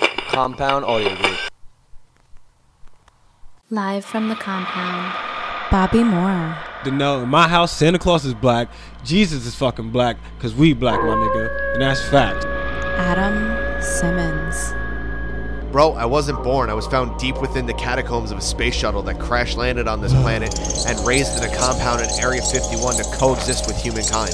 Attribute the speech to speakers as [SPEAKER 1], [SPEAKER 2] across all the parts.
[SPEAKER 1] Compound Audio Group.
[SPEAKER 2] Live from the compound. Bobby Moore.
[SPEAKER 3] The- No, in my house, Santa Claus is black. Jesus is fucking black, cause we black, my nigga, and that's fact.
[SPEAKER 2] Adam Simmons.
[SPEAKER 4] Bro, I wasn't born. I was found deep within the catacombs of a space shuttle that crash landed on this planet and raised in a compound in Area 51 to coexist with humankind.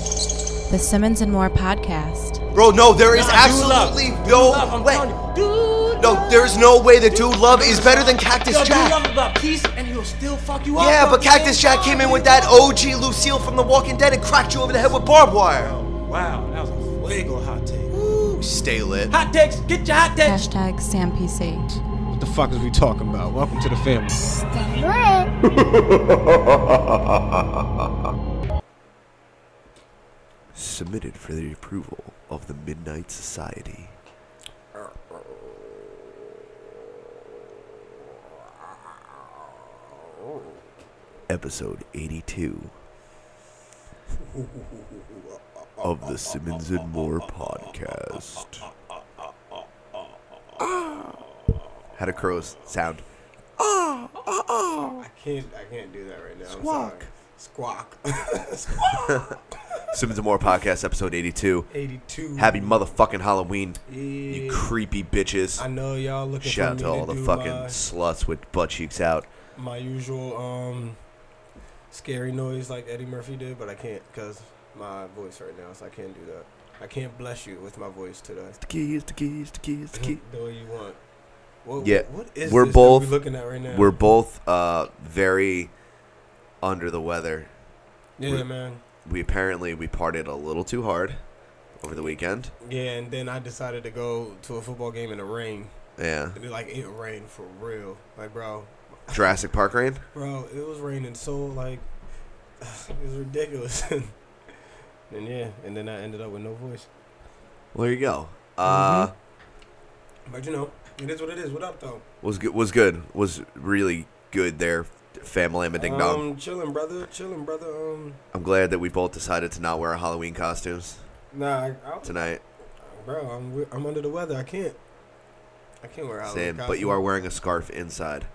[SPEAKER 2] The Simmons and Moore podcast.
[SPEAKER 4] Bro, no, there is
[SPEAKER 3] Nah, dude love.
[SPEAKER 4] absolutely
[SPEAKER 3] Dude
[SPEAKER 4] no
[SPEAKER 3] love, I'm
[SPEAKER 4] way.
[SPEAKER 3] telling you. Dude
[SPEAKER 4] No,
[SPEAKER 3] love.
[SPEAKER 4] there's no way that Dude Love is better than Cactus
[SPEAKER 3] Yo,
[SPEAKER 4] Jack.
[SPEAKER 3] dude love about peace, and he'll still fuck you up.
[SPEAKER 4] yeah,
[SPEAKER 3] bro.
[SPEAKER 4] but Cactus Jack came in with that OG Lucille from The Walking Dead and cracked you over the head with barbed wire.
[SPEAKER 3] Wow, that was a fuego hot take.
[SPEAKER 4] Ooh, stay lit.
[SPEAKER 3] Hot takes, get your hot takes.
[SPEAKER 2] Hashtag SamPC.
[SPEAKER 3] What the fuck is we talking about? Welcome to the family.
[SPEAKER 5] submitted for the approval of the Midnight Society. Episode 82 of the Simmons and Moore podcast. Had a crow's sound.
[SPEAKER 6] can't I can't do that right now. I'm
[SPEAKER 5] Squawk.
[SPEAKER 6] sorry. Squawk.
[SPEAKER 5] Simmons and Moore podcast, episode 82.
[SPEAKER 6] 82.
[SPEAKER 5] Happy motherfucking Halloween, you
[SPEAKER 6] Yeah.
[SPEAKER 5] creepy bitches.
[SPEAKER 6] I know y'all looking
[SPEAKER 5] Shout out
[SPEAKER 6] for
[SPEAKER 5] to
[SPEAKER 6] me
[SPEAKER 5] all the
[SPEAKER 6] do
[SPEAKER 5] fucking sluts with butt cheeks out.
[SPEAKER 6] my, my usual um scary noise like Eddie Murphy did, but I can't cuz my voice right now, so I can't do that. I can't bless you with my voice today.
[SPEAKER 5] The keys, the keys, the keys, the keys.
[SPEAKER 6] the way you want. What,
[SPEAKER 5] Yeah,
[SPEAKER 6] what is
[SPEAKER 5] we're
[SPEAKER 6] this that
[SPEAKER 5] both-
[SPEAKER 6] we looking at right now?
[SPEAKER 5] We're both uh, very under the weather.
[SPEAKER 6] yeah,
[SPEAKER 5] we're-
[SPEAKER 6] man.
[SPEAKER 5] We apparently we partied a little too hard over the weekend.
[SPEAKER 6] Yeah, and then I decided to go to a football game in the rain.
[SPEAKER 5] Yeah,
[SPEAKER 6] And it, Like it rained for real. Like, bro,
[SPEAKER 5] Jurassic Park rain.
[SPEAKER 6] Bro, it was raining so like it was ridiculous. and yeah, and then I ended up with no voice.
[SPEAKER 5] Well, there you go. Uh,
[SPEAKER 6] But you know, it is what it is. What up though?
[SPEAKER 5] was good. Was good. Was really good there. Family and ding dong.
[SPEAKER 6] Um, chilling, brother. Chilling, brother. Um,
[SPEAKER 5] I'm glad that we both decided to not wear our Halloween costumes
[SPEAKER 6] nah, I, I,
[SPEAKER 5] tonight.
[SPEAKER 6] bro, I'm we- I'm under the weather. I can't. I can't wear out.
[SPEAKER 5] Same, but you are wearing a scarf inside.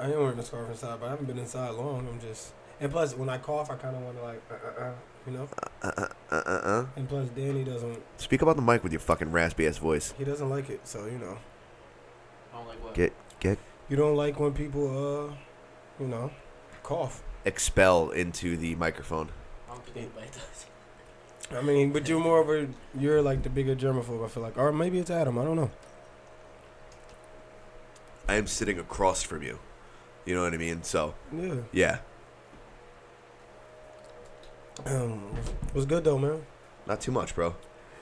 [SPEAKER 6] I am wearing a scarf inside, but I haven't been inside long. I'm just. And plus, when I cough, I kind of want to like, uh, uh, uh, you know.
[SPEAKER 5] Uh uh uh uh. uh.
[SPEAKER 6] And plus, Danny doesn't.
[SPEAKER 5] Speak about the mic with your fucking raspy ass voice.
[SPEAKER 6] He doesn't like it, so you know.
[SPEAKER 5] Get get
[SPEAKER 6] You don't like when people, uh, you know, cough.
[SPEAKER 5] expel into the microphone.
[SPEAKER 6] I mean, but you're more of a you're like the bigger germaphobe. I feel like, or maybe it's Adam. I don't know.
[SPEAKER 5] I am sitting across from you. You know what I mean? So
[SPEAKER 6] Yeah,
[SPEAKER 5] yeah,
[SPEAKER 6] um, was good though, man.
[SPEAKER 5] not too much, bro.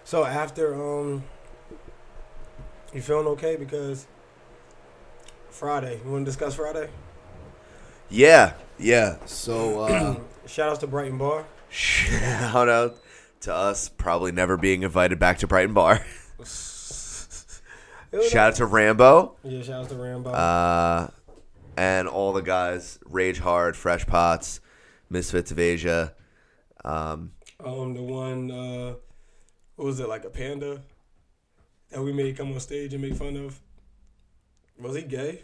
[SPEAKER 6] So after um, you feeling okay because Friday. You want to discuss Friday?
[SPEAKER 5] Yeah, yeah. So uh,
[SPEAKER 6] Shout outs to Brighton Bar.
[SPEAKER 5] shout out to us probably never being invited back to Brighton Bar.
[SPEAKER 6] It was-
[SPEAKER 5] shout out to Rambo
[SPEAKER 6] yeah, shout outs to Rambo.
[SPEAKER 5] uh, and all the guys: Rage Hard, Fresh Pots, Misfits of Asia. Um,
[SPEAKER 6] um, the one uh, what was it like a panda that we made come on stage and make fun of? Was he gay?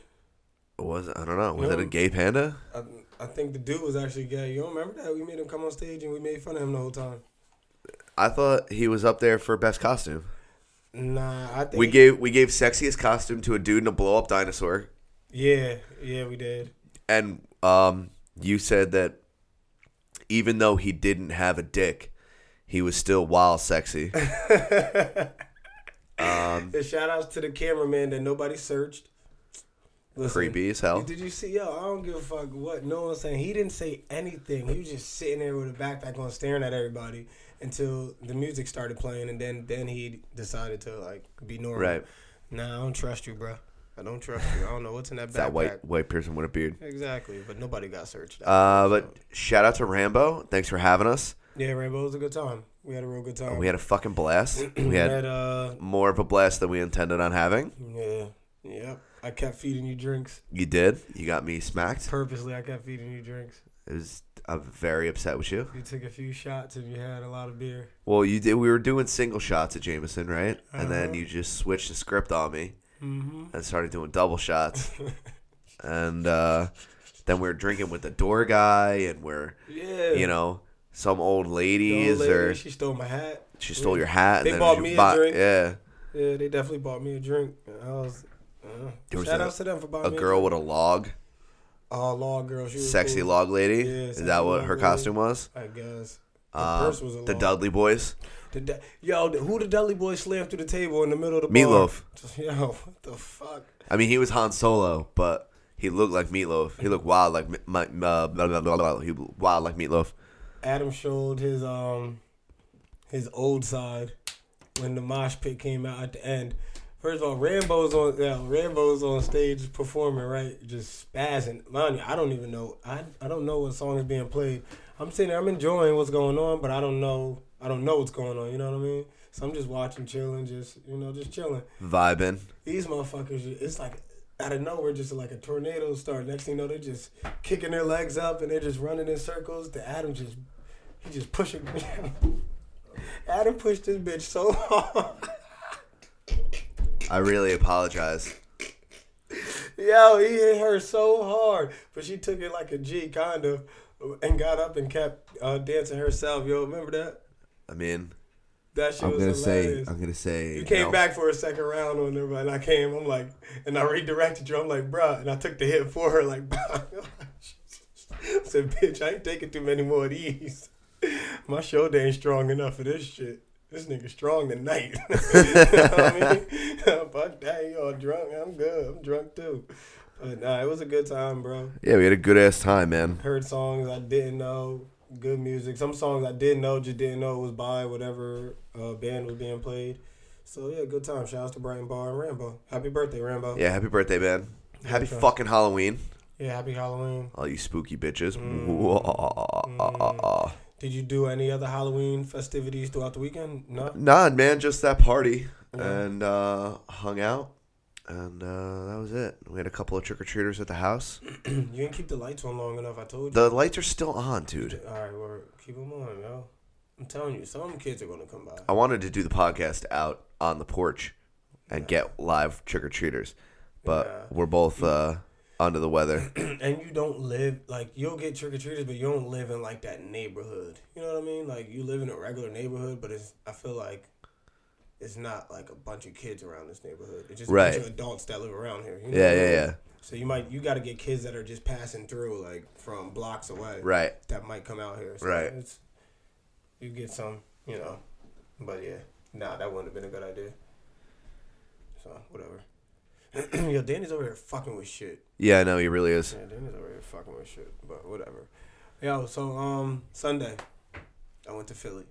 [SPEAKER 5] was I don't know. Was
[SPEAKER 6] No.
[SPEAKER 5] it a gay panda?
[SPEAKER 6] I, I think the dude was actually gay. You don't remember that? We made him come on stage and we made fun of him the whole time.
[SPEAKER 5] I thought he was up there for best costume.
[SPEAKER 6] Nah, I think
[SPEAKER 5] We gave we gave sexiest costume to a dude in a blow up dinosaur,
[SPEAKER 6] Yeah, yeah, we did.
[SPEAKER 5] and um, you said that even though he didn't have a dick, he was still wild sexy.
[SPEAKER 6] And shout outs to the cameraman that nobody searched. Listen,
[SPEAKER 5] Creepy as hell.
[SPEAKER 6] Did you see? Yo, I don't give a fuck what. No one's saying. He didn't say anything. He was just sitting there with a backpack on, staring at everybody until the music started playing, and then then he decided to like be normal.
[SPEAKER 5] Right.
[SPEAKER 6] Nah, I don't trust you, bro. I don't trust you. I don't know what's in that backpack.
[SPEAKER 5] That white white person with a beard.
[SPEAKER 6] Exactly, but nobody got searched.
[SPEAKER 5] Uh, but shout out to Rambo. Thanks for having us.
[SPEAKER 6] yeah, Rainbow was a good time. We had a real good time.
[SPEAKER 5] Oh, We had a fucking blast. We
[SPEAKER 6] We
[SPEAKER 5] had
[SPEAKER 6] uh,
[SPEAKER 5] more of a blast than we intended on having.
[SPEAKER 6] yeah, yep. I kept feeding you drinks
[SPEAKER 5] You did. You got me smacked.
[SPEAKER 6] purposely. I kept feeding you drinks.
[SPEAKER 5] It was. I'm very upset with you.
[SPEAKER 6] You took a few shots and you had a lot of beer. Uh-huh.
[SPEAKER 5] Well, you did. We were doing single shots at Jameson, right? And then you just switched the script on me.
[SPEAKER 6] Mm-hmm.
[SPEAKER 5] and started doing double shots. and uh, then we were drinking with the door guy, and we're,
[SPEAKER 6] Yeah.
[SPEAKER 5] you know, some old
[SPEAKER 6] The old
[SPEAKER 5] ladies,
[SPEAKER 6] lady,
[SPEAKER 5] or
[SPEAKER 6] she stole my hat.
[SPEAKER 5] she stole your hat.
[SPEAKER 6] They
[SPEAKER 5] and then
[SPEAKER 6] bought
[SPEAKER 5] you
[SPEAKER 6] me a
[SPEAKER 5] bought-
[SPEAKER 6] drink.
[SPEAKER 5] Yeah.
[SPEAKER 6] Yeah, they definitely bought me a drink. I was. Uh,
[SPEAKER 5] There was
[SPEAKER 6] shout
[SPEAKER 5] a-
[SPEAKER 6] outs to them for buying
[SPEAKER 5] A
[SPEAKER 6] me
[SPEAKER 5] girl with a log,
[SPEAKER 6] A, oh, law girl. She was
[SPEAKER 5] sexy
[SPEAKER 6] cool,
[SPEAKER 5] log lady.
[SPEAKER 6] Yeah,
[SPEAKER 5] Is
[SPEAKER 6] sexy
[SPEAKER 5] that what
[SPEAKER 6] log
[SPEAKER 5] her
[SPEAKER 6] lady.
[SPEAKER 5] costume was?
[SPEAKER 6] I guess. The
[SPEAKER 5] Uh,
[SPEAKER 6] purse was a
[SPEAKER 5] the
[SPEAKER 6] law.
[SPEAKER 5] Dudley Boys.
[SPEAKER 6] The Du- yo, the- who the Dudley boy slammed through the table in the middle of the
[SPEAKER 5] Meatloaf.
[SPEAKER 6] bar? Yo, what the fuck?
[SPEAKER 5] I mean, he was Han Solo, but he looked like Meatloaf. He looked wild like Mi- my, uh, blah, blah, blah, blah. he looked wild like Meatloaf.
[SPEAKER 6] Adam showed his um his old side when the mosh pit came out at the end. First of all, Rambo's on yeah, Rambo's on stage performing, right? Just spazzing. Mind you, I don't even know. I I don't know what song is being played. I'm sitting there, I'm enjoying what's going on, but I don't know I don't know what's going on, you know what I mean? So I'm just watching, chilling, just you know, just chilling.
[SPEAKER 5] Vibing.
[SPEAKER 6] These motherfuckers, it's like out of nowhere, just like a tornado start. Next thing you know, they're just kicking their legs up and they're just running in circles. The Adam just, he just pushing. Adam pushed this bitch so hard.
[SPEAKER 5] I really apologize.
[SPEAKER 6] Yo, he hit her so hard, but she took it like a G, kind of, and got up and kept uh, dancing herself. Yo, remember that?
[SPEAKER 5] I mean,
[SPEAKER 6] That shit
[SPEAKER 5] I'm
[SPEAKER 6] was
[SPEAKER 5] gonna say,
[SPEAKER 6] hilarious.
[SPEAKER 5] I'm gonna say.
[SPEAKER 6] You came
[SPEAKER 5] no.
[SPEAKER 6] back for a second round on there, and I came. I'm like, and I redirected you. I'm like, bruh, and I took the hit for her. Like, bruh. I said, bitch, I ain't taking too many more of these. My shoulder ain't strong enough for this shit. This nigga strong tonight. you know what I mean? Fuck that, you all drunk. I'm good. I'm drunk too. But nah, it was a good time, bro.
[SPEAKER 5] Yeah, we had a good ass time, man.
[SPEAKER 6] Heard songs I didn't know. Good music. Some songs I didn't know, just didn't know it was by whatever uh, band was being played. So yeah, good time. Shout out to Brighton Bar and Rambo. Happy birthday, Rambo. Yeah,
[SPEAKER 5] Yeah, happy birthday, man. Happy
[SPEAKER 6] sure.
[SPEAKER 5] fucking Halloween,
[SPEAKER 6] happy Halloween.
[SPEAKER 5] all you spooky bitches.
[SPEAKER 6] Did you do any other Halloween festivities throughout the weekend? No.
[SPEAKER 5] Nah, man, just that party and uh, hung out, and uh, that was it. We had a couple of trick or treaters at the house.
[SPEAKER 6] You didn't keep the lights on long enough. I told you.
[SPEAKER 5] The lights are still on, dude.
[SPEAKER 6] All right, well, keep them on, yo. I'm telling you, some kids are gonna come by.
[SPEAKER 5] I wanted to do the podcast out on the porch and get live trick or treaters, but
[SPEAKER 6] Yeah.
[SPEAKER 5] we're both uh, under the weather.
[SPEAKER 6] and you don't live like you'll get trick or treaters, but you don't live in like that neighborhood. You know what I mean? Like you live in a regular neighborhood, but it's I feel like it's not like a bunch of kids around this neighborhood. It's just a
[SPEAKER 5] Right.
[SPEAKER 6] bunch of adults that live around here. You know
[SPEAKER 5] Yeah,
[SPEAKER 6] what I
[SPEAKER 5] yeah,
[SPEAKER 6] mean?
[SPEAKER 5] yeah.
[SPEAKER 6] So you might you got to get kids that are just passing through, like from blocks away,
[SPEAKER 5] Right.
[SPEAKER 6] That might come out here. So
[SPEAKER 5] Right.
[SPEAKER 6] It's, you get some, you know, but yeah, nah, that wouldn't have been a good idea. So whatever. Yo, Danny's over here fucking with shit.
[SPEAKER 5] Yeah, I know he really is.
[SPEAKER 6] Yeah, Dana's over here fucking with shit, but whatever. Yo, so um Sunday, I went to Philly.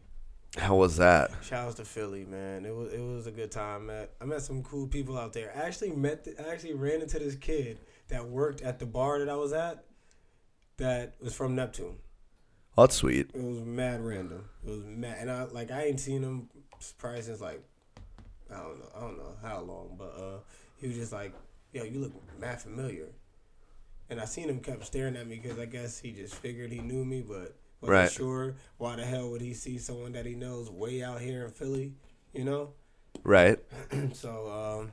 [SPEAKER 5] How was that?
[SPEAKER 6] Shout outs to Philly, man. It was it was a good time. Met I met some cool people out there. I actually met the, I actually ran into this kid that worked at the bar that I was at. That was from Neptune.
[SPEAKER 5] Oh, that's sweet.
[SPEAKER 6] It was mad random. It was mad, and I like I ain't seen him probably since like I don't know, I don't know how long, but uh, he was just like, "Yo, you look mad familiar," and I seen him kept staring at me because I guess he just figured he knew me, but wasn't
[SPEAKER 5] Right.
[SPEAKER 6] sure why the hell would he see someone that he knows way out here in Philly, you know?
[SPEAKER 5] Right.
[SPEAKER 6] So um,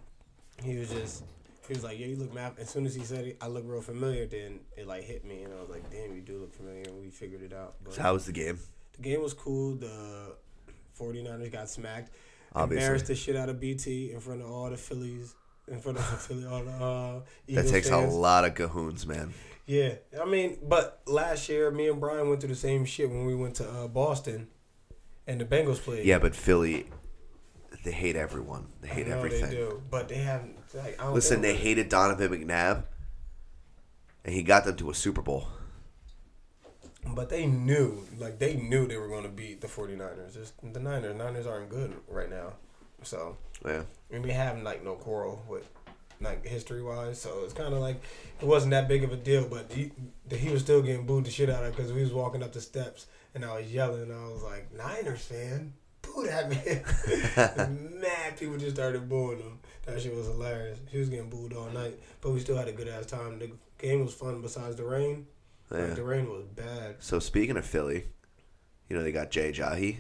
[SPEAKER 6] he was just he was like, "Yeah, you look mad." As soon as he said it, I look real familiar. Then it like hit me, and I was like, "Damn, you do look familiar." And we figured it out. But,
[SPEAKER 5] So how was the game?
[SPEAKER 6] the game was cool. The 49ers got smacked.
[SPEAKER 5] Obviously.
[SPEAKER 6] Embarrassed the shit out of BT in front of all the Phillies. In front of the Philly, all the uh,
[SPEAKER 5] That
[SPEAKER 6] Eagles
[SPEAKER 5] takes
[SPEAKER 6] fans.
[SPEAKER 5] a lot of cahoons, man.
[SPEAKER 6] Yeah, I mean, but last year, me and Brian went through the same shit when we went to uh, Boston, and the Bengals played.
[SPEAKER 5] Yeah, but Philly, they hate everyone. They
[SPEAKER 6] I
[SPEAKER 5] hate
[SPEAKER 6] know
[SPEAKER 5] everything.
[SPEAKER 6] They do, but they haven't. Like, I don't
[SPEAKER 5] Listen, they
[SPEAKER 6] think-
[SPEAKER 5] hated Donovan McNabb, and he got them to a Super Bowl.
[SPEAKER 6] But they knew, like they knew they were going to beat the 49ers. It's, the Niners, Niners aren't good right now, so
[SPEAKER 5] Yeah.
[SPEAKER 6] and we have like no quarrel with like history wise, so it's kind of like it wasn't that big of a deal. But he, that he was still getting booed the shit out of because we was walking up the steps and I was yelling. and I was like, Niners fan, boo that man. Mad people just started booing him. That shit was hilarious. He was getting booed all night, but we still had a good ass time. The game was fun. Besides the rain, like,
[SPEAKER 5] Yeah.
[SPEAKER 6] the rain was bad.
[SPEAKER 5] So speaking of Philly, you know they got Jay Jahi.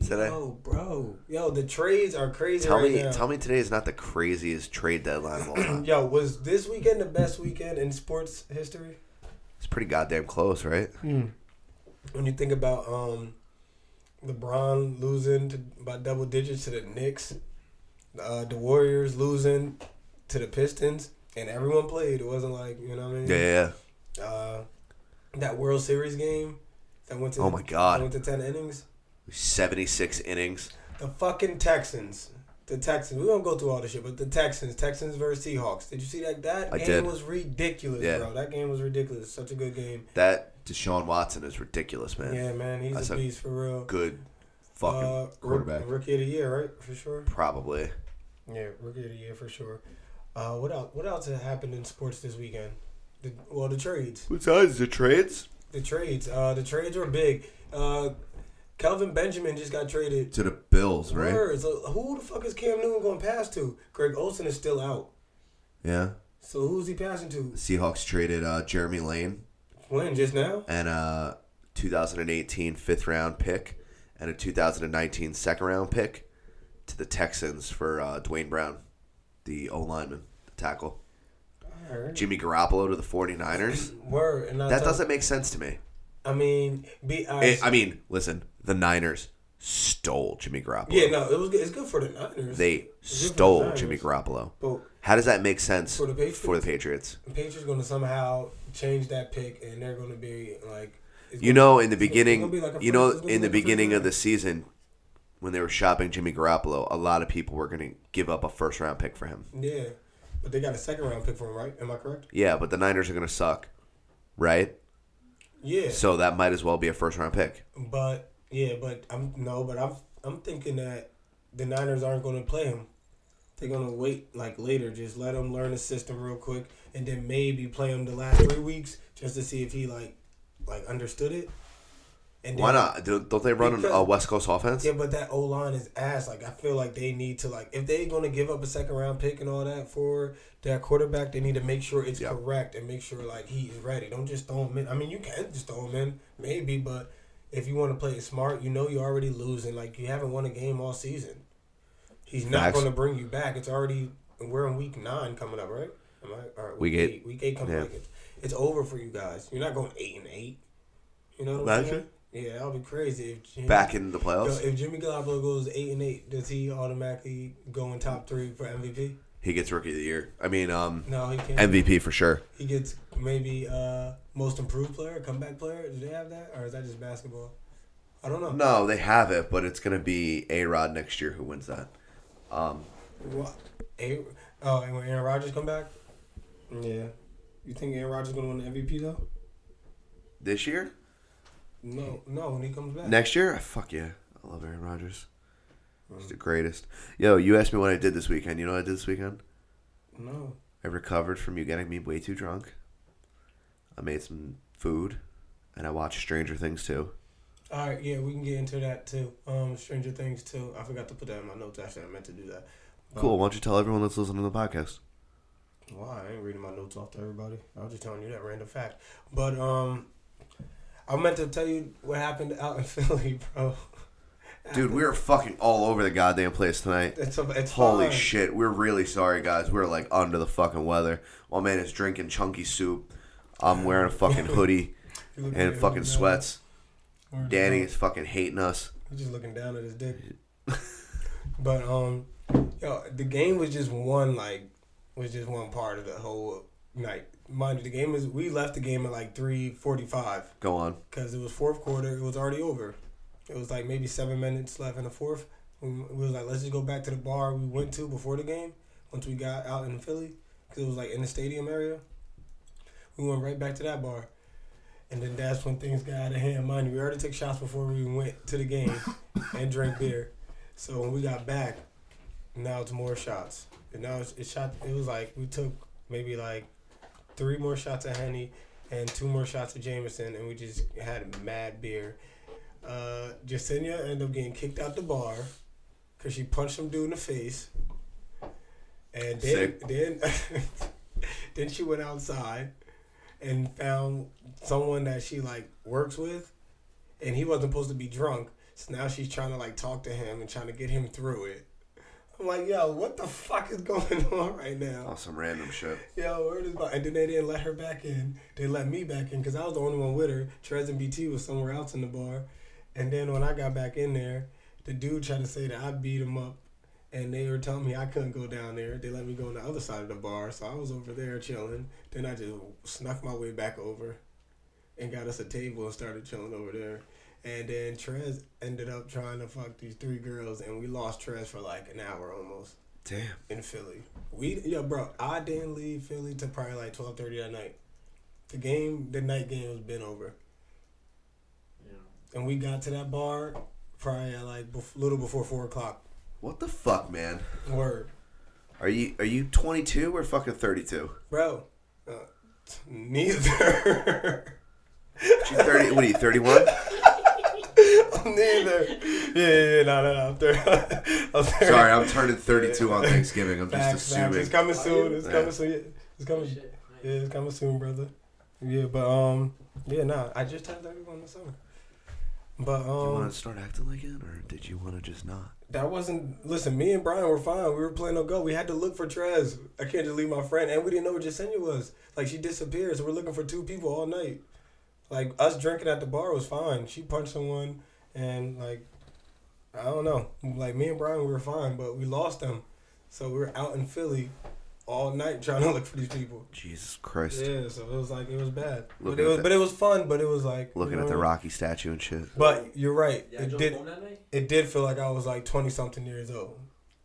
[SPEAKER 5] today.
[SPEAKER 6] Yo, bro. Yo, the trades are crazy
[SPEAKER 5] tell
[SPEAKER 6] right
[SPEAKER 5] me,
[SPEAKER 6] now.
[SPEAKER 5] tell me today is not the craziest trade deadline of all time.
[SPEAKER 6] Yo, was this weekend the best weekend in sports history?
[SPEAKER 5] It's pretty goddamn close, right?
[SPEAKER 6] When you think about um, LeBron losing to, by double digits to the Knicks, uh, the Warriors losing to the Pistons, and everyone played. It wasn't like you know what I mean.
[SPEAKER 5] Yeah, yeah.
[SPEAKER 6] Uh, that World Series game that went to
[SPEAKER 5] Oh my God.
[SPEAKER 6] that went to ten innings.
[SPEAKER 5] Seventy-six innings.
[SPEAKER 6] The fucking Texans. The Texans. We won't go through all this shit, but the Texans. Texans versus Seahawks. Did you see that? That
[SPEAKER 5] I
[SPEAKER 6] game
[SPEAKER 5] did.
[SPEAKER 6] was ridiculous,
[SPEAKER 5] Yeah.
[SPEAKER 6] bro. That game was ridiculous. Such a good game.
[SPEAKER 5] That Deshaun Watson is ridiculous, man.
[SPEAKER 6] Yeah, man. He's
[SPEAKER 5] That's
[SPEAKER 6] a
[SPEAKER 5] a
[SPEAKER 6] beast for real.
[SPEAKER 5] Good fucking
[SPEAKER 6] Uh, rook-
[SPEAKER 5] quarterback,
[SPEAKER 6] Rookie of the year, right? For sure.
[SPEAKER 5] probably.
[SPEAKER 6] Yeah, rookie of the year for sure. Uh, what else? What else happened in sports this weekend? The, well, the trades.
[SPEAKER 5] Besides the trades
[SPEAKER 6] The trades. Uh, the trades were big. Uh, Kelvin Benjamin just got traded.
[SPEAKER 5] to the Bills, right?
[SPEAKER 6] Words. Uh, Who the fuck is Cam Newton going to pass to? Greg Olson is still out.
[SPEAKER 5] Yeah.
[SPEAKER 6] So who's he passing to?
[SPEAKER 5] The Seahawks traded uh, Jeremy Lane
[SPEAKER 6] When just now?
[SPEAKER 5] and a 2018 fifth round pick and a 2019 second round pick to the Texans for uh, Dwayne Brown, the O lineman, the tackle.
[SPEAKER 6] Alright.
[SPEAKER 5] Jimmy Garoppolo to the 49ers.
[SPEAKER 6] Word. And I
[SPEAKER 5] That
[SPEAKER 6] thought-
[SPEAKER 5] doesn't make sense to me.
[SPEAKER 6] I mean, be. I,
[SPEAKER 5] It- I mean, listen, the Niners stole Jimmy Garoppolo.
[SPEAKER 6] yeah, no, it was. Good. It's good for the Niners.
[SPEAKER 5] They
[SPEAKER 6] It's good for the
[SPEAKER 5] stole
[SPEAKER 6] Niners.
[SPEAKER 5] Jimmy Garoppolo.
[SPEAKER 6] But
[SPEAKER 5] How does that make sense
[SPEAKER 6] For the Patriots?
[SPEAKER 5] for the Patriots?
[SPEAKER 6] the Patriots going to somehow change that pick, and they're going to be like. it's
[SPEAKER 5] You
[SPEAKER 6] gonna-
[SPEAKER 5] know, in the
[SPEAKER 6] it's gonna- it's
[SPEAKER 5] beginning,
[SPEAKER 6] gonna be like a
[SPEAKER 5] you
[SPEAKER 6] first-
[SPEAKER 5] know,
[SPEAKER 6] it's gonna be
[SPEAKER 5] in the
[SPEAKER 6] like a first
[SPEAKER 5] beginning of
[SPEAKER 6] round.
[SPEAKER 5] the season, when they were shopping Jimmy Garoppolo, a lot of people were going to give up a first round pick for him.
[SPEAKER 6] Yeah, but they got a second round pick for him, right? Am I correct?
[SPEAKER 5] Yeah, but the Niners are going to suck, right?
[SPEAKER 6] Yeah.
[SPEAKER 5] So that might as well be a first round pick.
[SPEAKER 6] But yeah, but I'm no, but I'm I'm thinking that the Niners aren't going to play him. They're going to wait like later, just let him learn the system real quick, and then maybe play him the last three weeks just to see if he like like understood it. And
[SPEAKER 5] Why
[SPEAKER 6] then-
[SPEAKER 5] not? Do- Don't they run a
[SPEAKER 6] Because-
[SPEAKER 5] West Coast offense?
[SPEAKER 6] Yeah, but that O line is ass. Like I feel like they need to like if they're gonna give up a second round pick and all that for their quarterback, they need to make sure it's
[SPEAKER 5] Yeah.
[SPEAKER 6] correct and make sure like he's ready. Don't just throw him in. I mean, you can just throw him in, maybe, but if you want to play it smart, you know you're already losing. Like you haven't won a game all season. He's not
[SPEAKER 5] Facts.
[SPEAKER 6] gonna bring you back. It's already we're in week nine coming up, right? Am I? Or
[SPEAKER 5] Week eight.
[SPEAKER 6] Week eight coming
[SPEAKER 5] Yeah.
[SPEAKER 6] up. It's- It's over for you guys. You're not going eight and eight. You know what I'm
[SPEAKER 5] Imagine.
[SPEAKER 6] saying? Yeah, that would be crazy. If
[SPEAKER 5] Back in the
[SPEAKER 6] Yo,
[SPEAKER 5] playoffs,
[SPEAKER 6] if Jimmy Garoppolo goes eight and eight, does he automatically go in top three for MVP?
[SPEAKER 5] he gets Rookie of the Year. I mean, um,
[SPEAKER 6] No, he can't.
[SPEAKER 5] MVP for sure.
[SPEAKER 6] He gets maybe uh, most improved player, comeback player. Do they have that, or is that just basketball? I don't know.
[SPEAKER 5] No, they have it, but it's going to be A Rod next year who wins that.
[SPEAKER 6] What? A- oh, and when Aaron Rodgers come back, yeah. You think Aaron Rodgers gonna win the MVP though?
[SPEAKER 5] This year?
[SPEAKER 6] No, no. When he comes back,
[SPEAKER 5] Next year? Ah, Fuck yeah. I love Aaron Rodgers. He's the greatest. Yo, you asked me what I did this weekend. You know what I did this weekend?
[SPEAKER 6] no.
[SPEAKER 5] I recovered from you getting me way too drunk. I made some food, and I watched Stranger Things too.
[SPEAKER 6] All right, yeah, we can get into that too. Um, Stranger Things too. I forgot to put that in my notes. Actually, I meant to do that. But-
[SPEAKER 5] Cool. Why don't you tell everyone that's listening to the podcast?
[SPEAKER 6] Wow, I ain't reading my notes off to everybody. I was just telling you that random fact. But um, I meant to tell you what happened out in Philly, bro.
[SPEAKER 5] Dude, we were fucking all over the goddamn place tonight.
[SPEAKER 6] It's a, it's
[SPEAKER 5] Holy
[SPEAKER 6] fine.
[SPEAKER 5] shit, we're really sorry, guys. We're like under the fucking weather. My man is drinking chunky soup. I'm wearing a fucking hoodie
[SPEAKER 6] You looking at
[SPEAKER 5] and
[SPEAKER 6] him
[SPEAKER 5] fucking
[SPEAKER 6] now.
[SPEAKER 5] sweats.
[SPEAKER 6] We're just-
[SPEAKER 5] Danny is fucking hating us.
[SPEAKER 6] He's just looking down at his dick. but um, yo, the game was just one like was just one part of the whole night. Mind you, the game is we left the game at like three forty five.
[SPEAKER 5] Go on.
[SPEAKER 6] because it was fourth quarter. It was already over. It was like maybe seven minutes left in the fourth. We, we was like, let's just go back to the bar we went to before the game. Once we got out in Philly, because it was like in the stadium area, we went right back to that bar. And then that's when things got out of hand. Mind you, we already took shots before we even went to the game and drank beer. So when we got back, now it's more shots. And now it's, it's shot. It was like we took maybe like three more shots of Henny and two more shots of Jameson, and we just had mad beer. Uh, Jasenia ended up getting kicked out the bar because she punched some dude in the face. And then,
[SPEAKER 5] Sick.
[SPEAKER 6] then, then she went outside and found someone that she like works with, and he wasn't supposed to be drunk. So now she's trying to like talk to him and trying to get him through it. I'm like, yo, what the fuck is going on right now?
[SPEAKER 5] Oh, some random shit.
[SPEAKER 6] Yo, word is about. And then they didn't let her back in. They let me back in because I was the only one with her. Trez and BT was somewhere else in the bar. And then when I got back in there, the dude tried to say that I beat him up. And they were telling me I couldn't go down there. They let me go on the other side of the bar. So I was over there chilling. Then I just snuck my way back over and got us a table and started chilling over there. And then Trez ended up trying to fuck these three girls. And we lost Trez for like an hour almost
[SPEAKER 5] Damn.
[SPEAKER 6] in Philly. We yo, bro, I didn't leave Philly till probably like twelve thirty that night. The game, the night game was been over, and we got to that bar probably at like bef- little before four o'clock.
[SPEAKER 5] What the fuck, man?
[SPEAKER 6] Word,
[SPEAKER 5] Are you are you 22 or fucking 32?
[SPEAKER 6] bro. Uh, t- neither,
[SPEAKER 5] You 30? What are you 31?
[SPEAKER 6] neither. Yeah, yeah, yeah, no, no, no. I'm there. I'm there.
[SPEAKER 5] Sorry, I'm turning 32 on Thanksgiving. I'm just
[SPEAKER 6] Facts, facts.
[SPEAKER 5] assuming.
[SPEAKER 6] It's coming soon. It's
[SPEAKER 5] Yeah.
[SPEAKER 6] coming soon. Yeah, It's coming. Yeah, it's coming soon, brother. Yeah, but um, yeah, nah. I just turned thirty-one this summer. But um,
[SPEAKER 5] You want to start acting like it, or did you want to just not?
[SPEAKER 6] That wasn't. Listen, me and Brian were fine. We were playing no go. We had to look for Trez. I can't just leave my friend, and we didn't know where Jasenia was. Like she disappeared, so we're looking for two people all night. Like us drinking at the bar was fine. She punched someone, and like I don't know. Like me and Brian, we were fine, but we lost them. So we were out in Philly all night trying to look for these people.
[SPEAKER 5] Jesus Christ.
[SPEAKER 6] Yeah, so it was like it was bad, but it
[SPEAKER 5] Looking at
[SPEAKER 6] was
[SPEAKER 5] the-
[SPEAKER 6] but it was fun. But it was like you
[SPEAKER 5] Looking
[SPEAKER 6] know
[SPEAKER 5] at the
[SPEAKER 6] what I mean?
[SPEAKER 5] Rocky statue and shit.
[SPEAKER 6] But you're right.
[SPEAKER 1] Y'all
[SPEAKER 6] it
[SPEAKER 1] drove
[SPEAKER 6] did.
[SPEAKER 1] home that night?
[SPEAKER 6] It did feel like I was like twenty something years old.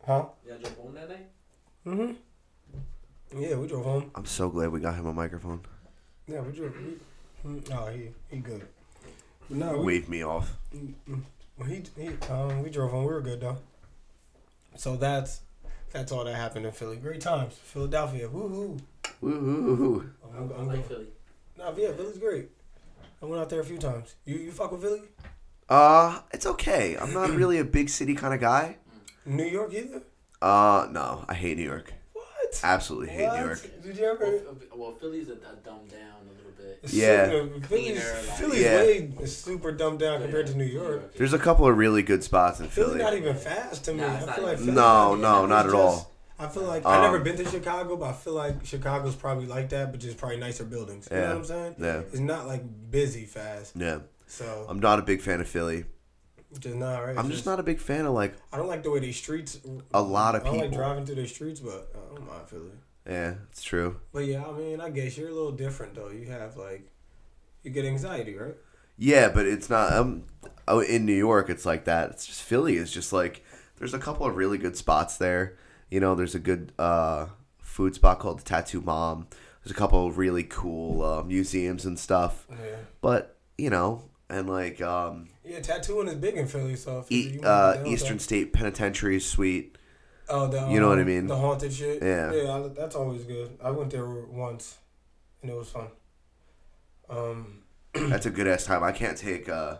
[SPEAKER 6] Huh?
[SPEAKER 1] Y'all drove home that night?
[SPEAKER 6] hmm Mm-hmm. Yeah, we drove home.
[SPEAKER 5] I'm so glad we got him a microphone.
[SPEAKER 6] Yeah, we drove. We, mm, oh, he he good. But no, we
[SPEAKER 5] Wave me off.
[SPEAKER 6] mm, mm, he, he um we drove home. We were good though. So that's that's all that happened in Philly. Great times, Philadelphia. Woohoo!
[SPEAKER 5] Woohoo.
[SPEAKER 6] I'm,
[SPEAKER 1] I
[SPEAKER 6] I'm
[SPEAKER 1] like
[SPEAKER 6] going.
[SPEAKER 1] Philly.
[SPEAKER 6] Nah, yeah, Philly's great. I went out there a few times. You you fuck with Philly?
[SPEAKER 5] Uh, it's okay. I'm not really a big city kind of guy.
[SPEAKER 6] New York either?
[SPEAKER 5] Uh, no, I hate New York.
[SPEAKER 6] What?
[SPEAKER 5] Absolutely hate New York.
[SPEAKER 6] What? Did you ever?
[SPEAKER 1] Well, Phil- well, Philly's a, a dumb down a little bit.
[SPEAKER 5] Yeah.
[SPEAKER 6] Super, Philly's,
[SPEAKER 1] Cleaner, like-
[SPEAKER 6] Philly's
[SPEAKER 5] Yeah.
[SPEAKER 6] way is super dumbed down compared to New York.
[SPEAKER 5] There's a couple of really good spots in
[SPEAKER 6] Philly's
[SPEAKER 5] Philly.
[SPEAKER 6] not even fast to me.
[SPEAKER 1] Nah,
[SPEAKER 6] I
[SPEAKER 1] it's
[SPEAKER 6] feel
[SPEAKER 1] not
[SPEAKER 6] like
[SPEAKER 1] even
[SPEAKER 6] Philly-
[SPEAKER 5] No, no,
[SPEAKER 6] it's
[SPEAKER 5] not at all.
[SPEAKER 6] I feel like I've
[SPEAKER 5] Um,
[SPEAKER 6] never been to Chicago, but I feel like Chicago's probably like that, but just probably nicer buildings. You know
[SPEAKER 5] Yeah.
[SPEAKER 6] what I'm saying?
[SPEAKER 5] Yeah.
[SPEAKER 6] It's not like busy fast.
[SPEAKER 5] Yeah,
[SPEAKER 6] So
[SPEAKER 5] I'm not a big fan of Philly.
[SPEAKER 6] just not right.
[SPEAKER 5] I'm
[SPEAKER 6] It's
[SPEAKER 5] just not a big fan of like
[SPEAKER 6] I don't like the way they streets.
[SPEAKER 5] a lot of
[SPEAKER 6] I don't like
[SPEAKER 5] people.
[SPEAKER 6] driving through the streets, but I don't mind Philly.
[SPEAKER 5] Yeah, it's true.
[SPEAKER 6] But yeah, I mean, I guess you're a little different though. You have like, you get anxiety, right?
[SPEAKER 5] Yeah, but it's not. Um, oh, in New York, it's like that. It's just Philly is just like there's a couple of really good spots there. You know, there's a good uh, food spot called the Tattoo Mom. There's a couple of really cool uh, museums and stuff.
[SPEAKER 6] Yeah.
[SPEAKER 5] But you know, and like um,
[SPEAKER 6] Yeah, tattooing is big in Philly, so if
[SPEAKER 5] e-
[SPEAKER 6] you wanna
[SPEAKER 5] uh,
[SPEAKER 6] go down
[SPEAKER 5] Eastern
[SPEAKER 6] south-
[SPEAKER 5] State Penitentiary is sweet.
[SPEAKER 6] Oh, the,
[SPEAKER 5] you know what I
[SPEAKER 6] um,
[SPEAKER 5] mean?
[SPEAKER 6] The haunted shit.
[SPEAKER 5] Yeah.
[SPEAKER 6] yeah, I, that's always good. I went there once, and it was fun. Um,
[SPEAKER 5] That's a good ass time. I can't take uh,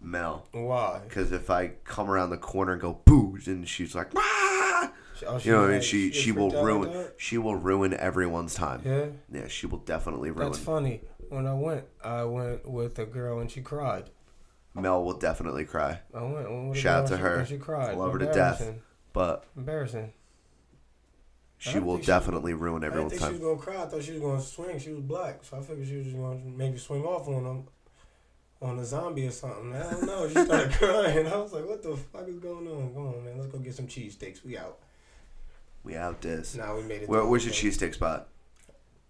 [SPEAKER 5] Mel
[SPEAKER 6] why?
[SPEAKER 5] because if I come around the corner and go boo, and she's like, ah!
[SPEAKER 6] Oh,
[SPEAKER 5] you know what I mean?
[SPEAKER 6] like-
[SPEAKER 5] She
[SPEAKER 6] she's
[SPEAKER 5] she will
[SPEAKER 6] freaked out like
[SPEAKER 5] ruin she will ruin everyone's time.
[SPEAKER 6] that? Yeah,
[SPEAKER 5] Yeah, she will definitely ruin.
[SPEAKER 6] that's funny. When I went, I went with a girl and she cried.
[SPEAKER 5] Mel will definitely cry,
[SPEAKER 6] I went. went with a
[SPEAKER 5] Shout
[SPEAKER 6] girl
[SPEAKER 5] out to
[SPEAKER 6] and she-
[SPEAKER 5] her.
[SPEAKER 6] and She cried.
[SPEAKER 5] Love her to death.
[SPEAKER 6] Embarrassing.
[SPEAKER 5] but
[SPEAKER 6] Embarrassing.
[SPEAKER 5] she
[SPEAKER 6] don't
[SPEAKER 5] will
[SPEAKER 6] think she-
[SPEAKER 5] definitely ruin
[SPEAKER 6] I didn't
[SPEAKER 5] everyone's
[SPEAKER 6] think she
[SPEAKER 5] time.
[SPEAKER 6] was gonna cry. I thought she was gonna swing. She was black, so I figured she was just gonna maybe swing off on them, on a zombie or something. I don't know. She started crying. I was like, "What the fuck is going on? Come on, man. Let's go get some cheese sticks. We out."
[SPEAKER 5] We out this.
[SPEAKER 6] Now we made it.
[SPEAKER 5] Where,
[SPEAKER 6] to-
[SPEAKER 5] where's your cheesesteak spot?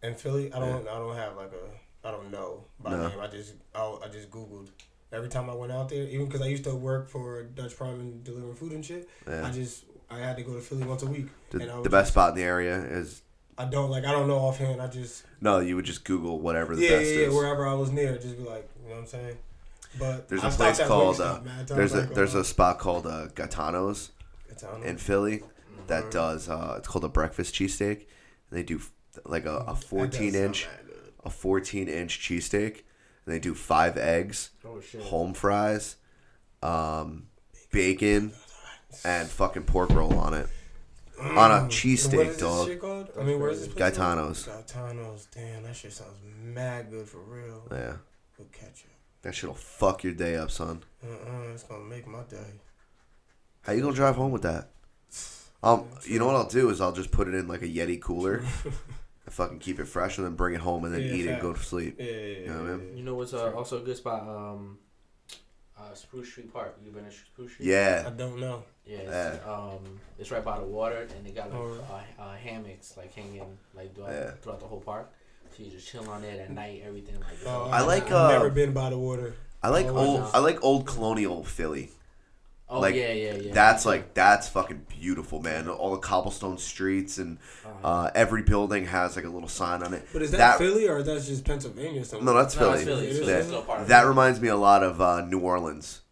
[SPEAKER 6] In Philly, I don't. I don't have like a. I don't know by
[SPEAKER 5] No.
[SPEAKER 6] name. I just. I, I just googled. Every time I went out there, even because I used to work for Dutch Prime and delivering food and shit, I
[SPEAKER 5] Yeah.
[SPEAKER 6] just I had to go to Philly once a week. and I
[SPEAKER 5] The,
[SPEAKER 6] would
[SPEAKER 5] the best
[SPEAKER 6] just-
[SPEAKER 5] spot in the area is
[SPEAKER 6] I don't like. I don't know offhand. I just
[SPEAKER 5] no. You would just Google whatever the
[SPEAKER 6] yeah,
[SPEAKER 5] best
[SPEAKER 6] yeah, yeah,
[SPEAKER 5] is.
[SPEAKER 6] wherever I was near, just be like, you know what I'm saying. But
[SPEAKER 5] There's
[SPEAKER 6] a
[SPEAKER 5] a place called uh, there's a there's a spot called uh, Gatano's in Philly
[SPEAKER 6] Mm-hmm.
[SPEAKER 5] that does uh, it's called a breakfast cheesesteak. They do f- like a, a 14 inch a 14 inch cheesesteak, and they do five eggs,
[SPEAKER 1] Oh, shit.
[SPEAKER 5] home fries, um, bacon, and fucking pork roll on it
[SPEAKER 6] Mm.
[SPEAKER 5] on a cheesesteak, dog.
[SPEAKER 6] Shit called? I mean, where's this place? called?
[SPEAKER 5] Gaetano's.
[SPEAKER 6] Gaetano's. Damn, that shit sounds mad good for real.
[SPEAKER 5] Yeah,
[SPEAKER 6] Good ketchup.
[SPEAKER 5] That shit'll fuck your day up, son.
[SPEAKER 6] Uh-uh, it's gonna make my day.
[SPEAKER 5] How you gonna drive home with that? Um, you know what I'll do is I'll just put it in like a Yeti cooler, and fucking keep it fresh, and then bring it home and then
[SPEAKER 6] Yeah,
[SPEAKER 5] eat it, and go to
[SPEAKER 6] facts.
[SPEAKER 5] sleep.
[SPEAKER 6] Yeah, yeah, yeah.
[SPEAKER 5] You know what I mean?
[SPEAKER 6] yeah.
[SPEAKER 1] You know what's uh, also a good spot? Um, uh, Spruce Street Park. You been to Spruce Street?
[SPEAKER 6] I
[SPEAKER 5] Yeah,
[SPEAKER 6] don't know.
[SPEAKER 1] Yeah. It's, um, it's right by the water, and they got like
[SPEAKER 6] Oh.
[SPEAKER 1] uh, uh, hammocks like hanging like throughout,
[SPEAKER 5] Yeah.
[SPEAKER 1] throughout the whole park. So you just chill on it at night. Everything like.
[SPEAKER 6] Oh,
[SPEAKER 1] oh,
[SPEAKER 5] I like,
[SPEAKER 6] I've
[SPEAKER 5] uh,
[SPEAKER 6] never been by the water.
[SPEAKER 5] I like
[SPEAKER 6] Oh,
[SPEAKER 5] old.
[SPEAKER 1] no.
[SPEAKER 5] I like old colonial Philly.
[SPEAKER 1] oh
[SPEAKER 5] like,
[SPEAKER 1] yeah, yeah, yeah.
[SPEAKER 5] That's like that's fucking beautiful, man. All the cobblestone streets and uh, every building has like a little sign on it.
[SPEAKER 6] Uh-huh. But is that, Philly or that's just Pennsylvania or something?
[SPEAKER 5] No, that's
[SPEAKER 1] No,
[SPEAKER 5] Philly.
[SPEAKER 1] it's Philly. It's
[SPEAKER 6] Yeah.
[SPEAKER 1] Philly. It's still part of
[SPEAKER 5] That
[SPEAKER 1] it.
[SPEAKER 5] reminds me a lot of uh, New Orleans,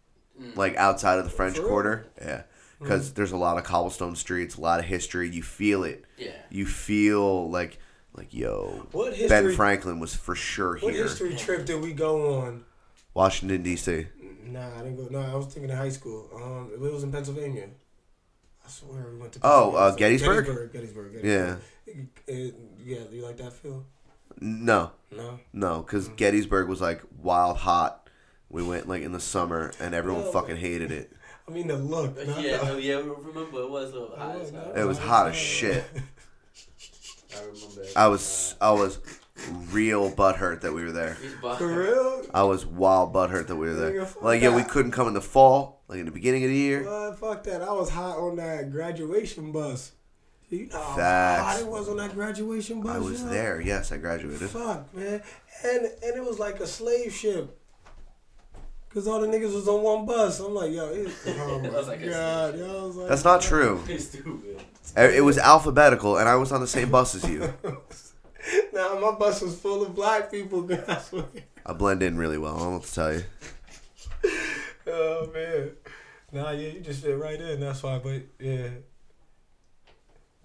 [SPEAKER 1] Mm.
[SPEAKER 5] like outside of the French
[SPEAKER 6] For real? Mm.
[SPEAKER 5] Quarter. Yeah, because there's a lot of cobblestone streets, a lot of history. You feel it.
[SPEAKER 1] Yeah.
[SPEAKER 5] You feel like like yo,
[SPEAKER 6] What history?
[SPEAKER 5] Ben Franklin was for sure
[SPEAKER 6] what
[SPEAKER 5] here,
[SPEAKER 6] history trip did we go on?
[SPEAKER 5] Washington D.C.
[SPEAKER 6] Nah, I didn't go. Nah, I was thinking of high school. Um, it was in Pennsylvania. I swear we went to.
[SPEAKER 5] Oh,
[SPEAKER 6] Pennsylvania.
[SPEAKER 5] uh, Gettysburg?
[SPEAKER 6] Gettysburg, Gettysburg,
[SPEAKER 5] Yeah,
[SPEAKER 6] Gettysburg. It- yeah, you like that feel?
[SPEAKER 5] no,
[SPEAKER 6] No.
[SPEAKER 5] no, because
[SPEAKER 6] Mm-hmm.
[SPEAKER 5] Gettysburg was like wild hot. We went like in the summer, and everyone
[SPEAKER 6] No.
[SPEAKER 5] fucking hated it.
[SPEAKER 6] I mean the look.
[SPEAKER 1] But
[SPEAKER 6] Not Oh,
[SPEAKER 1] yeah,
[SPEAKER 6] the,
[SPEAKER 1] no, yeah. Remember, it was a little hot. as hell.
[SPEAKER 6] no.
[SPEAKER 5] It was hot as shit.
[SPEAKER 1] I remember. it.
[SPEAKER 5] I was I was real butthurt that we were there.
[SPEAKER 1] Uh, he's bu-
[SPEAKER 6] For real?
[SPEAKER 5] I was wild butthurt that we were there.
[SPEAKER 6] Nigga, fuck
[SPEAKER 5] Like, yeah, we
[SPEAKER 6] that.
[SPEAKER 5] couldn't come in the fall, like in the beginning of the year.
[SPEAKER 6] Well, fuck that. I was hot on that graduation bus. You know how
[SPEAKER 5] Facts.
[SPEAKER 6] hot it was on that graduation bus.
[SPEAKER 5] I was
[SPEAKER 6] yo?
[SPEAKER 5] there. Yes, I graduated.
[SPEAKER 6] Fuck, man. And and it was like a slave ship. Cause all the niggas was on one bus. I'm like, yo, it, oh my
[SPEAKER 1] was like a
[SPEAKER 6] god, yo, I was like,
[SPEAKER 5] That's not true.
[SPEAKER 1] He's stupid.
[SPEAKER 5] I- It was alphabetical, and I was on the same bus as you.
[SPEAKER 6] Nah, my bus was full of black people. man, I swear.
[SPEAKER 5] I blend in really well. I don't know what to tell you.
[SPEAKER 6] Oh man. Nah, yeah, you just fit right in. That's why. But yeah.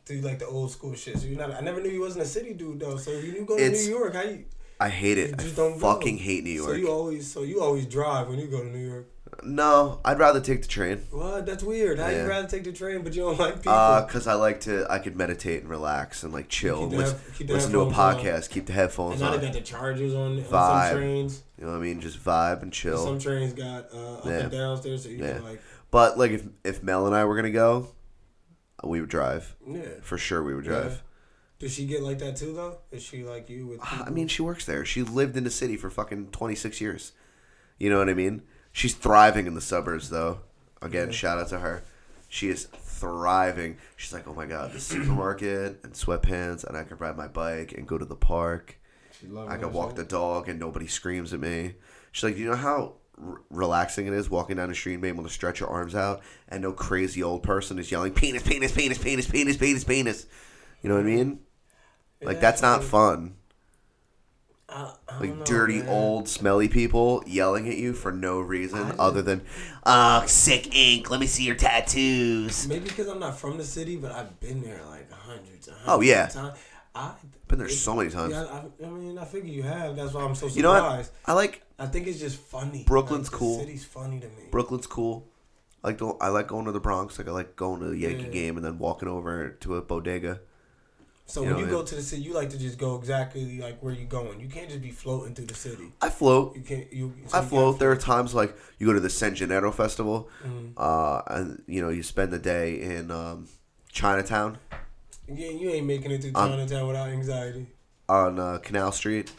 [SPEAKER 6] Do you like the old school shit? So you not. I never knew you wasn't a city dude though. So you go to
[SPEAKER 5] It's-
[SPEAKER 6] New York, how you?
[SPEAKER 5] I hate it. I
[SPEAKER 6] You just don't go.
[SPEAKER 5] fucking hate New
[SPEAKER 6] So
[SPEAKER 5] York.
[SPEAKER 6] you always, so you always drive when you go to New York.
[SPEAKER 5] No, I'd rather take the train.
[SPEAKER 6] What? That's weird. How
[SPEAKER 5] Yeah.
[SPEAKER 6] you rather take the train, but you don't like people?
[SPEAKER 5] Uh, cause I like to, I could meditate and relax and like chill
[SPEAKER 6] Keep
[SPEAKER 5] and
[SPEAKER 6] the
[SPEAKER 5] listen,
[SPEAKER 6] head- keep the
[SPEAKER 5] listen to a
[SPEAKER 6] headphones on.
[SPEAKER 5] podcast, keep the headphones
[SPEAKER 6] and now they got
[SPEAKER 5] on.
[SPEAKER 6] the chargers on, on
[SPEAKER 5] Vibe.
[SPEAKER 6] some trains.
[SPEAKER 5] You know what I mean? Just vibe and
[SPEAKER 6] Some
[SPEAKER 5] chill.
[SPEAKER 6] trains got uh, up
[SPEAKER 5] Yeah.
[SPEAKER 6] and downstairs, so you
[SPEAKER 5] Yeah.
[SPEAKER 6] can like,
[SPEAKER 5] But like if if Mel and I were gonna go, we would drive.
[SPEAKER 6] yeah.
[SPEAKER 5] For sure, we would drive.
[SPEAKER 6] Yeah. Does she get like that too though? Is she like you with?
[SPEAKER 5] Ah, I
[SPEAKER 6] people?
[SPEAKER 5] mean, she works there. She lived in the city for fucking 26 years. You know what I mean? She's thriving in the suburbs, though. Again, shout out to her. She is thriving. She's like, oh my God, the supermarket and sweatpants, and I can ride my bike and go to the park. I can walk the dog and nobody screams at me. She's like, you know how r- relaxing it is walking down the street and being able to stretch your arms out and no crazy old person is yelling, penis, penis, penis, penis, penis, penis, penis. You know what I mean? Like,
[SPEAKER 6] Yeah,
[SPEAKER 5] that's not
[SPEAKER 6] I-
[SPEAKER 5] fun
[SPEAKER 6] I- I don't
[SPEAKER 5] like
[SPEAKER 6] know,
[SPEAKER 5] dirty
[SPEAKER 6] man.
[SPEAKER 5] old smelly people yelling at you for no reason other than uh sick ink let me see your tattoos
[SPEAKER 6] Maybe because I'm not from the city, but I've been there like hundreds. and hundreds
[SPEAKER 5] Oh, yeah.
[SPEAKER 6] of times. I
[SPEAKER 5] been there so many times
[SPEAKER 6] Yeah, I, I mean, I figure you have. That's why I'm so surprised.
[SPEAKER 5] you know what i like
[SPEAKER 6] I think it's just funny.
[SPEAKER 5] Brooklyn's
[SPEAKER 6] Like, the
[SPEAKER 5] cool.
[SPEAKER 6] City's funny to me.
[SPEAKER 5] brooklyn's cool I like the, i like going to the bronx like i like going to the yankee
[SPEAKER 6] Yeah.
[SPEAKER 5] game and then walking over to a bodega
[SPEAKER 6] so
[SPEAKER 5] you
[SPEAKER 6] when
[SPEAKER 5] know,
[SPEAKER 6] you
[SPEAKER 5] it-
[SPEAKER 6] go to the city, you like to just go exactly like where you're going. You can't just be floating through the city.
[SPEAKER 5] i float
[SPEAKER 6] You can't. You. so
[SPEAKER 5] I
[SPEAKER 6] you
[SPEAKER 5] float.
[SPEAKER 6] gotta-
[SPEAKER 5] There are times like you go to the San Gennaro Festival,
[SPEAKER 6] Mm-hmm.
[SPEAKER 5] uh, and you know you spend the day in um, Chinatown
[SPEAKER 6] Yeah, you ain't making it through
[SPEAKER 5] I'm-
[SPEAKER 6] Chinatown without anxiety.
[SPEAKER 5] on uh, Canal Street.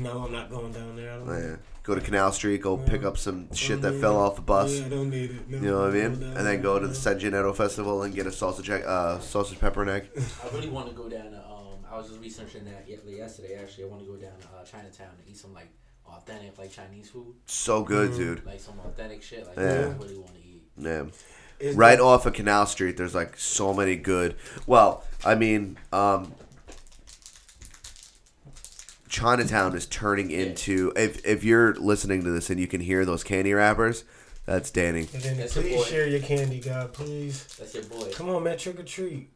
[SPEAKER 6] No, I'm not going down there. I don't.
[SPEAKER 5] Yeah. Go to Canal Street, go pick up some shit that
[SPEAKER 6] Yeah.
[SPEAKER 5] fell off the bus.
[SPEAKER 6] Yeah, I don't need it. No,
[SPEAKER 5] You know what I
[SPEAKER 6] no,
[SPEAKER 5] mean?
[SPEAKER 6] no,
[SPEAKER 5] And then
[SPEAKER 6] no,
[SPEAKER 5] go to
[SPEAKER 6] no.
[SPEAKER 5] the San Gennaro Festival and get a sausage egg, uh, sausage pepper and egg.
[SPEAKER 1] I really want to go down to. Um, I was just researching that ye- like yesterday. Actually, I want to go down to uh, Chinatown and eat some like authentic like Chinese food,
[SPEAKER 5] So good,
[SPEAKER 6] Mm.
[SPEAKER 5] dude.
[SPEAKER 1] like some authentic shit. Like
[SPEAKER 5] Yeah.
[SPEAKER 1] I really want to eat.
[SPEAKER 5] Yeah.
[SPEAKER 6] Is
[SPEAKER 5] Right
[SPEAKER 6] the-
[SPEAKER 5] off of Canal Street, there's like so many good. Well, I mean, um, Chinatown is turning into. If if you're listening to this and you can hear those candy wrappers, that's Danny.
[SPEAKER 6] And then
[SPEAKER 1] That's your
[SPEAKER 6] please
[SPEAKER 1] boy.
[SPEAKER 6] share your candy, God. Please.
[SPEAKER 1] That's your boy.
[SPEAKER 6] Come on, man. Trick or treat.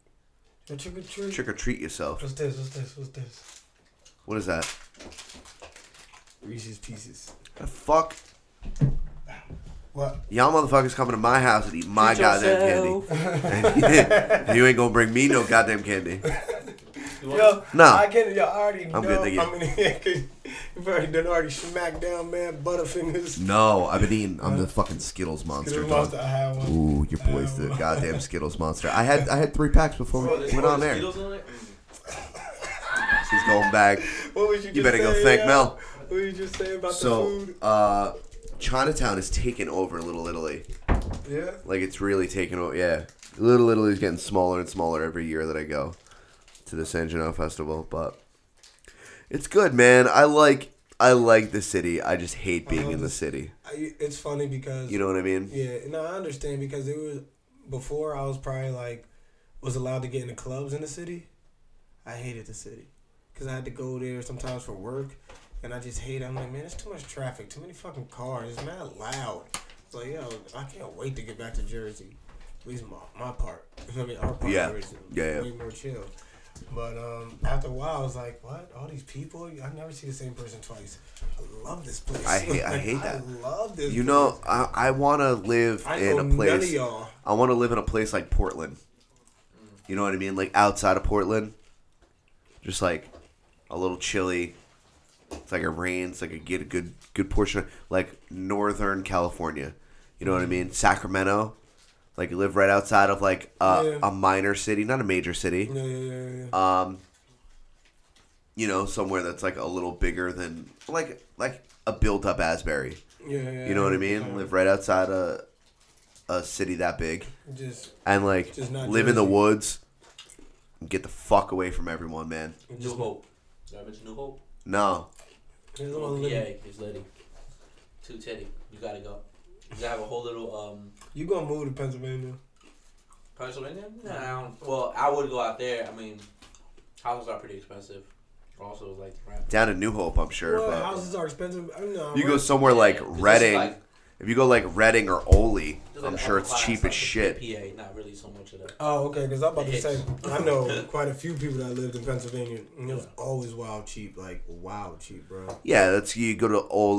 [SPEAKER 6] Yo, trick or treat.
[SPEAKER 5] Trick or treat yourself.
[SPEAKER 6] What's this? What's this? What's this?
[SPEAKER 5] What is that?
[SPEAKER 6] Reese's Pieces.
[SPEAKER 5] The fuck?
[SPEAKER 6] What?
[SPEAKER 5] Y'all motherfuckers coming to my house and eat my goddamn candy. you ain't gonna bring me no goddamn candy.
[SPEAKER 1] You want-
[SPEAKER 6] Yo,
[SPEAKER 5] No.
[SPEAKER 6] I can. Yo, I already know.
[SPEAKER 5] I'm good, thank you.
[SPEAKER 6] I mean, You've already done already smacked down, man. Butterfingers.
[SPEAKER 5] No, I've been eating. I'm the fucking Skittles monster,
[SPEAKER 6] Skittles
[SPEAKER 5] dog.
[SPEAKER 6] Monster, I had one.
[SPEAKER 5] Ooh, your
[SPEAKER 6] I had
[SPEAKER 5] boy's the
[SPEAKER 6] one.
[SPEAKER 5] goddamn Skittles monster. I had I had three packs before we
[SPEAKER 1] Oh, there's
[SPEAKER 5] went on there.
[SPEAKER 1] Skittles on it?
[SPEAKER 5] She's going back.
[SPEAKER 6] What was you?
[SPEAKER 5] You
[SPEAKER 6] just
[SPEAKER 5] better go
[SPEAKER 6] saying,
[SPEAKER 5] thank
[SPEAKER 6] uh,
[SPEAKER 5] Mel.
[SPEAKER 6] What were you just saying about the
[SPEAKER 5] So,
[SPEAKER 6] food?
[SPEAKER 5] uh, Chinatown is taking over Little Italy.
[SPEAKER 6] Yeah.
[SPEAKER 5] Like it's really taking over. Yeah, Little Italy's getting smaller and smaller every year that I go to the San Gennaro Festival, but it's good, man. I like I like the city. I just hate being
[SPEAKER 6] love
[SPEAKER 5] in the
[SPEAKER 6] this-
[SPEAKER 5] city.
[SPEAKER 6] I, it's funny because
[SPEAKER 5] You know what I mean?
[SPEAKER 6] Yeah, no, I understand because it was before I was probably like was allowed to get into clubs in the city. I hated the city because I had to go there sometimes for work, and I just hate. it. I'm like, man, there's too much traffic, too many fucking cars. It's mad loud. It's like, yo, I can't wait to get back to Jersey. At least my, my part. I mean, our part.
[SPEAKER 5] Yeah.
[SPEAKER 6] of Jersey.
[SPEAKER 5] Yeah, yeah.
[SPEAKER 6] Way more chill. But um, after a while, I was like, "What? All these people? I never see the same person twice. I love this place.
[SPEAKER 5] I hate- I
[SPEAKER 6] Like,
[SPEAKER 5] hate that.
[SPEAKER 6] I love this.
[SPEAKER 5] You
[SPEAKER 6] place.
[SPEAKER 5] know, I, I want to live
[SPEAKER 6] I
[SPEAKER 5] in
[SPEAKER 6] know
[SPEAKER 5] a
[SPEAKER 6] none of
[SPEAKER 5] place.
[SPEAKER 6] y'all.
[SPEAKER 5] I want to live in a place like Portland. You know what I mean? Like outside of Portland, just like a little chilly. It's like it rains. Like I get a good good portion of like Northern California. You know what I mean? Sacramento. Like you live right outside of like a,
[SPEAKER 6] Yeah.
[SPEAKER 5] a minor city, not a major city.
[SPEAKER 6] Yeah, yeah, yeah, yeah.
[SPEAKER 5] Um, you know, somewhere that's like a little bigger than like like a built up Asbury.
[SPEAKER 6] yeah, yeah
[SPEAKER 5] You know what I mean? Live right outside a a city that big
[SPEAKER 6] Just
[SPEAKER 5] and like
[SPEAKER 6] Just not
[SPEAKER 5] live in the
[SPEAKER 6] Jersey.
[SPEAKER 5] woods. And get the fuck away from everyone, man.
[SPEAKER 1] New Hope. Did I mention New Hope?
[SPEAKER 5] No,
[SPEAKER 6] I just wanna
[SPEAKER 1] Oh,
[SPEAKER 6] live-
[SPEAKER 1] yeah, it's Liddy. Two Teddy. You gotta go. You gotta have a whole little um
[SPEAKER 6] You gonna move to Pennsylvania?
[SPEAKER 1] Pennsylvania? No, I don't. Well, I would go out there. I mean, houses are pretty expensive. Also, like the rent.
[SPEAKER 5] down in New Hope, I'm sure.
[SPEAKER 6] well,
[SPEAKER 5] but
[SPEAKER 6] houses are expensive. I don't know.
[SPEAKER 5] you go somewhere like
[SPEAKER 1] It's just
[SPEAKER 5] Reading.
[SPEAKER 1] like-
[SPEAKER 5] if you go like Reading or Ole,
[SPEAKER 1] Just
[SPEAKER 5] I'm
[SPEAKER 1] like
[SPEAKER 5] sure
[SPEAKER 1] upper
[SPEAKER 5] it's
[SPEAKER 1] class,
[SPEAKER 5] cheap
[SPEAKER 1] like
[SPEAKER 5] as
[SPEAKER 1] the
[SPEAKER 5] shit.
[SPEAKER 1] PPA, not really so much of that.
[SPEAKER 6] Oh, okay. Because I'm about to
[SPEAKER 1] Hicks.
[SPEAKER 6] say, I know quite a few people that lived in Pennsylvania, and it was
[SPEAKER 1] Yeah.
[SPEAKER 6] always wild cheap, like wild cheap, bro.
[SPEAKER 5] Yeah, that's you go to Ole,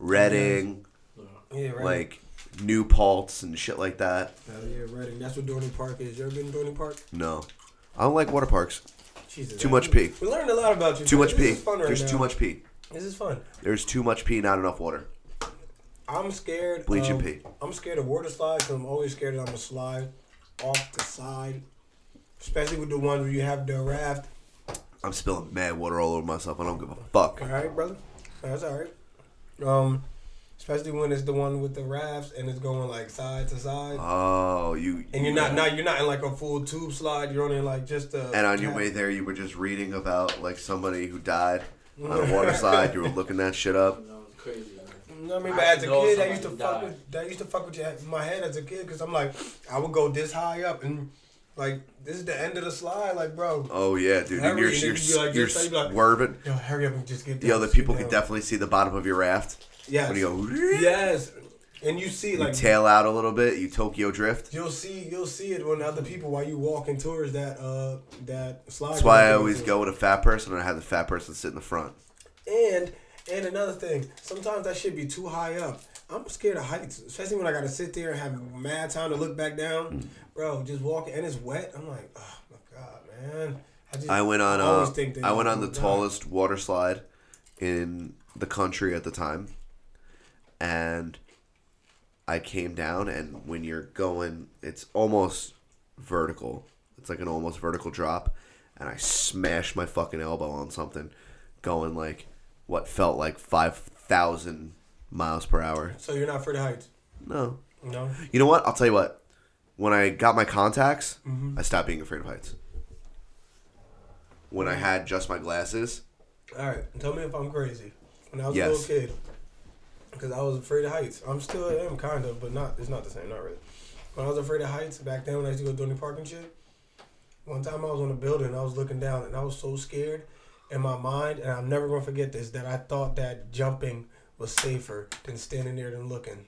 [SPEAKER 5] Reading,
[SPEAKER 6] Yeah, Mm-hmm. right.
[SPEAKER 5] like New Paltz and shit like that.
[SPEAKER 6] Hell yeah, right. And that's what Dorney Park is. You ever been to Dorney Park?
[SPEAKER 5] No, I don't like water parks.
[SPEAKER 6] Jesus.
[SPEAKER 5] Too
[SPEAKER 6] I-
[SPEAKER 5] much pee.
[SPEAKER 6] We learned a lot about you.
[SPEAKER 5] Too much
[SPEAKER 6] this
[SPEAKER 5] pee.
[SPEAKER 6] Is fun right
[SPEAKER 5] There's
[SPEAKER 6] now.
[SPEAKER 5] too much pee.
[SPEAKER 6] This is fun.
[SPEAKER 5] There's too much pee, not enough water.
[SPEAKER 6] I'm scared.
[SPEAKER 5] Bleach and
[SPEAKER 6] of-
[SPEAKER 5] pee.
[SPEAKER 6] I'm scared of water slides. 'cause I'm always scared that I'm gonna slide off the side, especially with the ones where you have the raft.
[SPEAKER 5] I'm spilling mad water all over myself. I don't give a fuck.
[SPEAKER 6] All right, brother. That's all right. Um, especially when it's the one with the rafts and it's going like side to side,
[SPEAKER 5] Oh, you.
[SPEAKER 6] and you're not now you're not in like a full tube slide. You're only in like just a.
[SPEAKER 5] And on your way there, you were just reading about like somebody who died on a water slide. You were looking that shit up.
[SPEAKER 1] No, it's crazy. Man.
[SPEAKER 6] You know what I mean?
[SPEAKER 1] I
[SPEAKER 6] But as a
[SPEAKER 1] know
[SPEAKER 6] kid, that
[SPEAKER 1] somebody
[SPEAKER 6] used to
[SPEAKER 1] who
[SPEAKER 6] fuck
[SPEAKER 1] died.
[SPEAKER 6] with that used to fuck with your, my head as a kid because I'm like, I would go this high up and like this is the end of the slide, like bro.
[SPEAKER 5] Oh yeah, dude. And
[SPEAKER 6] Every-
[SPEAKER 5] you're
[SPEAKER 6] and
[SPEAKER 5] you're,
[SPEAKER 6] you'd be like
[SPEAKER 5] you're
[SPEAKER 6] this, I'd be like-
[SPEAKER 5] swerving.
[SPEAKER 6] Yo, hurry up and just get. Down,
[SPEAKER 5] The other
[SPEAKER 6] just get
[SPEAKER 5] people could
[SPEAKER 6] down.
[SPEAKER 5] definitely see the bottom of your raft
[SPEAKER 6] Yes.
[SPEAKER 5] when you go.
[SPEAKER 6] Yes, and you see
[SPEAKER 5] You
[SPEAKER 6] like
[SPEAKER 5] tail out a little bit. You Tokyo drift.
[SPEAKER 6] You'll see, you'll see it when other people while you walking towards that uh that slide.
[SPEAKER 5] That's why I always go with a fat person, and I have the fat person sit in the front.
[SPEAKER 6] And and another thing, sometimes that should be too high up. I'm scared of heights, especially when I gotta sit there and have mad time to look back
[SPEAKER 5] Hmm.
[SPEAKER 6] down, bro. Just walking and it's wet. I'm like, oh my god, man. just,
[SPEAKER 5] I went on.
[SPEAKER 6] always
[SPEAKER 5] Uh,
[SPEAKER 6] think that-
[SPEAKER 5] I went on the
[SPEAKER 6] God.
[SPEAKER 5] tallest water slide in the country at the time, and I came down. And when you're going, it's almost vertical. It's like an almost vertical drop, and I smashed my fucking elbow on something, going like what felt like five thousand miles per hour.
[SPEAKER 6] So you're not afraid of heights?
[SPEAKER 5] No,
[SPEAKER 6] No.
[SPEAKER 5] you know what? I'll tell you what. When I got my contacts, I stopped being afraid of heights. When I had just my glasses,
[SPEAKER 6] All right, tell me if I'm crazy. When I was
[SPEAKER 5] Yes.
[SPEAKER 6] a little kid, because I was afraid of heights. I'm still I am kind of, but not. It's not the same. Not really. When I was afraid of heights back then, when I used to go Dorney Park and shit. One time I was on a building, and I was looking down, and I was so scared in my mind, and I'm never gonna forget this. That I thought that jumping was safer than standing there and looking.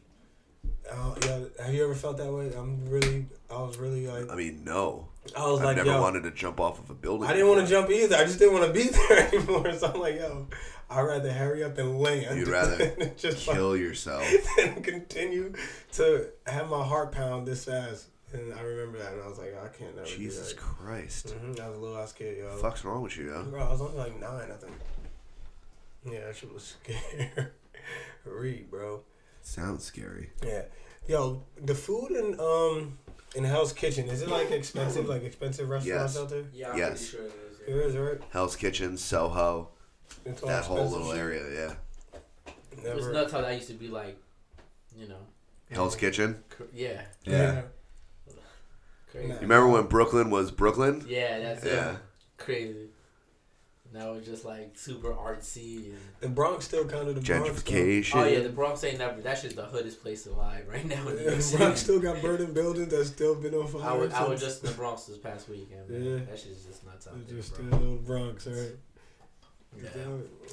[SPEAKER 6] Uh, yeah, have you ever felt that way? I'm really, I was really like,
[SPEAKER 5] I mean, no.
[SPEAKER 6] I was
[SPEAKER 5] I've
[SPEAKER 6] like,
[SPEAKER 5] never
[SPEAKER 6] yo,
[SPEAKER 5] wanted to jump off of a building.
[SPEAKER 6] I didn't want to jump either. I just didn't want to be there anymore. So I'm like, yo, I'd rather hurry up and land.
[SPEAKER 5] You'd rather
[SPEAKER 6] than just like,
[SPEAKER 5] kill yourself.
[SPEAKER 6] and continue to have my heart pound this fast. And I remember that, Mm-hmm, and I was like, I can't never
[SPEAKER 5] Jesus
[SPEAKER 6] do
[SPEAKER 5] Christ.
[SPEAKER 6] that. hmm I was a little ass kid, yo.
[SPEAKER 5] fuck's wrong with you, yo?
[SPEAKER 6] Bro, I was only like nine, I think. Yeah, that shit was scary, bro.
[SPEAKER 5] Sounds scary.
[SPEAKER 6] Yeah, yo, the food in um in Hell's Kitchen is it like expensive? Like expensive restaurants
[SPEAKER 5] Yes.
[SPEAKER 6] out there?
[SPEAKER 1] Yeah, I'm
[SPEAKER 5] Yes.
[SPEAKER 1] pretty sure it is.
[SPEAKER 6] It is right.
[SPEAKER 5] Hell's Kitchen, Soho,
[SPEAKER 6] It's all
[SPEAKER 5] that whole
[SPEAKER 6] Oh, expensive
[SPEAKER 5] little
[SPEAKER 6] shit.
[SPEAKER 5] area. Yeah.
[SPEAKER 1] Yeah. It was
[SPEAKER 6] Never-
[SPEAKER 1] nuts how that used to be like, you know,
[SPEAKER 5] Hell's Kitchen.
[SPEAKER 1] cr- yeah,
[SPEAKER 6] uh,
[SPEAKER 1] crazy.
[SPEAKER 6] Nah.
[SPEAKER 5] You remember when Brooklyn was Brooklyn?
[SPEAKER 1] Yeah, that's
[SPEAKER 5] Yeah.
[SPEAKER 1] it. Crazy. Now it's just like super artsy. And,
[SPEAKER 6] The Bronx still kind of the Bronx. though.
[SPEAKER 5] Gentrification.
[SPEAKER 1] oh yeah, the Bronx ain't never. That shit's the hoodest place alive right now in New York
[SPEAKER 6] The Bronx
[SPEAKER 1] City.
[SPEAKER 6] still got burning buildings that's still been on fire.
[SPEAKER 1] I was I was
[SPEAKER 6] since-
[SPEAKER 1] just in the Bronx this past weekend. Man.
[SPEAKER 6] Yeah.
[SPEAKER 1] That shit's just nuts out
[SPEAKER 6] It's
[SPEAKER 1] there,
[SPEAKER 6] just
[SPEAKER 1] bro.
[SPEAKER 6] still the Bronx, all right.
[SPEAKER 1] Yeah.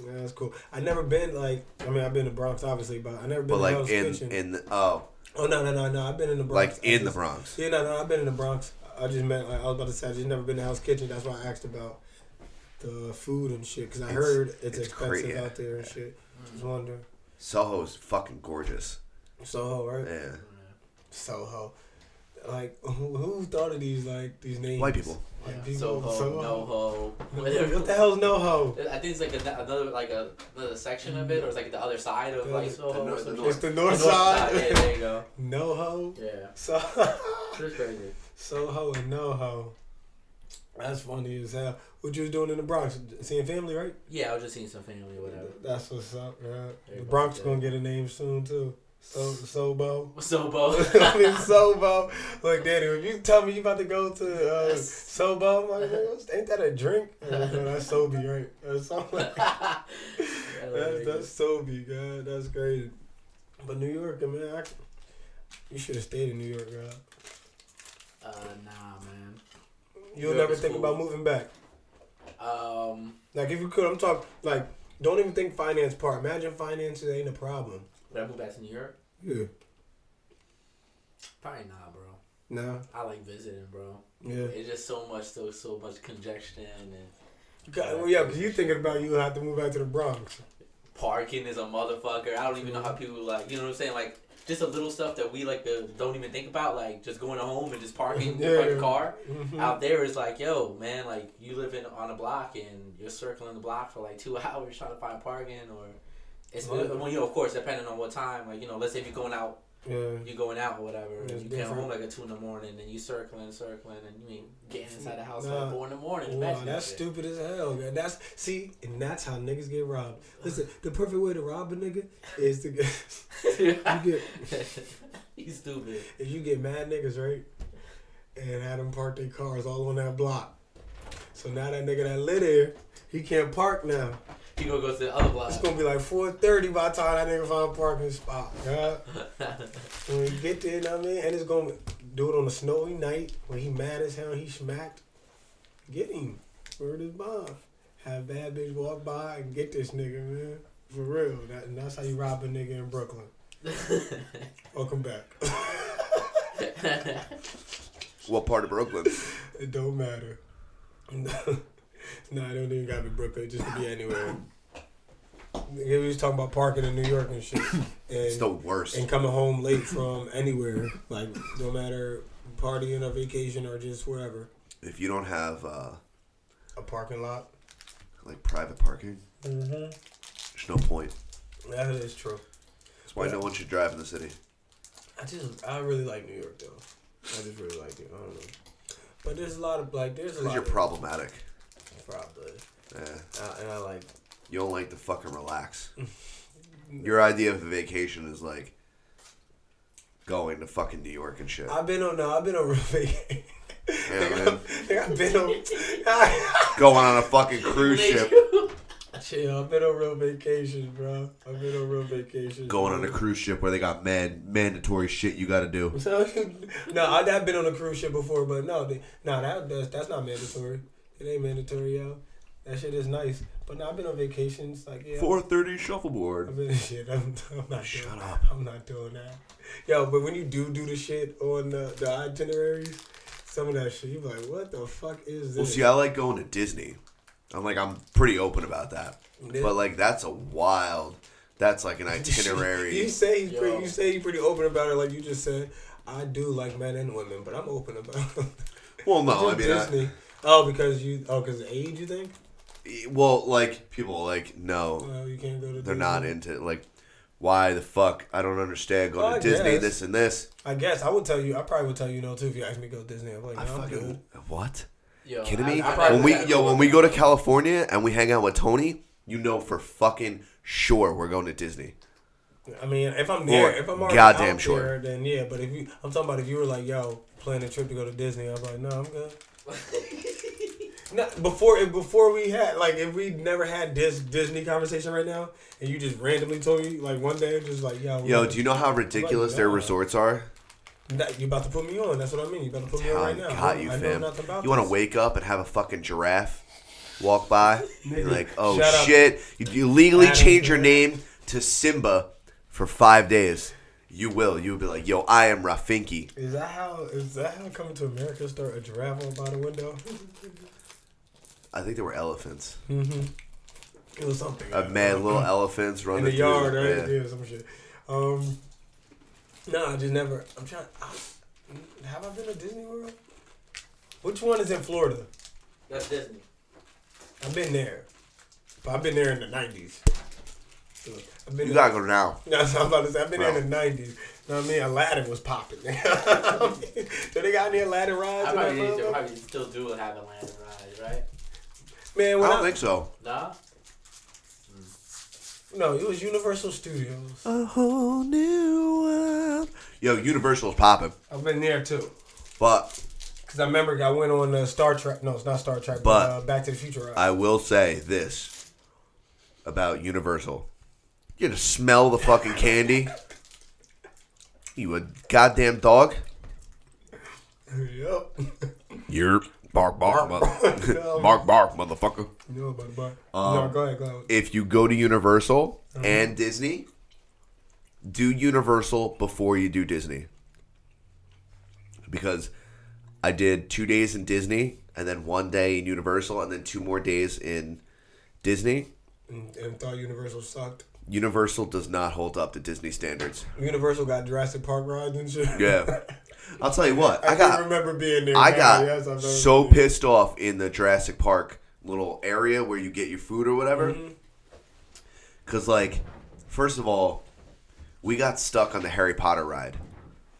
[SPEAKER 6] Yeah, that's cool. I never been like I mean I've been to Bronx obviously, but I never been
[SPEAKER 5] But
[SPEAKER 6] to Hell's
[SPEAKER 5] like in
[SPEAKER 6] Kitchen.
[SPEAKER 5] in the, oh
[SPEAKER 6] oh no no no no I've been in the Bronx.
[SPEAKER 5] like
[SPEAKER 6] I
[SPEAKER 5] in the
[SPEAKER 6] just-
[SPEAKER 5] Bronx.
[SPEAKER 6] Yeah no no I've been in the Bronx. I just meant like I was about to say I just never been to Hell's Kitchen. That's why I asked about the food and shit because I
[SPEAKER 5] It's-
[SPEAKER 6] heard it's,
[SPEAKER 5] it's
[SPEAKER 6] expensive
[SPEAKER 5] cra- yeah.
[SPEAKER 6] out there and shit. Just wonder
[SPEAKER 5] Soho's fucking gorgeous.
[SPEAKER 6] Soho right
[SPEAKER 5] Yeah.
[SPEAKER 6] Soho. Like who, who thought of these like these names?
[SPEAKER 5] White people.
[SPEAKER 6] Like,
[SPEAKER 1] Yeah.
[SPEAKER 6] people
[SPEAKER 1] So ho,
[SPEAKER 6] Soho.
[SPEAKER 1] no ho,
[SPEAKER 6] What the
[SPEAKER 1] whatever.
[SPEAKER 6] hell's no ho?
[SPEAKER 1] I think it's like a, another like a, another section of it, or it's like the other side of like
[SPEAKER 6] The-
[SPEAKER 1] Soho.
[SPEAKER 5] the
[SPEAKER 1] or
[SPEAKER 5] nor-
[SPEAKER 1] some
[SPEAKER 5] the
[SPEAKER 1] shit.
[SPEAKER 5] north-
[SPEAKER 6] It's the north
[SPEAKER 1] The north side, Yeah,
[SPEAKER 6] side.
[SPEAKER 1] there you go.
[SPEAKER 6] no ho.
[SPEAKER 1] Yeah,
[SPEAKER 6] So
[SPEAKER 1] it's crazy.
[SPEAKER 6] Soho and no ho. That's funny as hell. What you was doing in the Bronx? Seeing family, right?
[SPEAKER 1] Yeah, I was just seeing some family or whatever.
[SPEAKER 6] That's what's up, man.
[SPEAKER 1] There
[SPEAKER 6] The
[SPEAKER 1] you go.
[SPEAKER 6] Bronx gonna get a name soon too. So Sobo.
[SPEAKER 1] So both.
[SPEAKER 6] I mean Sobo. Look, Danny, if you tell me you about to go to uh,
[SPEAKER 1] Yes.
[SPEAKER 6] Sobo, I'm like, "Man, ain't that a drink? Uh, no, that's Sobe, right? Or something like That's, that's Sobe, God. That's crazy. But New York, I mean, I, you should have stayed in New York, God.
[SPEAKER 1] Uh, nah, man.
[SPEAKER 6] You'll
[SPEAKER 1] York
[SPEAKER 6] never
[SPEAKER 1] is
[SPEAKER 6] think
[SPEAKER 1] cool.
[SPEAKER 6] about moving back.
[SPEAKER 1] Um,
[SPEAKER 6] Like if you could, I'm talking like don't even think finance part. Imagine finances ain't a problem.
[SPEAKER 1] would I move back to New York?
[SPEAKER 6] Yeah.
[SPEAKER 1] Probably not, bro.
[SPEAKER 6] Nah.
[SPEAKER 1] I like visiting, bro.
[SPEAKER 6] Yeah.
[SPEAKER 1] It's just so much, so so much congestion and
[SPEAKER 6] You got, well, yeah, because you thinking about you have to move back to the Bronx.
[SPEAKER 1] parking is a motherfucker. I don't even know how
[SPEAKER 6] Mm-hmm.
[SPEAKER 1] people like, you know what I'm saying? Like just the little stuff that we like the, don't even think about, like just going home and just parking
[SPEAKER 6] Yeah.
[SPEAKER 1] park your car.
[SPEAKER 6] Mhm.
[SPEAKER 1] Out there is like, yo, man, like you live in on a block and you're circling the block for like two hours trying to find parking or. It's,
[SPEAKER 6] Right.
[SPEAKER 1] well, you know, of course, depending on what time, like you know, let's say if you're going out
[SPEAKER 6] Yeah.
[SPEAKER 1] you going out or whatever,
[SPEAKER 6] It's
[SPEAKER 1] and you come
[SPEAKER 6] different.
[SPEAKER 1] home like at two in the morning, and you circling, circling, and you mean getting inside the house
[SPEAKER 6] Nah.
[SPEAKER 1] like four in the morning.
[SPEAKER 6] Wow,
[SPEAKER 1] Imagine
[SPEAKER 6] that's
[SPEAKER 1] that shit.
[SPEAKER 6] stupid as hell, man. That's see, and that's how niggas get robbed. Listen, the perfect way to rob a nigga is to get you get
[SPEAKER 1] He's stupid.
[SPEAKER 6] if you get mad niggas right, and have them park their cars all on that block. So now that nigga that live there, he can't park now.
[SPEAKER 1] He gonna go to the other block.
[SPEAKER 6] It's gonna be like four thirty by the time that nigga find a parking spot. Yeah. when he get there, you know what I mean, and it's gonna do it on a snowy night when he mad as hell, he smacked. Get him. Word is bond. Have bad bitch walk by and get this nigga, man. For real. That, and that's how you rob a nigga in Brooklyn. Welcome back.
[SPEAKER 5] What part of Brooklyn?
[SPEAKER 6] it don't matter. nah, it don't even gotta be Brooklyn, it just to be anywhere. Nigga, We was talking about parking in New York and shit.
[SPEAKER 5] It's
[SPEAKER 6] And
[SPEAKER 5] the worst.
[SPEAKER 6] and coming home late from anywhere, like no matter partying or vacation or just wherever,
[SPEAKER 5] If you don't have uh,
[SPEAKER 6] a parking lot.
[SPEAKER 5] like private parking, there's no point.
[SPEAKER 6] That is true.
[SPEAKER 5] That's why no one should drive in the city.
[SPEAKER 6] I just I really like New York though. I just really like it. I don't know. But there's a lot of like there's a
[SPEAKER 5] Because
[SPEAKER 6] lot
[SPEAKER 5] you're
[SPEAKER 6] of
[SPEAKER 5] problematic.
[SPEAKER 6] probably.
[SPEAKER 5] Yeah.
[SPEAKER 6] Uh, and I like
[SPEAKER 5] You don't like to fucking relax. Your idea of a vacation is like going to fucking New York and shit.
[SPEAKER 6] I've been on no I've been on real vacation.
[SPEAKER 5] Yeah, man.
[SPEAKER 6] I've been on
[SPEAKER 5] Going on a fucking cruise ship.
[SPEAKER 6] chill. I've been on real vacations, bro. I've been on real vacations.
[SPEAKER 5] Going on
[SPEAKER 6] bro.
[SPEAKER 5] a cruise ship where they got mad mandatory shit you got to do.
[SPEAKER 6] So no, I, I've been on a cruise ship before, but no, they, no, that that's, that's not mandatory. It ain't mandatory, yo. That shit is nice, but no, I've been on vacations, like yeah.
[SPEAKER 5] 4:30
[SPEAKER 6] I've
[SPEAKER 5] shuffleboard.
[SPEAKER 6] been shit. I'm, I'm not.
[SPEAKER 5] Shut
[SPEAKER 6] doing,
[SPEAKER 5] up.
[SPEAKER 6] I'm not doing that, yo. But when you do do the shit on the, the itineraries, some of that shit, you be like, what the fuck is this?
[SPEAKER 5] Well, see, I like going to Disney. I'm like, I'm pretty open about that.
[SPEAKER 6] Yeah.
[SPEAKER 5] But like, that's a wild. That's like an itinerary.
[SPEAKER 6] you say he's pretty,
[SPEAKER 1] Yo.
[SPEAKER 6] you say he's pretty open about it, like you just said. I do like men and women, but I'm open about.
[SPEAKER 5] Well, no, I mean, I-
[SPEAKER 6] Disney. oh, because you. Oh, because age, you think?
[SPEAKER 5] e, well, like people like no,
[SPEAKER 6] Well, you can't go to.
[SPEAKER 5] they're
[SPEAKER 6] Disney.
[SPEAKER 5] not into like why the fuck I don't understand going
[SPEAKER 6] Well, I
[SPEAKER 5] to Disney
[SPEAKER 6] guess.
[SPEAKER 5] this and this.
[SPEAKER 6] I guess I would tell you. I probably would tell you no too if you asked me to go to Disney. I'm like, no,
[SPEAKER 5] I
[SPEAKER 6] I am
[SPEAKER 5] fucking
[SPEAKER 6] good.
[SPEAKER 5] what?
[SPEAKER 1] Yo,
[SPEAKER 5] Kidding
[SPEAKER 1] I-
[SPEAKER 5] me?
[SPEAKER 1] I probably
[SPEAKER 5] when we
[SPEAKER 1] would-
[SPEAKER 5] yo when we go to California and we hang out with Tony, you know for fucking sure we're going to Disney.
[SPEAKER 6] I mean, if I'm there,
[SPEAKER 5] Boy,
[SPEAKER 6] if I'm already
[SPEAKER 5] goddamn
[SPEAKER 6] out
[SPEAKER 5] sure.
[SPEAKER 6] there, then yeah. But if you, I'm talking about if you were like, yo, planning a trip to go to Disney, I'm like, no, I'm good. no, before if before we had like if we never had this Disney conversation right now, and you just randomly told me like one day, just like, yo,
[SPEAKER 5] Yo, do you know how ridiculous their
[SPEAKER 6] no.
[SPEAKER 5] resorts are?
[SPEAKER 6] Nah, you about to put me on? That's what I mean. You about to put me on
[SPEAKER 5] I
[SPEAKER 6] right now?
[SPEAKER 5] got you,
[SPEAKER 6] I know
[SPEAKER 5] fam.
[SPEAKER 6] nothing about
[SPEAKER 5] You want to
[SPEAKER 6] this.
[SPEAKER 5] wake up and have a fucking giraffe walk by? You're like, oh
[SPEAKER 6] shut up.
[SPEAKER 5] shit! You, you legally
[SPEAKER 6] Adam,
[SPEAKER 5] change your
[SPEAKER 6] yeah.
[SPEAKER 5] name to Simba for five days. You will. You'll be like, yo, I am Rafinki.
[SPEAKER 6] Is that how? Is that how coming to America start a giraffe on by the window?
[SPEAKER 5] I think there were elephants.
[SPEAKER 6] It was something.
[SPEAKER 5] A mad little elephants
[SPEAKER 6] in
[SPEAKER 5] running
[SPEAKER 6] the
[SPEAKER 5] through-
[SPEAKER 6] yard, right?
[SPEAKER 5] yeah.
[SPEAKER 6] Yeah, some shit. Um, no, I just never. I'm trying. I, have I been to Disney World? Which one is in Florida?
[SPEAKER 1] That's Disney.
[SPEAKER 6] I've been there, but I've been there in the '90s. I've been
[SPEAKER 5] You
[SPEAKER 6] there-
[SPEAKER 5] gotta go now.
[SPEAKER 6] That's what I'm about to say. I've been there
[SPEAKER 5] Bro.
[SPEAKER 6] in the '90s. You know what I mean? Aladdin was popping. so they got any Aladdin rides?
[SPEAKER 1] I
[SPEAKER 6] in that
[SPEAKER 1] probably, need to,
[SPEAKER 6] motherfucker?
[SPEAKER 1] probably still do have a land ride, right?
[SPEAKER 6] Man,
[SPEAKER 5] I
[SPEAKER 6] when
[SPEAKER 5] don't think so.
[SPEAKER 1] Nah.
[SPEAKER 6] no, it was Universal Studios.
[SPEAKER 5] A whole new world. Yo, Universal's popping,
[SPEAKER 6] I've been there too.
[SPEAKER 5] but
[SPEAKER 6] Cause I remember I went on uh, Star Trek. No, it's not Star Trek, but,
[SPEAKER 5] But-
[SPEAKER 6] uh, Back to the Future. Ride.
[SPEAKER 5] I will say this about Universal: you gonna smell the fucking candy. You a goddamn dog.
[SPEAKER 6] yep.
[SPEAKER 5] You're bark bark mother- bark bark motherfucker.
[SPEAKER 6] No, but but no,
[SPEAKER 5] Um,
[SPEAKER 6] go ahead, go ahead.
[SPEAKER 5] If you go to Universal and Disney, do Universal before you do Disney. Because I did two days in Disney and then one day in Universal and then two more days in Disney.
[SPEAKER 6] And, and thought Universal sucked.
[SPEAKER 5] Universal does not hold up to Disney standards.
[SPEAKER 6] Universal got Jurassic Park rides and shit.
[SPEAKER 5] Yeah. I'll tell you what, I,
[SPEAKER 6] I,
[SPEAKER 5] got
[SPEAKER 6] can't remember being there.
[SPEAKER 5] I
[SPEAKER 6] now.
[SPEAKER 5] got
[SPEAKER 6] Yes, I remember
[SPEAKER 5] so
[SPEAKER 6] being-
[SPEAKER 5] pissed off in the Jurassic Park little area where you get your food or whatever.
[SPEAKER 6] Mm-hmm.
[SPEAKER 5] Because, like, first of all, we got stuck on the Harry Potter ride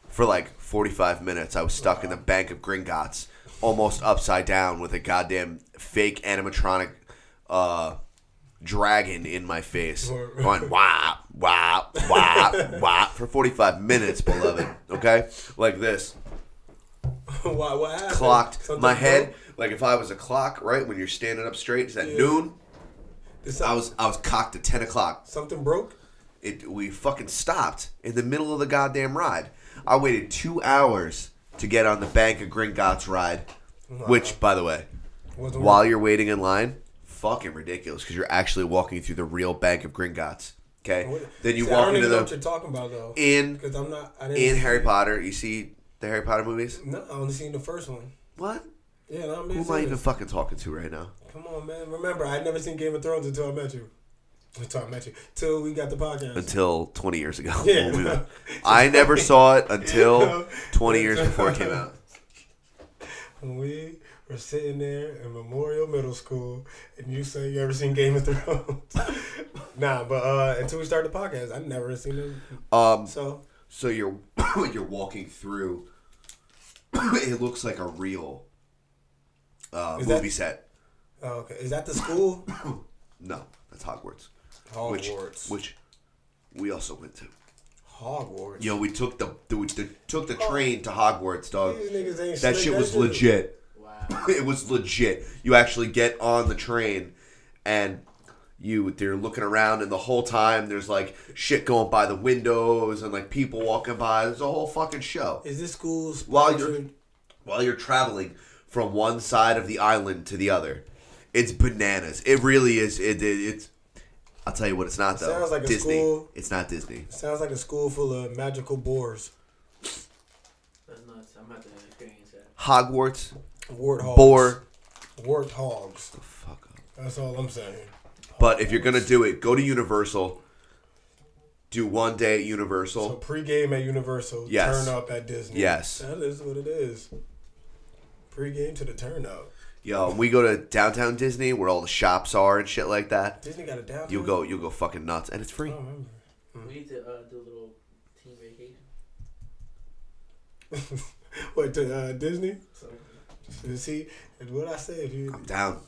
[SPEAKER 5] for like 45 minutes. I was stuck in the bank of Gringotts, almost upside down with a goddamn fake animatronic uh, dragon in my face. going, wah, wah, wah, wah, for 45 minutes, beloved. Okay? Like this
[SPEAKER 6] Why- what happened?
[SPEAKER 5] clocked
[SPEAKER 6] Something
[SPEAKER 5] my
[SPEAKER 6] broke?
[SPEAKER 5] head like if I was a clock, right? When you're standing up straight, it's at noon.
[SPEAKER 6] Did
[SPEAKER 5] I
[SPEAKER 6] some-
[SPEAKER 5] was I was cocked at ten o'clock.
[SPEAKER 6] something broke.
[SPEAKER 5] It we fucking stopped in the middle of the goddamn ride. I waited two hours to get on the Bank of Gringotts ride, which by the way,
[SPEAKER 6] Wasn't
[SPEAKER 5] while you're waiting in line, fucking ridiculous because you're actually walking through the real Bank of Gringotts. Okay,
[SPEAKER 6] What-
[SPEAKER 5] then you
[SPEAKER 6] See, I
[SPEAKER 5] walk
[SPEAKER 6] don't
[SPEAKER 5] into
[SPEAKER 6] even know what you're
[SPEAKER 5] the
[SPEAKER 6] talking about though.
[SPEAKER 5] in
[SPEAKER 6] Because I'm not. I didn't.
[SPEAKER 5] in Harry Potter. You see the Harry Potter movies?
[SPEAKER 6] No, I only seen the first one.
[SPEAKER 5] What?
[SPEAKER 6] Yeah, no, I'm
[SPEAKER 5] Who
[SPEAKER 6] being
[SPEAKER 5] am I even
[SPEAKER 6] serious.
[SPEAKER 5] fucking talking to right now?
[SPEAKER 6] Come on, man. Remember, I had never seen Game of Thrones until I met you. Until I met you. Till we got the podcast.
[SPEAKER 5] until 20 years ago.
[SPEAKER 6] Yeah.
[SPEAKER 5] When we went. I never saw it until 20 years before it came out.
[SPEAKER 6] When we were sitting there in Memorial Middle School, and you say you ever seen Game of Thrones? nah, but uh, until we started the podcast, I never seen it.
[SPEAKER 5] Um,
[SPEAKER 6] So
[SPEAKER 5] so you're you're walking through. it looks like a real uh,
[SPEAKER 6] Is that-
[SPEAKER 5] movie set.
[SPEAKER 6] oh, okay, is that the school?
[SPEAKER 5] No, that's Hogwarts. Which
[SPEAKER 6] Hogwarts.
[SPEAKER 5] which we also went to.
[SPEAKER 6] Hogwarts.
[SPEAKER 5] Yo, we took the, the, we took
[SPEAKER 6] Oh.
[SPEAKER 5] the train to Hogwarts, dog.
[SPEAKER 6] These niggas ain't slick,
[SPEAKER 5] That shit
[SPEAKER 6] that
[SPEAKER 5] was
[SPEAKER 6] shit.
[SPEAKER 5] legit.
[SPEAKER 1] Wow.
[SPEAKER 5] it was legit. You actually get on the train and you they're looking around and the whole time there's like shit going by the windows and like people walking by. There's a whole fucking show.
[SPEAKER 6] Is this school
[SPEAKER 5] While
[SPEAKER 6] sponsored?
[SPEAKER 5] you're while you're traveling from one side of the island to the other. It's bananas. It really is it, it it's I'll tell you what it's not though.
[SPEAKER 6] sounds like a
[SPEAKER 5] Disney.
[SPEAKER 6] school-
[SPEAKER 5] It's not Disney.
[SPEAKER 6] Sounds like a school full of magical boars.
[SPEAKER 1] That's nuts. I'm about to experience that.
[SPEAKER 5] Hogwarts,
[SPEAKER 6] Warthogs.
[SPEAKER 5] Boar.
[SPEAKER 6] Warthogs.
[SPEAKER 5] Fuck up.
[SPEAKER 6] That's all I'm saying.
[SPEAKER 5] But if you're gonna do it, go to Universal. Do one day at Universal.
[SPEAKER 6] So pregame at Universal,
[SPEAKER 5] Yes.
[SPEAKER 6] turn up at Disney.
[SPEAKER 5] Yes.
[SPEAKER 6] That is what it is. Pregame to the turn up.
[SPEAKER 5] Yo, and we go to downtown Disney where all the shops are and shit like that.
[SPEAKER 6] Disney got a downtown.
[SPEAKER 5] You go, you go fucking nuts, and it's
[SPEAKER 6] I
[SPEAKER 5] free.
[SPEAKER 6] don't remember.
[SPEAKER 1] We need to uh, do a little team vacation.
[SPEAKER 6] What to uh, Disney?
[SPEAKER 1] So
[SPEAKER 6] You see, and what I say if you,
[SPEAKER 5] I'm down.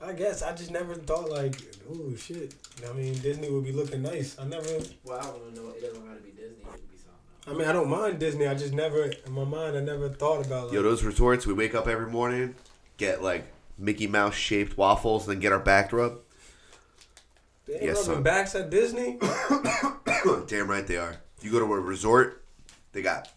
[SPEAKER 6] I guess I just never thought like, oh shit. I mean, Disney would be looking nice. I never.
[SPEAKER 1] well, I don't know. It doesn't have to be Disney. It could be something.
[SPEAKER 6] I mean, I don't mind Disney. I just never in my mind. I never thought about like.
[SPEAKER 5] Yo, those resorts, we wake up every morning, get like Mickey Mouse shaped waffels, and then get our back rubbed.
[SPEAKER 6] they ain't
[SPEAKER 5] yes,
[SPEAKER 6] rubbing
[SPEAKER 5] son.
[SPEAKER 6] backs at Disney.
[SPEAKER 5] Damn right they are. You go to a resort, they got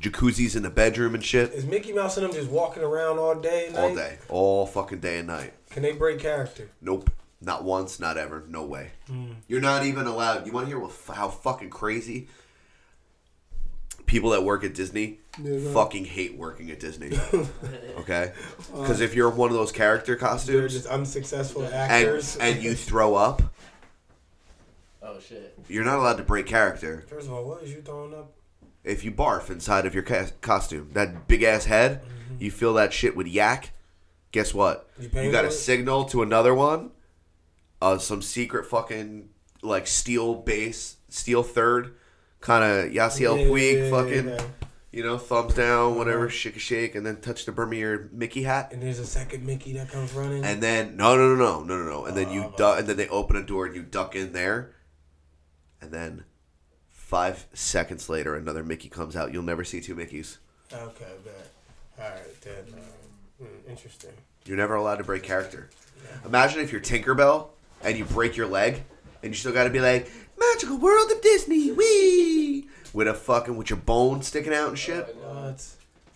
[SPEAKER 5] jacuzzis in the bedroom and shit
[SPEAKER 6] Is Mickey Mouse and them just walking around all day? and
[SPEAKER 5] all
[SPEAKER 6] night?
[SPEAKER 5] day, all fucking day and night.
[SPEAKER 6] Can they break character?
[SPEAKER 5] Nope. Not once, not ever. No way. You're not even allowed. You want to hear what, how fucking crazy people that work at Disney
[SPEAKER 6] Yeah,
[SPEAKER 5] fucking hate working at Disney. okay? Because if you're one of those character
[SPEAKER 6] Uh, They're
[SPEAKER 5] costumes
[SPEAKER 6] just unsuccessful
[SPEAKER 5] and,
[SPEAKER 6] actors.
[SPEAKER 5] and you throw up,
[SPEAKER 1] Oh shit.
[SPEAKER 5] you're not allowed to break character.
[SPEAKER 6] First of all, what is you throwing up?
[SPEAKER 5] If you barf inside of your ca- costume, that big ass head, you fill that shit with yak. Guess what?
[SPEAKER 6] Mm-hmm. You
[SPEAKER 5] You,
[SPEAKER 6] paying
[SPEAKER 5] got
[SPEAKER 6] for
[SPEAKER 5] to
[SPEAKER 6] it?
[SPEAKER 5] signal to another one, uh, some secret fucking like steel base, steel third, kind of Yasiel Puig, fucking,
[SPEAKER 6] yeah. Uh-huh.
[SPEAKER 5] you know, thumbs down, whatever, shake a shake, and then touch the brim of your Mickey hat.
[SPEAKER 6] And there's a second Mickey that comes running.
[SPEAKER 5] And then no no no no no no no. And then you duck and then they open a door and you duck in there. And then five seconds later another Mickey comes out. You'll never see two Mickeys.
[SPEAKER 6] okay, bet. All right, then. uh, hmm, interesting.
[SPEAKER 5] You're never allowed to break character. Imagine if you're Tinkerbell and you break your leg and you still gotta be like, Magical World of Disney, wee with a fucking with your bone sticking out and shit.
[SPEAKER 6] What?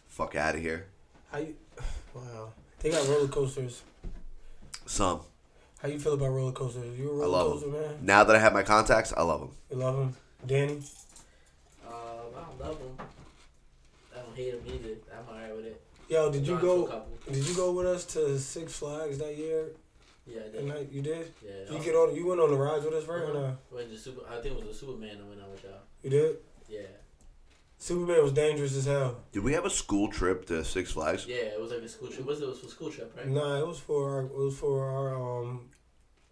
[SPEAKER 5] Fuck out of here.
[SPEAKER 6] How you? Wow. They got roller coasters.
[SPEAKER 5] Some.
[SPEAKER 6] How you feel about roller coasters? You a
[SPEAKER 5] I
[SPEAKER 6] roller
[SPEAKER 5] love
[SPEAKER 6] coaster
[SPEAKER 5] them.
[SPEAKER 6] man?
[SPEAKER 5] Now that I have my contacts, I love them.
[SPEAKER 6] You love them, Danny.
[SPEAKER 1] Um, I don't love them. I don't hate them either. I'm alright with it.
[SPEAKER 6] Yo, did you
[SPEAKER 1] Gone to a
[SPEAKER 6] go?
[SPEAKER 1] couple.
[SPEAKER 6] Did you go with us to Six Flags that year?
[SPEAKER 1] Yeah, I
[SPEAKER 6] And
[SPEAKER 1] did.
[SPEAKER 6] like you did.
[SPEAKER 1] Yeah.
[SPEAKER 6] You get on. You went on the rides with us, right? Or no?
[SPEAKER 1] When the super, I think it was a Superman that went out with y'all.
[SPEAKER 6] You did.
[SPEAKER 1] Yeah.
[SPEAKER 6] Superman was dangerous as hell.
[SPEAKER 5] Did we have a school trip to Six Flags?
[SPEAKER 1] Yeah, it was like a school trip. Was it, it was for school trip, right?
[SPEAKER 6] Nah, it was for our, it was for our um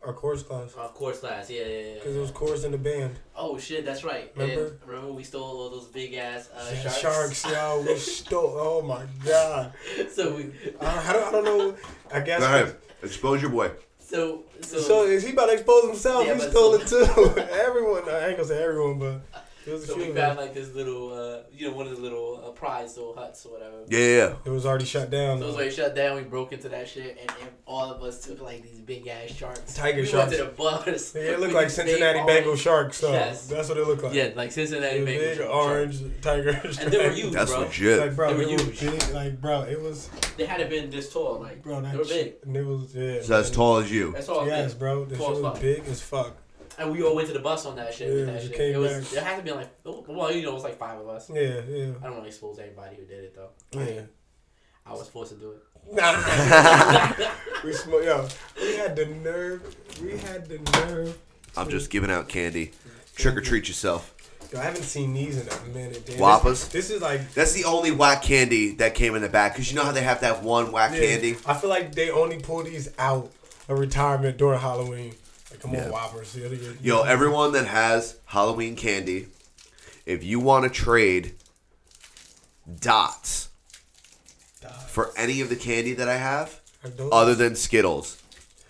[SPEAKER 6] our chorus class
[SPEAKER 1] Of course, class. Yeah, yeah, yeah.
[SPEAKER 6] because it was chorus and the band.
[SPEAKER 1] Oh shit, that's right.
[SPEAKER 6] Remember?
[SPEAKER 1] And remember we stole all those big ass uh,
[SPEAKER 6] Yeah,
[SPEAKER 1] sharks.
[SPEAKER 6] sharks, yo, we stole. Oh my god!
[SPEAKER 1] so we, uh,
[SPEAKER 6] I, I don't, I don't know. I guess.
[SPEAKER 5] Go ahead. Expose your boy.
[SPEAKER 1] so so.
[SPEAKER 6] So is he about to expose himself?
[SPEAKER 1] Yeah,
[SPEAKER 6] he
[SPEAKER 1] but-
[SPEAKER 6] stole it too. everyone, I ain't gonna say everyone, but it was a
[SPEAKER 1] so
[SPEAKER 6] few.
[SPEAKER 1] we
[SPEAKER 6] of us.
[SPEAKER 1] found like this little, uh, you know, one of the little uh, prize little huts or whatever.
[SPEAKER 5] Yeah, yeah, yeah.
[SPEAKER 6] It was already shut down.
[SPEAKER 1] So it was
[SPEAKER 6] though.
[SPEAKER 1] like shut down. We broke into that shit, and, and all of us took like these big ass sharks.
[SPEAKER 6] Tiger
[SPEAKER 1] we
[SPEAKER 6] sharks.
[SPEAKER 1] Went to the bars.
[SPEAKER 6] Yeah, it
[SPEAKER 1] with
[SPEAKER 6] looked like
[SPEAKER 1] these
[SPEAKER 6] Cincinnati
[SPEAKER 1] big
[SPEAKER 6] Bengal
[SPEAKER 1] orange-
[SPEAKER 6] sharks. So
[SPEAKER 1] Yes.
[SPEAKER 6] that's what it looked like.
[SPEAKER 1] Yeah, like Cincinnati
[SPEAKER 6] The
[SPEAKER 1] Bengal
[SPEAKER 6] big
[SPEAKER 1] sharks.
[SPEAKER 6] orange tigers.
[SPEAKER 1] And they were huge,
[SPEAKER 5] That's
[SPEAKER 1] bro.
[SPEAKER 5] legit.
[SPEAKER 6] Like bro,
[SPEAKER 1] They were
[SPEAKER 6] it was
[SPEAKER 1] huge.
[SPEAKER 6] big. Like bro, it was
[SPEAKER 1] They had to been this tall, like
[SPEAKER 6] bro.
[SPEAKER 1] they were
[SPEAKER 6] That
[SPEAKER 1] big.
[SPEAKER 6] shit, and it was yeah.
[SPEAKER 5] so as
[SPEAKER 6] man.
[SPEAKER 5] tall as you.
[SPEAKER 1] That's all.
[SPEAKER 6] Yes,
[SPEAKER 1] big.
[SPEAKER 6] bro. The shit
[SPEAKER 1] Tall as
[SPEAKER 6] was
[SPEAKER 1] fuck.
[SPEAKER 6] big as fuck.
[SPEAKER 1] And we all went to the bus on that shit. with
[SPEAKER 6] Yeah,
[SPEAKER 1] that
[SPEAKER 6] you
[SPEAKER 1] shit.
[SPEAKER 6] came
[SPEAKER 1] It was.
[SPEAKER 6] back.
[SPEAKER 1] There had to be like, oh, well, you know, it was like five of us.
[SPEAKER 6] Yeah, yeah,
[SPEAKER 1] I don't want to expose anybody who did it though.
[SPEAKER 6] yeah.
[SPEAKER 1] I was forced to do it.
[SPEAKER 6] Nah. we smoke, yo. We had the nerve. We had the nerve.
[SPEAKER 5] I'm just giving out candy. Trick or treat yourself.
[SPEAKER 6] Yo, I haven't seen these in a minute. Damn.
[SPEAKER 5] Whoppers?
[SPEAKER 6] This, this is like
[SPEAKER 5] That's the only whack candy that came in the back. Because you know how they have that one whack
[SPEAKER 6] Yeah,
[SPEAKER 5] candy?
[SPEAKER 6] I feel like they only pull these out of retirement during Halloween. Like, come
[SPEAKER 5] Yeah.
[SPEAKER 6] on, Whoppers. You gotta get-
[SPEAKER 5] Yo, everyone that has Halloween candy, if you want to trade dots for any of the candy that I have,
[SPEAKER 6] are those,
[SPEAKER 5] other than Skittles,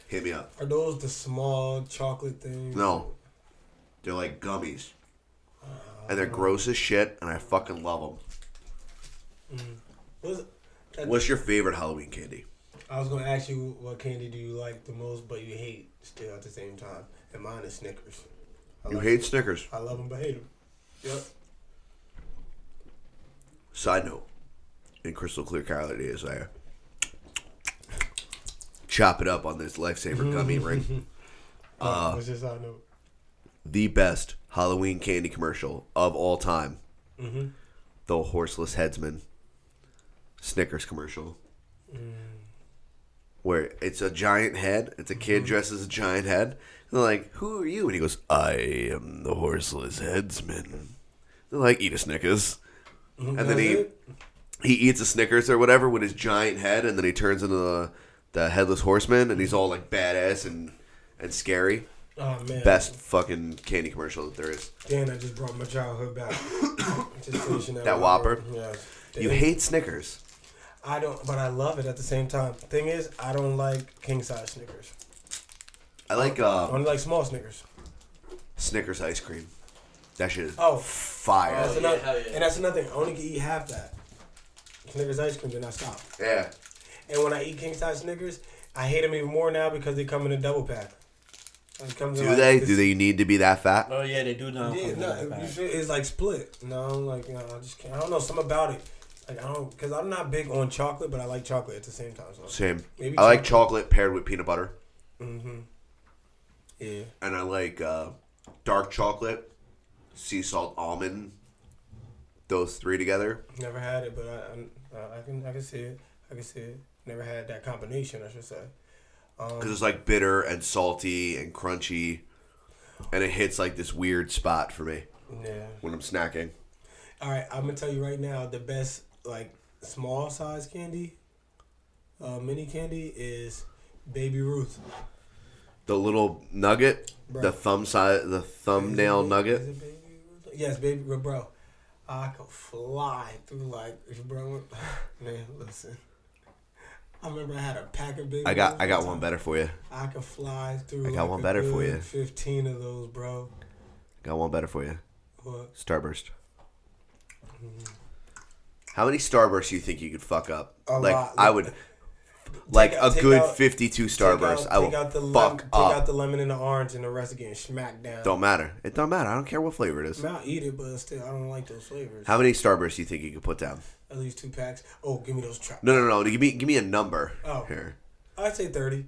[SPEAKER 5] hit me up.
[SPEAKER 6] are those the small chocolate things?
[SPEAKER 5] No. They're like gummies. And they're
[SPEAKER 6] Uh.
[SPEAKER 5] gross as shit, and I fucking love them.
[SPEAKER 6] What's- that-
[SPEAKER 5] What's your favorite Halloween candy?
[SPEAKER 6] I was gonna ask you what candy do you like the most, but you hate still at the same time. And mine is Snickers. I
[SPEAKER 5] You
[SPEAKER 6] like-
[SPEAKER 5] hate Snickers.
[SPEAKER 6] I love them, but hate them. Yep.
[SPEAKER 5] Side note: In crystal clear clarity, as I chop it up on this lifesaver gummy ring,
[SPEAKER 6] Uh, Which is how I know.
[SPEAKER 5] the best Halloween candy commercial of all time.
[SPEAKER 6] Mm-hmm.
[SPEAKER 5] The horseless headsman Snickers commercial,
[SPEAKER 6] Mm.
[SPEAKER 5] where it's a giant head. It's a
[SPEAKER 6] Mm-hmm.
[SPEAKER 5] kid dressed as a giant head. And they're like, "Who are you?" And he goes, "I am the horseless headsman." They're like, "Eat a Snickers," and then
[SPEAKER 6] Mm-hmm. That's
[SPEAKER 5] he
[SPEAKER 6] it?
[SPEAKER 5] he eats a Snickers or whatever with his giant head, and then he turns into the, the headless horseman, and he's all like badass and and scary.
[SPEAKER 6] Oh man,
[SPEAKER 5] Best fucking candy commercial that there is.
[SPEAKER 6] Dan, I just brought my childhood back. just finishing that,
[SPEAKER 5] That Whopper?
[SPEAKER 6] Yeah.
[SPEAKER 5] You hate Snickers.
[SPEAKER 6] I don't, but I love it at the same time. Thing is, I don't like king size Snickers.
[SPEAKER 5] I like
[SPEAKER 6] I
[SPEAKER 5] uh,
[SPEAKER 6] only like small Snickers.
[SPEAKER 5] Snickers ice cream. That shit is
[SPEAKER 6] Oh.
[SPEAKER 5] fire.
[SPEAKER 6] That's
[SPEAKER 1] yeah,
[SPEAKER 6] another,
[SPEAKER 1] hell yeah.
[SPEAKER 6] And that's another thing. I only can eat half that. Snickers ice cream, then I stop.
[SPEAKER 5] Yeah.
[SPEAKER 6] And when I eat king size Snickers, I hate them even more now because they come in a double pack. It comes in
[SPEAKER 5] Do
[SPEAKER 6] like
[SPEAKER 5] they?
[SPEAKER 6] this-
[SPEAKER 5] Do they need to be that fat?
[SPEAKER 6] Uh,
[SPEAKER 1] Oh yeah, they do know.
[SPEAKER 6] Yeah, no, you feel, it's like split. No, I'm like, no, I just can't. I don't know something about it. Like I don't, cause I'm not big on chocolate, but I like chocolate at the same time. So
[SPEAKER 5] Same.
[SPEAKER 6] Maybe
[SPEAKER 5] I like chocolate paired with peanut butter,
[SPEAKER 6] yeah,
[SPEAKER 5] and I like uh, dark chocolate, sea salt, almond. Those three together.
[SPEAKER 6] never had it, but I, I, I can, I can see it. I can see it. Never had that combination. I should say.
[SPEAKER 5] because it's like bitter and salty and crunchy, and it hits like this weird spot for me
[SPEAKER 6] Yeah.
[SPEAKER 5] when I'm snacking.
[SPEAKER 6] All right, I'm gonna tell you right now. The best like small size candy, uh, mini candy is Baby Ruth.
[SPEAKER 5] The little nugget,
[SPEAKER 6] Bro.
[SPEAKER 5] the thumb size, the thumbnail
[SPEAKER 6] Is
[SPEAKER 5] nugget.
[SPEAKER 6] it Baby Ruth? Yes, baby, bro. I could fly through like, bro. Man, listen. I remember I had a pack of baby.
[SPEAKER 5] I got
[SPEAKER 6] Ruth
[SPEAKER 5] I got
[SPEAKER 6] time.
[SPEAKER 5] one better for you.
[SPEAKER 6] I could fly through.
[SPEAKER 5] I got
[SPEAKER 6] like
[SPEAKER 5] one
[SPEAKER 6] a
[SPEAKER 5] better for
[SPEAKER 6] good
[SPEAKER 5] you.
[SPEAKER 6] Fifteen of those, bro.
[SPEAKER 5] Got one better for you.
[SPEAKER 6] What?
[SPEAKER 5] Starburst.
[SPEAKER 6] Mm-hmm.
[SPEAKER 5] How many Starbursts you think you could fuck up?
[SPEAKER 6] A
[SPEAKER 5] like
[SPEAKER 6] lot.
[SPEAKER 5] I would, like
[SPEAKER 6] out-
[SPEAKER 5] a
[SPEAKER 6] take
[SPEAKER 5] good
[SPEAKER 6] out-
[SPEAKER 5] 52 Starbursts. I will
[SPEAKER 6] the lem-
[SPEAKER 5] fuck
[SPEAKER 6] Take
[SPEAKER 5] up.
[SPEAKER 6] out the lemon and the orange, and the rest of getting smacked down.
[SPEAKER 5] don't matter. It don't matter. I don't care what flavor it is.
[SPEAKER 6] I'll eat it, but still, I don't like those flavors.
[SPEAKER 5] How many Starbursts you think you could put down?
[SPEAKER 6] At least two packs. Oh, give me those trap.
[SPEAKER 5] No, no, no. Give me give me a number
[SPEAKER 6] Oh.
[SPEAKER 5] here.
[SPEAKER 6] I'd say thirty.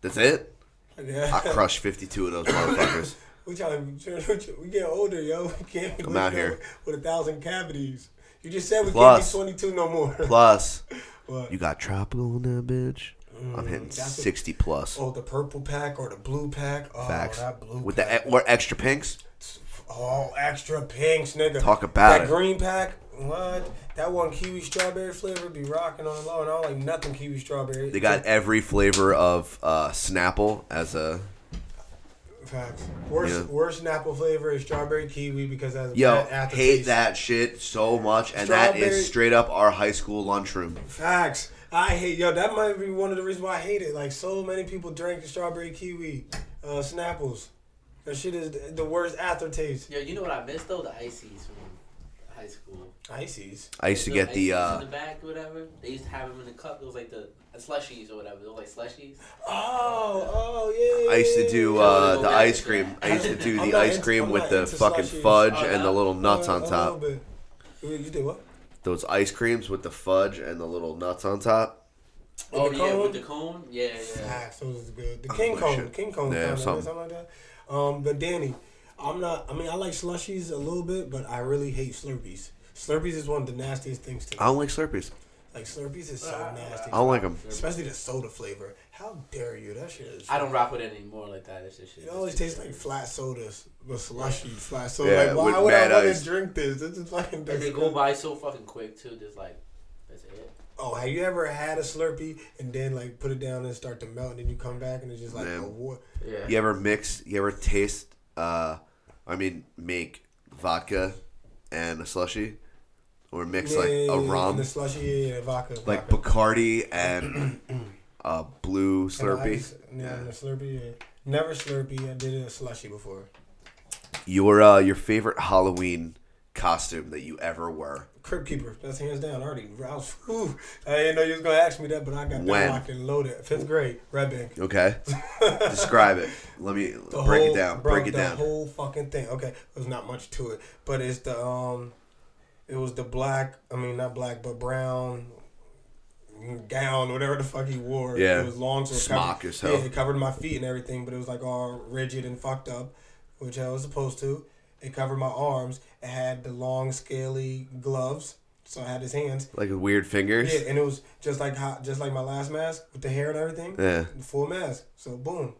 [SPEAKER 5] That's it. I
[SPEAKER 6] Yeah.
[SPEAKER 5] crushed 52 of those motherfuckers.
[SPEAKER 6] We trying to we get older, yo. We can't be
[SPEAKER 5] Come out
[SPEAKER 6] with no-
[SPEAKER 5] here.
[SPEAKER 6] with a thousand cavities. You just said we
[SPEAKER 5] Plus.
[SPEAKER 6] can't be 22 no more.
[SPEAKER 5] Plus,
[SPEAKER 6] What? Mm,
[SPEAKER 5] you got tropical in that bitch. I'm hitting
[SPEAKER 6] that's what-
[SPEAKER 5] 60 plus.
[SPEAKER 6] Oh, the purple pack or the blue pack. Oh,
[SPEAKER 5] Facts.
[SPEAKER 6] that blue
[SPEAKER 5] With the
[SPEAKER 6] pack.
[SPEAKER 5] e- or extra pinks.
[SPEAKER 6] all extra pinks, nigga.
[SPEAKER 5] Talk about
[SPEAKER 6] that
[SPEAKER 5] it.
[SPEAKER 6] green pack. What? That one kiwi strawberry flavor be rocking on the low, and I don't like nothing kiwi strawberry.
[SPEAKER 5] They got every flavor of uh, Snapple as a.
[SPEAKER 6] facts. Worst
[SPEAKER 5] Yeah.
[SPEAKER 6] worst apple flavor is strawberry kiwi because that's
[SPEAKER 5] Yo,
[SPEAKER 6] bad aftertaste.
[SPEAKER 5] hate that shit so much, and that
[SPEAKER 6] Strawberry-
[SPEAKER 5] is straight up our high school lunchroom.
[SPEAKER 6] Facts. I hate yo. That might be one of the reasons why I hate it. Like so many people drink the strawberry kiwi, uh, Snapples. That shit is th- the worst aftertaste.
[SPEAKER 1] Yo, you know what I missed though? The ices from high school.
[SPEAKER 6] Ices.
[SPEAKER 5] I used to
[SPEAKER 1] Those
[SPEAKER 5] get the.
[SPEAKER 1] ices
[SPEAKER 5] Uh,
[SPEAKER 1] in the back or whatever. They used to have them in the cup. It was like the slushies or whatever. It was like slushies.
[SPEAKER 6] Oh, oh yeah.
[SPEAKER 5] I used to do uh, the ice cream. I used to do
[SPEAKER 6] I'm
[SPEAKER 5] the
[SPEAKER 6] not
[SPEAKER 5] ice
[SPEAKER 6] into-
[SPEAKER 5] cream
[SPEAKER 6] I'm
[SPEAKER 5] with
[SPEAKER 6] not
[SPEAKER 5] the
[SPEAKER 6] into
[SPEAKER 5] fucking
[SPEAKER 6] slushies.
[SPEAKER 5] fudge
[SPEAKER 1] Oh,
[SPEAKER 5] and the
[SPEAKER 1] no.
[SPEAKER 5] little nuts
[SPEAKER 6] Uh,
[SPEAKER 5] on
[SPEAKER 6] a
[SPEAKER 5] top.
[SPEAKER 6] little bit. You did what?
[SPEAKER 5] Those ice creams with the fudge and the little nuts on top.
[SPEAKER 1] Oh
[SPEAKER 6] the
[SPEAKER 1] yeah,
[SPEAKER 6] cone?
[SPEAKER 1] with the cone. Yeah, yeah.
[SPEAKER 6] Facts. Those is good. The king
[SPEAKER 5] Oh,
[SPEAKER 6] cone.
[SPEAKER 5] shit.
[SPEAKER 6] King cone.
[SPEAKER 5] Yeah,
[SPEAKER 6] kinda,
[SPEAKER 5] something.
[SPEAKER 6] something like that. Um, but Danny, I'm not. I mean, I like slushies a little bit, but I really hate Slurpees. Slurpees is one of the nastiest things to me.
[SPEAKER 5] I don't like Slurpees.
[SPEAKER 6] Like Slurpees is so nasty.
[SPEAKER 5] I don't like them.
[SPEAKER 6] Especially the soda flavor. How dare you? That shit is.
[SPEAKER 1] I don't rock with it anymore like that. It's just shit.
[SPEAKER 6] It always tastes like flat sodas, but slushy flat soda.
[SPEAKER 5] Yeah,
[SPEAKER 6] like, why
[SPEAKER 5] with
[SPEAKER 6] would I
[SPEAKER 5] mad
[SPEAKER 6] want
[SPEAKER 5] ice.
[SPEAKER 6] to drink this? This is fucking
[SPEAKER 1] And they
[SPEAKER 6] disgusting.
[SPEAKER 1] go by so fucking quick too. Just like that's it.
[SPEAKER 6] Oh, have you ever had a Slurpee and then like put it down and start to melt, and then you come back and it's just like
[SPEAKER 5] Man.
[SPEAKER 6] a war.
[SPEAKER 1] Yeah.
[SPEAKER 5] You ever mix? You ever taste? Uh, I mean, make vodka and a slushy, or mix like
[SPEAKER 6] Yeah,
[SPEAKER 5] a
[SPEAKER 6] yeah, and
[SPEAKER 5] rum,
[SPEAKER 6] the slushy, yeah, yeah, vodka,
[SPEAKER 5] like
[SPEAKER 6] vodka.
[SPEAKER 5] Bacardi and a blue
[SPEAKER 6] And the
[SPEAKER 5] Slurpee.
[SPEAKER 6] ice, Yeah, and the Slurpee. Yeah. Never Slurpee. I did a slushy before.
[SPEAKER 5] Your uh, your favorite Halloween costume that you ever wore?
[SPEAKER 6] Crib Keeper. That's hands down. Already. I, was, whew, I didn't know you was gonna ask me that, but I got
[SPEAKER 5] When?
[SPEAKER 6] that locked and loaded. Fifth grade, Red Bank.
[SPEAKER 5] Okay, describe it. Let me
[SPEAKER 6] The
[SPEAKER 5] break
[SPEAKER 6] whole-
[SPEAKER 5] it down.
[SPEAKER 6] bro,
[SPEAKER 5] break it
[SPEAKER 6] the
[SPEAKER 5] down.
[SPEAKER 6] whole fucking thing. Okay, there's not much to it, but it's the um, it was the black. I mean, not black, but brown gown, whatever the fuck he wore.
[SPEAKER 5] Yeah.
[SPEAKER 6] it was long, so it
[SPEAKER 5] Smock
[SPEAKER 6] covered,
[SPEAKER 5] as hell.
[SPEAKER 6] Yeah, it covered my feet and everything, but it was like all rigid and fucked up, which I was supposed to. It covered my arms. It had the long, scaly gloves, so I had his hands.
[SPEAKER 5] like weird fingers.
[SPEAKER 6] Yeah, and it was just like how, just like my last mask with the hair and everything
[SPEAKER 5] Yeah.
[SPEAKER 6] full mask. So boom.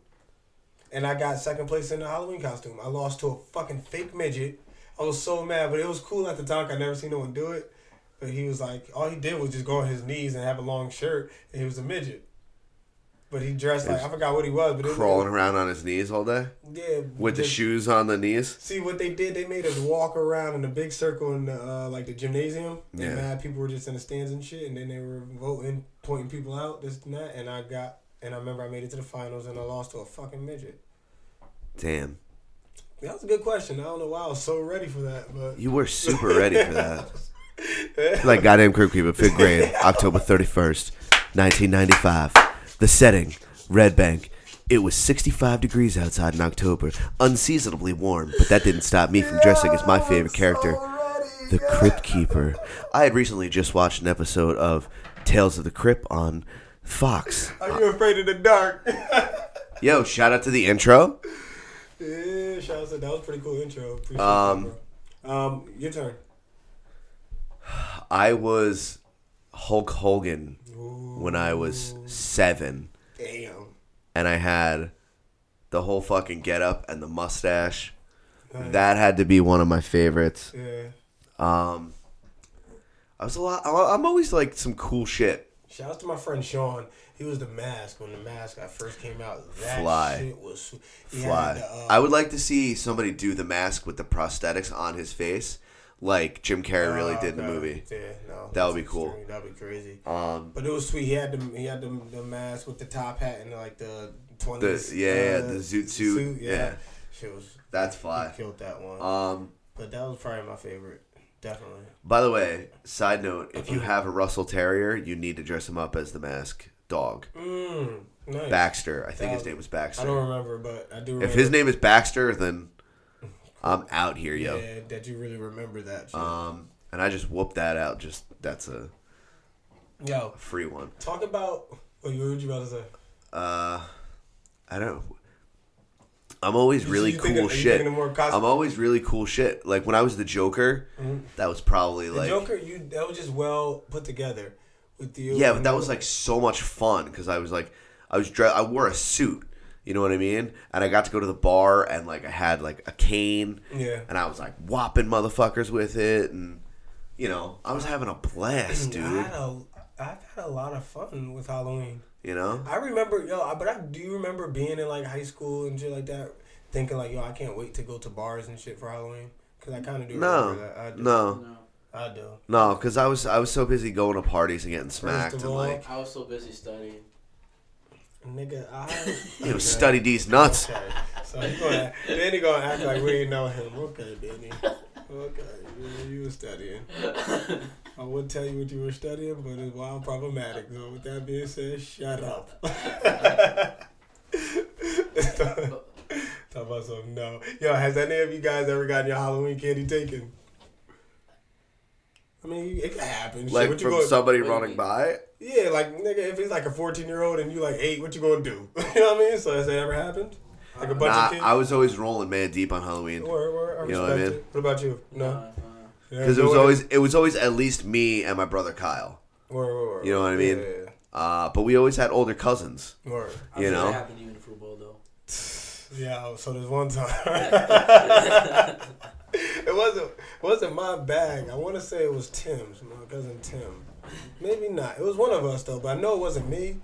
[SPEAKER 6] And I got second place in the Halloween costume. I lost to a fucking fake midget. I was so mad, but it was cool at the time. I never seen no one do it. But he was like, all he did was just go on his knees and have a long shirt, and he was a midget. But he dressed like I forgot what he was, but it was-
[SPEAKER 5] Crawling around on his knees all day
[SPEAKER 6] yeah,
[SPEAKER 5] with the
[SPEAKER 6] just-
[SPEAKER 5] shoes on the knees.
[SPEAKER 6] See what they did? They made us walk around in a big circle in the, uh, like the gymnasium. Yeah.
[SPEAKER 5] Yeah.
[SPEAKER 6] And mad people were just in the stands and shit, and then they were voting, pointing people out, this and that. And I got, and I remember I made it to the finals, and I lost to a fucking midget.
[SPEAKER 5] Damn,
[SPEAKER 6] That was a good question. I don't know why I was so ready for that, but
[SPEAKER 5] you were super ready for that. like goddamn Crypt Keeper, fifth grade, October thirty first, nineteen ninety five. The setting, Red Bank. It was 65 degrees outside in October, unseasonably warm, but that didn't stop me from dressing as my favorite character, the Crypt Keeper. I had recently just watched an episode of Tales of the Crypt on Fox.
[SPEAKER 6] are you afraid of the dark?
[SPEAKER 5] Yo, shout out to the intro.
[SPEAKER 6] yeah, shout out to that was a pretty cool intro. Appreciate um, um, your turn.
[SPEAKER 5] I was Hulk Hogan when I was seven,
[SPEAKER 6] Damn.
[SPEAKER 5] and I had the whole fucking get up and the mustache. That had to be one of my favorites.
[SPEAKER 6] Yeah.
[SPEAKER 5] Um, I was a lot. I- I'm always like some cool shit.
[SPEAKER 6] Shout out to my friend Sean. He was the mask when the mask I first came out. That
[SPEAKER 5] Fly.
[SPEAKER 6] shit was he had
[SPEAKER 5] Fly.
[SPEAKER 6] the, uh,
[SPEAKER 5] I would like to see somebody do the mask with the prosthetics on his face, like Jim Carrey really
[SPEAKER 6] Oh,
[SPEAKER 5] did in the
[SPEAKER 6] okay.
[SPEAKER 5] movie.
[SPEAKER 6] Yeah, no,
[SPEAKER 5] That
[SPEAKER 6] that's
[SPEAKER 5] would be cool.
[SPEAKER 6] extreme. That would be crazy.
[SPEAKER 5] Um,
[SPEAKER 6] But it was sweet. He had the he had the, the mask with the top hat and like the twenties. uh,
[SPEAKER 5] The- yeah, yeah, the zoot suit, yeah. Uh,
[SPEAKER 6] shit was
[SPEAKER 5] That's
[SPEAKER 6] he
[SPEAKER 5] fly.
[SPEAKER 6] Killed that one.
[SPEAKER 5] um,
[SPEAKER 6] but that was probably my favorite. Definitely.
[SPEAKER 5] By the way, side note: if you have a Russell Terrier, you need to dress him up as the mask dog.
[SPEAKER 6] Mm, nice.
[SPEAKER 5] Baxter, I think his
[SPEAKER 6] That-
[SPEAKER 5] name was
[SPEAKER 6] Um, I don't
[SPEAKER 5] Baxter.
[SPEAKER 6] remember, but I do. Remember
[SPEAKER 5] If his name is Baxter, then I'm out here, yo.
[SPEAKER 6] yeah, that you really remember that. Shit.
[SPEAKER 5] Um, and I just whooped that out. Just that's a
[SPEAKER 6] Yo,
[SPEAKER 5] free one.
[SPEAKER 6] talk about what you what you about to say.
[SPEAKER 5] Uh, I don't. I'm always
[SPEAKER 6] You-
[SPEAKER 5] really
[SPEAKER 6] you
[SPEAKER 5] cool
[SPEAKER 6] thinking- are you
[SPEAKER 5] shit.
[SPEAKER 6] thinking of more cos- Mm-hmm.
[SPEAKER 5] I'm always really cool shit. Like when I was the Joker, that was probably
[SPEAKER 6] The
[SPEAKER 5] like
[SPEAKER 6] Joker, you that was just well put together with you.
[SPEAKER 5] Yeah, but that was like so much fun because I was like, I was dre- I wore a suit, you know what I mean, and I got to go to the bar and like I had like a cane,
[SPEAKER 6] Yeah.
[SPEAKER 5] and I was like whopping motherfuckers with it, and you know I was having a blast,
[SPEAKER 6] I
[SPEAKER 5] dude.
[SPEAKER 6] had a, I've had a lot of fun with Halloween.
[SPEAKER 5] You know,
[SPEAKER 6] I remember, yo, I- but I do remember being in like high school and shit like that, thinking like, yo, I can't wait to go to bars and shit for Halloween because I kind of do. remember that. I
[SPEAKER 5] no,
[SPEAKER 6] do.
[SPEAKER 5] no,
[SPEAKER 6] I do.
[SPEAKER 5] no, because I was I was so busy going to parties and getting smacked
[SPEAKER 6] of
[SPEAKER 5] and
[SPEAKER 6] all,
[SPEAKER 5] like
[SPEAKER 1] I was so busy studying.
[SPEAKER 6] Nigga, I.
[SPEAKER 5] you know study these nuts.
[SPEAKER 6] Okay, so he gonna, Danny gonna act like we ain't know him. Okay, Danny. Okay, you, you were studying. I would tell you what you were studying, but it's wild problematic. So with that being said, shut up. Talk about something. No, yo, has any of you guys ever gotten your Halloween candy taken? I mean, it could happen. Shit,
[SPEAKER 5] Like
[SPEAKER 6] what you
[SPEAKER 5] from
[SPEAKER 6] gonna-
[SPEAKER 5] somebody
[SPEAKER 1] What do you
[SPEAKER 5] running
[SPEAKER 1] mean?
[SPEAKER 5] by,
[SPEAKER 6] yeah, like nigga, if he's like a fourteen year old and you like eight, what you gonna do? you know what I mean? So has that ever happened? Like a bunch
[SPEAKER 5] nah,
[SPEAKER 6] of kids.
[SPEAKER 5] I was always rolling man deep on Halloween.
[SPEAKER 6] Or, or, I
[SPEAKER 5] You know what I
[SPEAKER 6] respect
[SPEAKER 5] mean?
[SPEAKER 6] it. What about you? No,
[SPEAKER 1] Uh,
[SPEAKER 5] Because it was always it was always at least me and my brother Kyle.
[SPEAKER 6] Or, or, or,
[SPEAKER 5] You know what I mean?
[SPEAKER 6] Yeah, yeah,
[SPEAKER 5] Uh, but we always had older cousins.
[SPEAKER 6] yeah. Or,
[SPEAKER 1] I
[SPEAKER 5] You
[SPEAKER 1] feel
[SPEAKER 5] know?
[SPEAKER 1] that happened to you in football though.
[SPEAKER 6] yeah. So there's one time. it wasn't it wasn't my bag. I want to say it was Tim's, my cousin Tim. Maybe not. It was one of us though, but I know it wasn't me.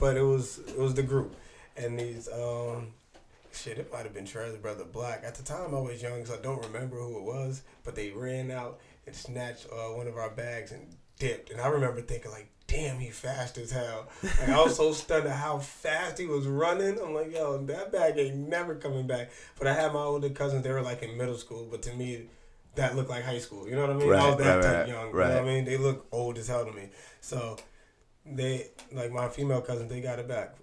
[SPEAKER 6] But it was it was the group, and these um. Shit, it might have been Charlie Brother Black. At the time, I was young, so I don't remember who it was. But they ran out and snatched uh, one of our bags and dipped. And I remember thinking, like, damn, he fast as hell. Like, I was so stunned at how fast he was running. I'm like, yo, that bag ain't never coming back. But I had my older cousins. They were like in middle school, but to me, that looked like high school. You know what I mean? I
[SPEAKER 5] Right,
[SPEAKER 6] was that
[SPEAKER 5] right,
[SPEAKER 6] type
[SPEAKER 5] right,
[SPEAKER 6] young. You know
[SPEAKER 5] right.
[SPEAKER 6] what I mean? They look old as hell to me. So they, like my female cousins, they got it back.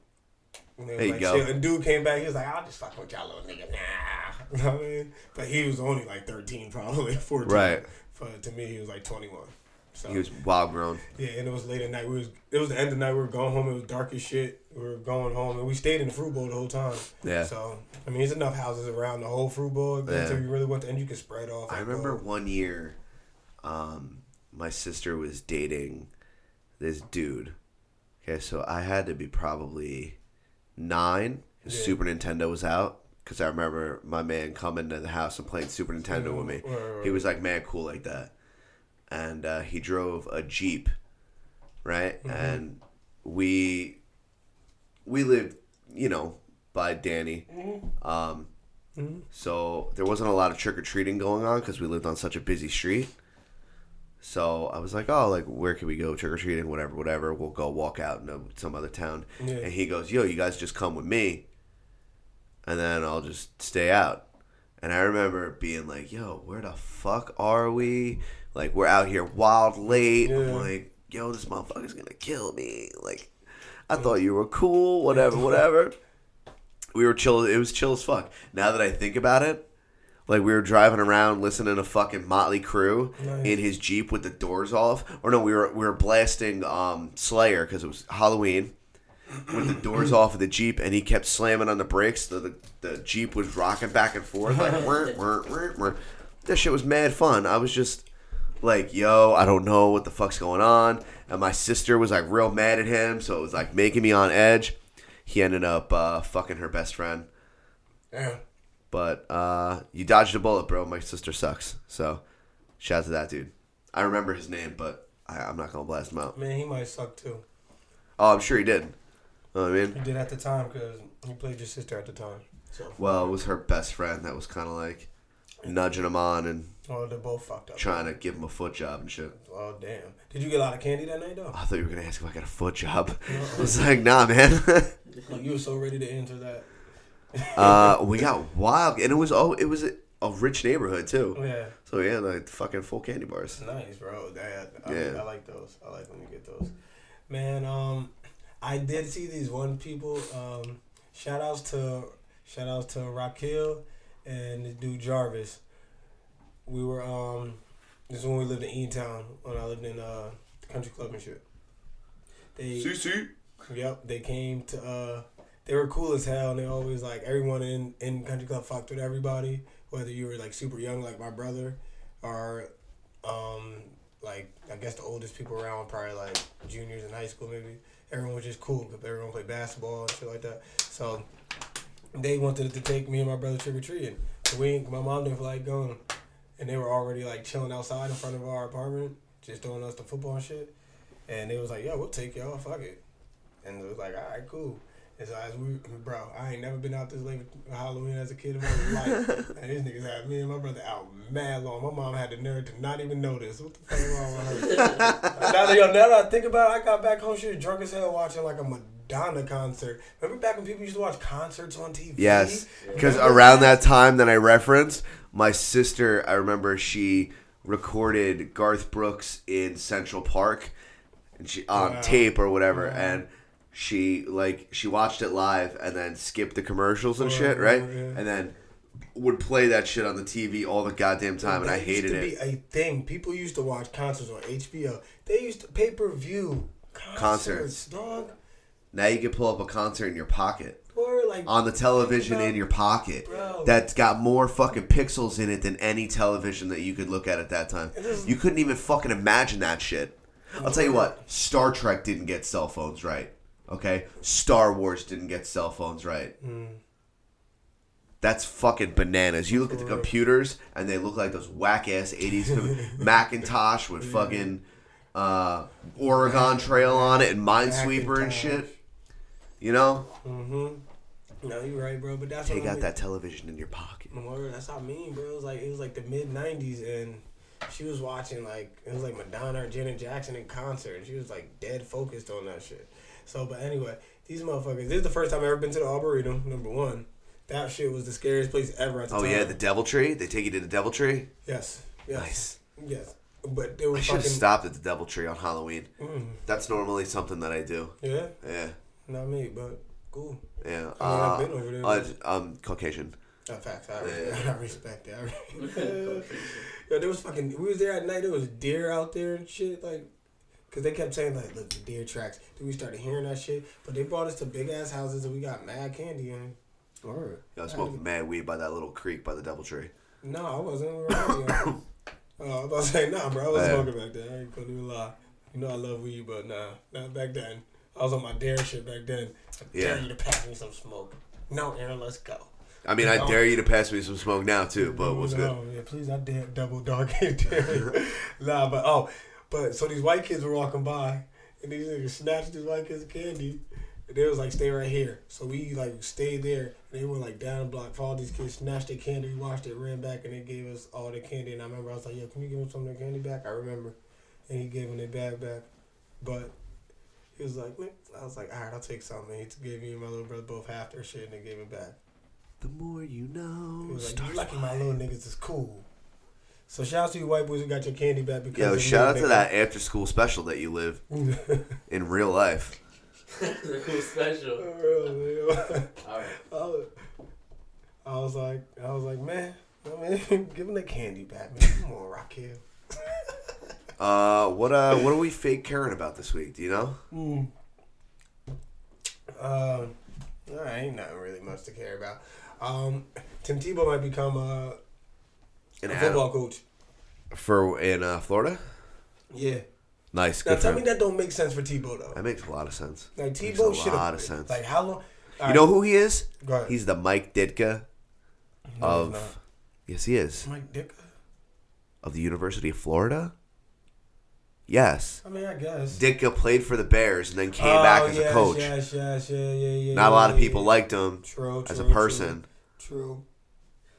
[SPEAKER 6] And they
[SPEAKER 5] There you
[SPEAKER 6] like,
[SPEAKER 5] go.
[SPEAKER 6] chill. And dude came back. He was like, "I'll just fuck with y'all, little nigga." Nah, you know what I mean. But he was only like thirteen, probably fourteen.
[SPEAKER 5] Right.
[SPEAKER 6] But to me, he was like twenty-one. So
[SPEAKER 5] He was wild grown.
[SPEAKER 6] yeah, and it was late at night. We was it was the end of the night. We were going home. It was dark as shit. We were going home, and we stayed in the fruit bowl the whole time.
[SPEAKER 5] Yeah.
[SPEAKER 6] So I mean, there's enough houses around the whole fruit bowl
[SPEAKER 5] Yeah.
[SPEAKER 6] until you really want to, and you can spread off.
[SPEAKER 5] I
[SPEAKER 6] and
[SPEAKER 5] remember
[SPEAKER 6] go.
[SPEAKER 5] one year, um, my sister was dating this dude. Okay, so I had to be probably nine. Super Nintendo was out because I remember my man coming to the house and playing Super Nintendo with me.
[SPEAKER 6] right, right,
[SPEAKER 5] He was like mad cool like that, and uh, he drove a jeep, right?
[SPEAKER 6] Mm-hmm.
[SPEAKER 5] And we we lived, you know, by Danny. Um, so there wasn't a lot of trick or treating going on because we lived on such a busy street. So I was like, oh, like where can we go trick or treating? Whatever, whatever. We'll go walk out in a- some other town.
[SPEAKER 6] Yeah.
[SPEAKER 5] And he goes, yo, you guys just come with me, and then I'll just stay out. And I remember being like, yo, where the fuck are we? Like we're out here wild late. I'm
[SPEAKER 6] Yeah.
[SPEAKER 5] like, yo, this motherfucker's gonna kill me. Like, I thought you were cool. Whatever, whatever. We were chill. It was chill as fuck. Now that I think about it, like we were driving around listening to fucking Motley Crue
[SPEAKER 6] Nice.
[SPEAKER 5] in his Jeep with the doors off. Or no, we were we were blasting um, Slayer because it was Halloween with the doors off of the Jeep, and he kept slamming on the brakes. The the, the Jeep was rocking back and forth like whir, whir, whir, whir. that shit was mad fun. I was just like, yo, I don't know what the fuck's going on. And my sister was like real mad at him, so it was like making me on edge. He ended up uh, fucking her best friend.
[SPEAKER 6] Damn.
[SPEAKER 5] But uh, you dodged a bullet, bro. My sister sucks. So shout out to that dude. I remember his name, but I, I'm not gonna blast him out.
[SPEAKER 6] Man, he might suck too.
[SPEAKER 5] Oh, I'm sure he did. Know what I mean?
[SPEAKER 6] He did at the time because he played your sister at the time. So,
[SPEAKER 5] Well, it was her best friend that was kind of like nudging him on and
[SPEAKER 6] oh, they're both fucked up.
[SPEAKER 5] trying to give him a foot job and shit.
[SPEAKER 6] Oh, damn. Did you get a lot of candy that night, though?
[SPEAKER 5] I thought you were gonna ask if I got a foot job. I was like, nah, man.
[SPEAKER 6] Like, you were so ready to enter that.
[SPEAKER 5] uh, we got wild, and it was oh, it was a, a rich neighborhood too.
[SPEAKER 6] Oh, Yeah.
[SPEAKER 5] So yeah, like fucking full candy bars.
[SPEAKER 6] It's nice, bro. That, I,
[SPEAKER 5] Yeah.
[SPEAKER 6] I like those. I like when you get those. Man, um, I did see these one people. Um, shout outs to shout outs to Raquel and this dude Jarvis. We were um, this is when we lived in E Town when I lived in uh the country club and shit. They Yep, they came to. uh They were cool as hell, and they always like everyone in in country club fucked with everybody, whether you were like super young, like my brother, or um like I guess the oldest people around, probably like juniors in high school, maybe. Everyone was just cool because everyone played basketball and shit like that. So they wanted to take me and my brother trick or treating. So we, my mom didn't feel like going, and they were already like chilling outside in front of our apartment, just throwing us the football and shit. And they was like, "Yo, we'll take y'all, fuck it." And it was like, all right, cool. And so as we, bro, I ain't never been out this late for Halloween as a kid in my life. and these niggas had me and my brother out mad long. My mom had the nerve to not even notice. What the fuck wrong with her? now, that, yo, now that I think about it, I got back home, she was drunk as hell watching like a Madonna concert. Remember back when people used to watch concerts on TV?
[SPEAKER 5] Yes, because around that time that I referenced, my sister, I remember she recorded Garth Brooks in Central Park, and she on
[SPEAKER 6] Wow.
[SPEAKER 5] tape or whatever, and she like she watched it live and then skipped the commercials and
[SPEAKER 6] Right,
[SPEAKER 5] shit, right?
[SPEAKER 6] right, Oh, yeah.
[SPEAKER 5] And then would play that shit on the TV all the goddamn time, and I
[SPEAKER 6] That used
[SPEAKER 5] hated
[SPEAKER 6] to
[SPEAKER 5] it.
[SPEAKER 6] be a thing. People used to watch concerts on HBO. They used to pay per view
[SPEAKER 5] Concerts.
[SPEAKER 6] concerts, dog.
[SPEAKER 5] Now you can pull up a concert in your pocket.
[SPEAKER 6] Or like
[SPEAKER 5] on the television
[SPEAKER 6] Bro.
[SPEAKER 5] in your pocket
[SPEAKER 6] Bro.
[SPEAKER 5] that's got more fucking pixels in it than any television that you could look at at that time.
[SPEAKER 6] is-
[SPEAKER 5] You couldn't even fucking imagine that shit. I'll tell you what, Star Trek didn't get cell phones right. Okay? Star Wars didn't get cell phones right.
[SPEAKER 6] Hmm.
[SPEAKER 5] That's fucking bananas. You look at the computers and they look like those whack ass 80s com- Macintosh with fucking uh, Oregon Trail on it and Minesweeper and
[SPEAKER 6] Macintosh.
[SPEAKER 5] shit. You know?
[SPEAKER 6] No, you're right, bro. But that's
[SPEAKER 5] Take
[SPEAKER 6] what I
[SPEAKER 5] out
[SPEAKER 6] mean.
[SPEAKER 5] that television in your pocket.
[SPEAKER 6] Word, that's how I mean, bro. It was like it was like the mid '90s, and she was watching like it was like Madonna or Janet Jackson in concert. and She was like dead focused on that shit. So, but anyway, these motherfuckers. This is the first time I have ever been to the Arboretum. Number one, that shit was the scariest place ever. At the
[SPEAKER 5] Oh
[SPEAKER 6] time.
[SPEAKER 5] yeah, the devil tree. They take you to the devil tree.
[SPEAKER 6] yes, yes,
[SPEAKER 5] Nice.
[SPEAKER 6] yes. But they were
[SPEAKER 5] I should have
[SPEAKER 6] fucking
[SPEAKER 5] stopped at the devil tree on Halloween. That's normally something that I do.
[SPEAKER 6] yeah,
[SPEAKER 5] Yeah,
[SPEAKER 6] not me, but cool.
[SPEAKER 5] yeah.
[SPEAKER 6] I
[SPEAKER 5] Uh,
[SPEAKER 6] mean, I've been over there.
[SPEAKER 5] uh, I'm Caucasian.
[SPEAKER 6] Uh, facts. I, I respect that. Yo, there was fucking. We was there at night. There was deer out there and shit. Like, cause they kept saying like, look, the deer tracks. Then we started hearing that shit. But they brought us to big ass houses and we got mad candy and. Word.
[SPEAKER 5] I was smoking mad weed by that little creek by the devil tree.
[SPEAKER 6] No, I wasn't. We were out there. Oh, I was about to say, nah, bro. I was
[SPEAKER 5] Yeah.
[SPEAKER 6] smoking back then. I ain't gonna even lie. You know I love weed, but nah, not back then. I was on my dare shit back then. I
[SPEAKER 5] Yeah.
[SPEAKER 6] dare you to pass me some smoke. No, Aaron, let's go.
[SPEAKER 5] I mean, I dare you to pass me some smoke now too. But what's good?
[SPEAKER 3] Mm, No, yeah, please, I dare double dog hate dare. nah, but oh, but so these white kids were walking by, and these niggas snatched these white kids' candy. And they was like, stay right here. So we like stayed there. And they were like down the block. All these kids snatched their candy. We watched it, ran back, and they gave us all the candy. And I remember I was like, yo, can you give them some of their candy back? I remember, and he gave them their bag back. But he was like, "Look," I was like, all right, I'll take something. He gave me and my little brother both half their shit, and they gave it back.
[SPEAKER 5] The more you know.
[SPEAKER 3] He was like,
[SPEAKER 5] stars
[SPEAKER 3] you lucky
[SPEAKER 5] fly.
[SPEAKER 3] my little niggas is cool. So shout out to you white boys who got your candy back because
[SPEAKER 5] Yo,
[SPEAKER 3] of
[SPEAKER 5] shout out
[SPEAKER 3] me,
[SPEAKER 5] to that after school special that you live
[SPEAKER 3] nigga.
[SPEAKER 5] in real life.
[SPEAKER 1] the cool special.
[SPEAKER 3] For real, man.
[SPEAKER 1] All right.
[SPEAKER 3] I was- I was like, I was like, man, I mean, give him the candy back, man. Come on, Raquel.
[SPEAKER 5] Uh, what uh, what are we fake caring about this week? Do you know?
[SPEAKER 3] Mm. Um, all right, ain't nothing really much to care about. Um, Tim Tebow might become uh, a,
[SPEAKER 5] An
[SPEAKER 3] a
[SPEAKER 5] ad
[SPEAKER 3] football coach.
[SPEAKER 5] for in uh, Florida.
[SPEAKER 3] Yeah.
[SPEAKER 5] Nice,
[SPEAKER 3] Now
[SPEAKER 5] good for
[SPEAKER 3] tell me
[SPEAKER 5] him.
[SPEAKER 3] that don't make sense for Tebow though.
[SPEAKER 5] That makes a lot of sense.
[SPEAKER 3] Like
[SPEAKER 5] Makes
[SPEAKER 3] Tebow
[SPEAKER 5] a
[SPEAKER 3] should
[SPEAKER 5] lot
[SPEAKER 3] have.
[SPEAKER 5] of sense.
[SPEAKER 3] Like how long?
[SPEAKER 5] you know who he is?
[SPEAKER 3] Go ahead.
[SPEAKER 5] He's the Mike Ditka
[SPEAKER 3] No, he's
[SPEAKER 5] of.
[SPEAKER 3] not.
[SPEAKER 5] Yes, he is
[SPEAKER 3] Mike Dick.
[SPEAKER 5] of the University of Florida. Yes,
[SPEAKER 3] I mean, I guess.
[SPEAKER 5] Ditka played for the Bears and then came
[SPEAKER 3] Oh,
[SPEAKER 5] back as
[SPEAKER 3] yes,
[SPEAKER 5] a coach.
[SPEAKER 3] Yes, yes, yeah, yeah, yeah.
[SPEAKER 5] Not a
[SPEAKER 3] yeah,
[SPEAKER 5] lot of
[SPEAKER 3] yeah,
[SPEAKER 5] people
[SPEAKER 3] yeah.
[SPEAKER 5] liked him
[SPEAKER 3] True,
[SPEAKER 5] as a
[SPEAKER 3] true, true.
[SPEAKER 5] person.
[SPEAKER 3] True.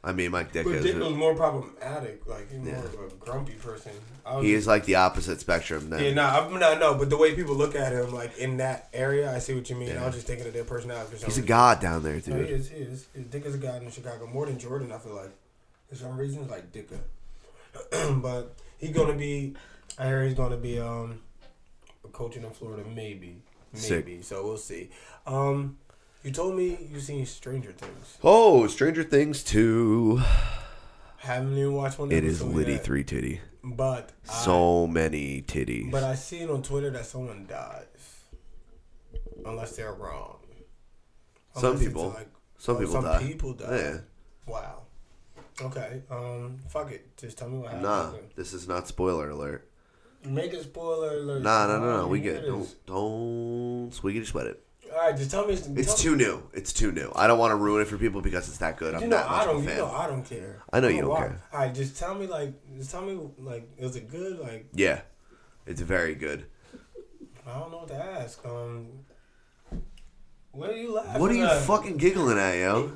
[SPEAKER 5] I mean, Mike
[SPEAKER 3] But
[SPEAKER 5] Ditka.
[SPEAKER 3] Dick was
[SPEAKER 5] Is,
[SPEAKER 3] more problematic. Like he's
[SPEAKER 5] Yeah.
[SPEAKER 3] more of a grumpy person. I was
[SPEAKER 5] he is like the opposite spectrum. Then
[SPEAKER 3] Yeah, no, nah, I'm not. No, but the way people look at him, like in that area, I see what you mean. I was just thinking of their personality. For some
[SPEAKER 5] he's a
[SPEAKER 3] reason.
[SPEAKER 5] god down there,
[SPEAKER 3] No, he
[SPEAKER 5] dude.
[SPEAKER 3] is. He is. He- Dick is a god in Chicago more than Jordan. I feel like for some reason, it's like Dicker. but he's gonna be. I hear he's gonna be um coaching in Florida, maybe,
[SPEAKER 5] Sick.
[SPEAKER 3] maybe. So we'll see. Um, you told me you seen Stranger Things.
[SPEAKER 5] Oh, Stranger Things two.
[SPEAKER 3] Haven't even watched one.
[SPEAKER 5] It is
[SPEAKER 3] episode
[SPEAKER 5] litty
[SPEAKER 3] yet,
[SPEAKER 5] three titty.
[SPEAKER 3] But
[SPEAKER 5] So many titties.
[SPEAKER 3] But I seen on Twitter that someone dies, unless they're wrong.
[SPEAKER 5] Some
[SPEAKER 3] Unless it's
[SPEAKER 5] people-
[SPEAKER 3] like-
[SPEAKER 5] some
[SPEAKER 3] oh,
[SPEAKER 5] people
[SPEAKER 3] some
[SPEAKER 5] die.
[SPEAKER 3] people die.
[SPEAKER 5] Yeah.
[SPEAKER 3] Wow. Okay. Um. Fuck it. Just tell me what happened.
[SPEAKER 5] Nah, this is not spoiler alert.
[SPEAKER 3] Make a spoiler alert.
[SPEAKER 5] Nah, no, no, no. We
[SPEAKER 3] Here
[SPEAKER 5] get
[SPEAKER 3] it
[SPEAKER 5] don't
[SPEAKER 3] is.
[SPEAKER 5] don't swiggity sweat it.
[SPEAKER 3] All right. Just tell me. Tell
[SPEAKER 5] It's too new. It's too new. I don't want to ruin it for people because it's that good.
[SPEAKER 3] You
[SPEAKER 5] I'm
[SPEAKER 3] know
[SPEAKER 5] not
[SPEAKER 3] I
[SPEAKER 5] much
[SPEAKER 3] don't.
[SPEAKER 5] of a
[SPEAKER 3] You know
[SPEAKER 5] fan.
[SPEAKER 3] I don't care.
[SPEAKER 5] I know
[SPEAKER 3] I'm
[SPEAKER 5] you
[SPEAKER 3] gonna
[SPEAKER 5] don't
[SPEAKER 3] watch.
[SPEAKER 5] care.
[SPEAKER 3] All right. Just tell me like. Just tell me like. Is it good? Like
[SPEAKER 5] Yeah, it's very good.
[SPEAKER 3] I don't know what to ask. Um. What are you laughing?
[SPEAKER 5] What are you
[SPEAKER 3] at?
[SPEAKER 5] fucking giggling at, yo?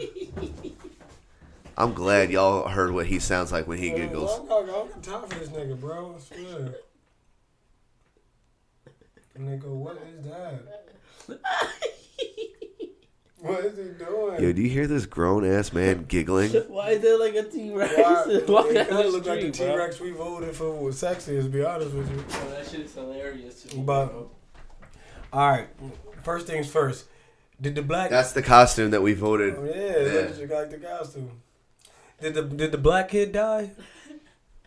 [SPEAKER 5] I'm glad y'all heard what he sounds like when he
[SPEAKER 3] Man,
[SPEAKER 5] giggles.
[SPEAKER 3] I'm, i I'm tired of this nigga, bro. I swear. Nigga, what is that? what is he doing?
[SPEAKER 5] Yo, do you hear this grown ass man giggling?
[SPEAKER 1] Why is there like a T Rex?
[SPEAKER 3] Why-
[SPEAKER 1] Why
[SPEAKER 3] it
[SPEAKER 1] that
[SPEAKER 3] kind of look like the
[SPEAKER 1] T
[SPEAKER 3] T Rex we voted for was sexy. To be honest with you.
[SPEAKER 1] That shit is hilarious. To me,
[SPEAKER 3] But-
[SPEAKER 1] bro.
[SPEAKER 3] All right. First things first. Did the black?
[SPEAKER 5] That's the costume that we
[SPEAKER 3] oh,
[SPEAKER 5] voted.
[SPEAKER 3] yeah, Look at you like the costume. Did the did the black kid die?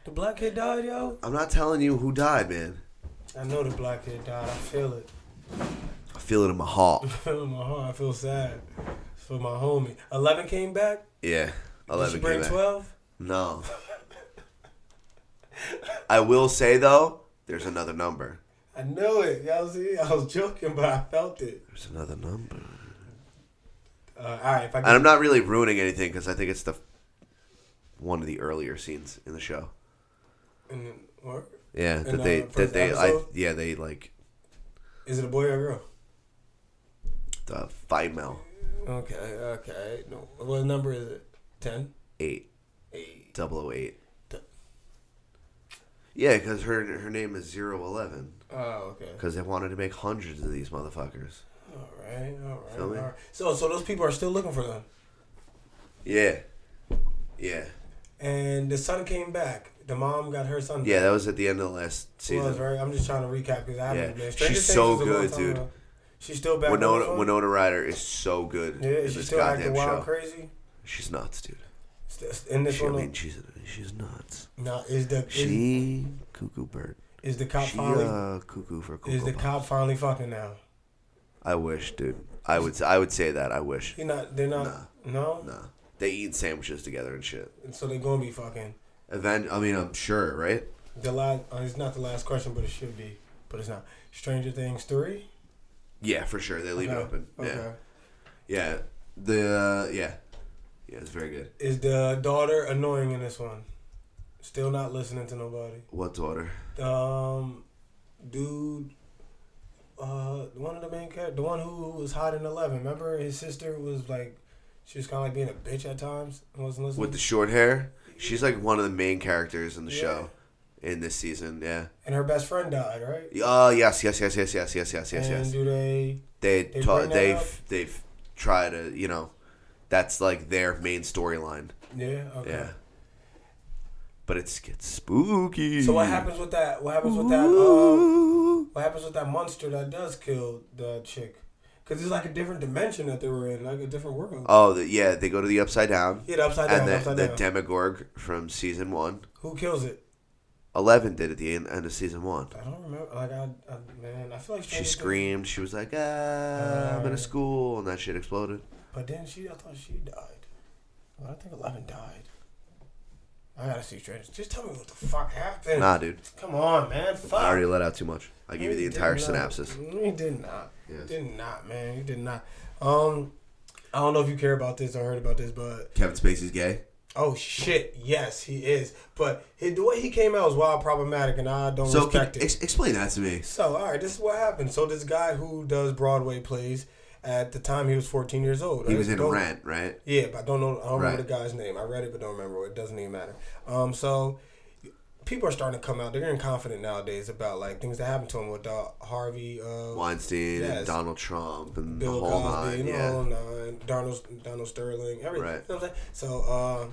[SPEAKER 3] The black kid died, yo.
[SPEAKER 5] I'm not telling you who died, man.
[SPEAKER 3] I know the black kid died. I feel it.
[SPEAKER 5] I feel it in my heart.
[SPEAKER 3] feel my heart. I feel sad for my homie. Eleven came back.
[SPEAKER 5] Yeah,
[SPEAKER 3] Did she
[SPEAKER 5] eleven.
[SPEAKER 3] bring
[SPEAKER 5] Came back.
[SPEAKER 3] twelve?
[SPEAKER 5] No. I will say though, there's another number.
[SPEAKER 3] I knew it. Y'all see, I was joking, but I felt it.
[SPEAKER 5] There's another number.
[SPEAKER 3] Uh, all right, if I
[SPEAKER 5] And I'm
[SPEAKER 3] can,
[SPEAKER 5] not really ruining anything because I think it's the one of the earlier scenes in the show.
[SPEAKER 3] and, or,
[SPEAKER 5] Yeah, that
[SPEAKER 3] In, uh,
[SPEAKER 5] they that
[SPEAKER 3] first
[SPEAKER 5] they I,
[SPEAKER 3] episode?
[SPEAKER 5] yeah they like
[SPEAKER 3] is it a boy or a girl?
[SPEAKER 5] the five mil
[SPEAKER 3] Okay, okay. No, what number is it? Ten.
[SPEAKER 5] eight
[SPEAKER 3] Eight.
[SPEAKER 5] double oh eight.
[SPEAKER 3] The-
[SPEAKER 5] Yeah, because her her name is zero eleven
[SPEAKER 3] Oh, okay.
[SPEAKER 5] because they wanted to make hundreds of these motherfuckers.
[SPEAKER 3] All right, all right,
[SPEAKER 5] Feel
[SPEAKER 3] all
[SPEAKER 5] me?
[SPEAKER 3] right. So, so those people are still looking for them,
[SPEAKER 5] Yeah, yeah,
[SPEAKER 3] and the son came back. The mom got her son.
[SPEAKER 5] yeah.
[SPEAKER 3] back.
[SPEAKER 5] That was at the end of the last
[SPEAKER 3] It
[SPEAKER 5] season.
[SPEAKER 3] was right. I'm just trying to recap because I haven't
[SPEAKER 5] Yeah.
[SPEAKER 3] been.
[SPEAKER 5] She's
[SPEAKER 3] Stranger Things
[SPEAKER 5] so
[SPEAKER 3] was a long
[SPEAKER 5] good,
[SPEAKER 3] time
[SPEAKER 5] dude.
[SPEAKER 3] ago. She's still back. on the
[SPEAKER 5] Winona
[SPEAKER 3] phone?
[SPEAKER 5] Winona Ryder is so good
[SPEAKER 3] Yeah,
[SPEAKER 5] in
[SPEAKER 3] is she
[SPEAKER 5] this
[SPEAKER 3] still acting
[SPEAKER 5] goddamn
[SPEAKER 3] wild,
[SPEAKER 5] show.
[SPEAKER 3] crazy?
[SPEAKER 5] She's nuts, dude.
[SPEAKER 3] St- In this
[SPEAKER 5] She, I
[SPEAKER 3] one,
[SPEAKER 5] mean, she's she's nuts.
[SPEAKER 3] now is the is,
[SPEAKER 5] She cuckoo bird.
[SPEAKER 3] is the cop
[SPEAKER 5] She
[SPEAKER 3] finally
[SPEAKER 5] uh, cuckoo for cuckoo.
[SPEAKER 3] is the
[SPEAKER 5] Pop.
[SPEAKER 3] cop finally fucking now?
[SPEAKER 5] I wish, dude. I would I would say that. I wish.
[SPEAKER 3] He not they're not no,
[SPEAKER 5] Nah, they eat sandwiches together and shit.
[SPEAKER 3] so they're gonna be fucking.
[SPEAKER 5] Event. I mean, I'm sure, right?
[SPEAKER 3] The last
[SPEAKER 6] oh,
[SPEAKER 3] uh, it's not the last question, but it should be, but it's not. Stranger Things three.
[SPEAKER 5] Yeah, for sure. They leave it
[SPEAKER 3] Okay.
[SPEAKER 5] open. Yeah,
[SPEAKER 3] Okay.
[SPEAKER 5] yeah. The uh, yeah, Yeah, it's very good.
[SPEAKER 6] Is the daughter annoying in this one? Still not listening to nobody.
[SPEAKER 5] What daughter?
[SPEAKER 6] Um, dude, uh, one of the main characters, the one who was hot in Eleven. Remember, his sister was like, she was kind of like being a bitch at times. and Wasn't listening.
[SPEAKER 5] With the short hair? She's like one of the main characters in the
[SPEAKER 6] Yeah.
[SPEAKER 5] show in this season. Yeah.
[SPEAKER 6] and her best friend died, right?
[SPEAKER 5] Oh, yes, yes, yes, yes, yes, yes, yes, yes,
[SPEAKER 6] and
[SPEAKER 5] yes.
[SPEAKER 6] do they?
[SPEAKER 5] They
[SPEAKER 6] they
[SPEAKER 5] ta-
[SPEAKER 6] bring that
[SPEAKER 5] they've
[SPEAKER 6] up?
[SPEAKER 5] they've tried to, you know, that's like their main storyline.
[SPEAKER 6] Yeah. Okay.
[SPEAKER 5] Yeah. But it's gets spooky. Oh,
[SPEAKER 6] So what happens with that? What happens with that? Uh, what happens with that monster that does kill the chick? Because it's like a different dimension that they were in, like a different world.
[SPEAKER 5] Oh, the, yeah, they go to the upside down.
[SPEAKER 6] yeah, the upside down.
[SPEAKER 5] and the,
[SPEAKER 6] upside
[SPEAKER 5] the
[SPEAKER 6] down.
[SPEAKER 5] Demogorg from season one.
[SPEAKER 6] Who kills it?
[SPEAKER 5] Eleven did at the end, end of season one.
[SPEAKER 6] I don't remember. Like I, I man, I feel like Stranger
[SPEAKER 5] She
[SPEAKER 6] Things-
[SPEAKER 5] screamed. She was like, ah, I'm in a
[SPEAKER 6] Uh,
[SPEAKER 5] school. And that shit exploded.
[SPEAKER 6] But then she, I thought she died. But I think Eleven died. I gotta see Stranger. Just tell me what the fuck happened.
[SPEAKER 5] Nah, dude.
[SPEAKER 6] Come on, man. Fuck.
[SPEAKER 5] I already let out too much. I gave you the
[SPEAKER 6] did
[SPEAKER 5] entire
[SPEAKER 6] not.
[SPEAKER 5] synopsis.
[SPEAKER 6] You did not.
[SPEAKER 5] Yes.
[SPEAKER 6] You did not, man. You did not. Um, I don't know if you care about this or heard about this, but
[SPEAKER 5] Kevin Spacey's gay.
[SPEAKER 6] oh shit, yes, he is. But he, the way he came out was wild problematic, and I don't
[SPEAKER 5] So can,
[SPEAKER 6] respect it.
[SPEAKER 5] ex- explain that to me.
[SPEAKER 6] So, all right, this is what happened. So, this guy who does Broadway plays, at the time he was 14 years old.
[SPEAKER 5] He
[SPEAKER 6] I
[SPEAKER 5] was in
[SPEAKER 6] don't-
[SPEAKER 5] Rent, right?
[SPEAKER 6] Yeah, but I don't know. I don't
[SPEAKER 5] Right.
[SPEAKER 6] remember the guy's name. I read it, but don't remember. It doesn't even matter. Um, so people are starting to come out. They're getting confident nowadays about like things that happened to him with uh, Harvey, uh,
[SPEAKER 5] Weinstein and
[SPEAKER 6] Yes.
[SPEAKER 5] Donald Trump and the
[SPEAKER 6] Bill
[SPEAKER 5] whole
[SPEAKER 6] Cosby,
[SPEAKER 5] nine.
[SPEAKER 6] you
[SPEAKER 5] Oh yeah.
[SPEAKER 6] know, nine, Donald Donald Sterling, everything.
[SPEAKER 5] Right.
[SPEAKER 6] You know what I'm saying? So uh,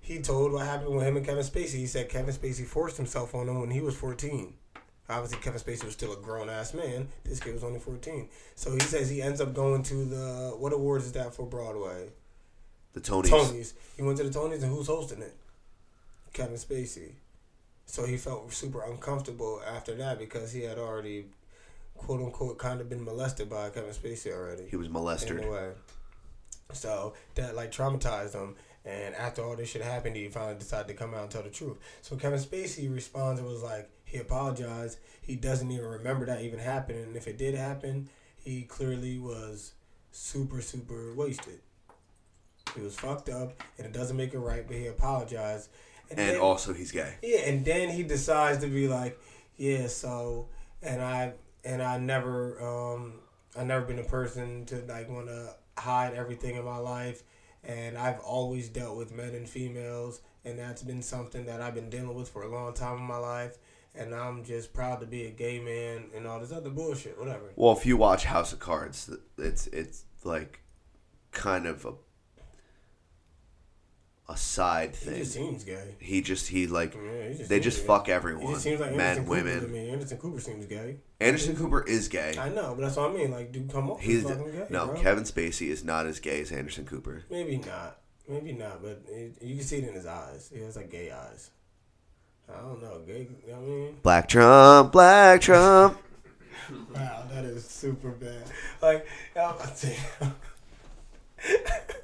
[SPEAKER 6] he told what happened with him and Kevin Spacey. He said Kevin Spacey forced himself on him when he was 14. Obviously, Kevin Spacey was still a grown ass man. This kid was only 14. So he says he ends up going to the what awards is that for Broadway?
[SPEAKER 5] The Tonys.
[SPEAKER 6] Tonys. He went to the Tonys, and who's hosting it? Kevin Spacey. So he felt super uncomfortable after that because he had already, quote unquote, kind of been molested by Kevin Spacey already.
[SPEAKER 5] He was
[SPEAKER 6] in
[SPEAKER 5] molested.
[SPEAKER 6] a way. So that like traumatized him. And after all this shit happened, he finally decided to come out and tell the truth. So Kevin Spacey responds and was like, he apologized. He doesn't even remember that even happened. And if it did happen, he clearly was super, super wasted. He was fucked up, and it doesn't make it right, but he apologized.
[SPEAKER 5] And
[SPEAKER 6] then-
[SPEAKER 5] also, he's gay.
[SPEAKER 6] yeah, and then he decides to be like, yeah, so and I and I never um I never been a person to like want to hide everything in my life and I've always dealt with men and females and that's been something that I've been dealing with for a long time in my life and I'm just proud to be a gay man and all this other bullshit, whatever.
[SPEAKER 5] Well, if you watch House of Cards, it's it's like kind of a a side
[SPEAKER 6] He
[SPEAKER 5] thing.
[SPEAKER 6] just seems gay.
[SPEAKER 5] he just he like
[SPEAKER 6] Yeah, he just
[SPEAKER 5] they
[SPEAKER 6] seems
[SPEAKER 5] just
[SPEAKER 6] gay.
[SPEAKER 5] fuck
[SPEAKER 6] He
[SPEAKER 5] everyone,
[SPEAKER 6] just seems like
[SPEAKER 5] men,
[SPEAKER 6] Anderson Cooper to
[SPEAKER 5] women.
[SPEAKER 6] me. Anderson Cooper seems gay.
[SPEAKER 5] Anderson Cooper is gay.
[SPEAKER 6] I know, but that's what I mean. Like, dude, come on,
[SPEAKER 5] He's
[SPEAKER 6] fucking gay,
[SPEAKER 5] no
[SPEAKER 6] bro.
[SPEAKER 5] Kevin Spacey is not as gay as Anderson Cooper.
[SPEAKER 6] Maybe not. Maybe not, but it, you can see it in his eyes. He has like gay eyes. I don't know, gay. I mean,
[SPEAKER 5] Black Trump, Black Trump.
[SPEAKER 6] wow, that is super bad. Like, I'm damn.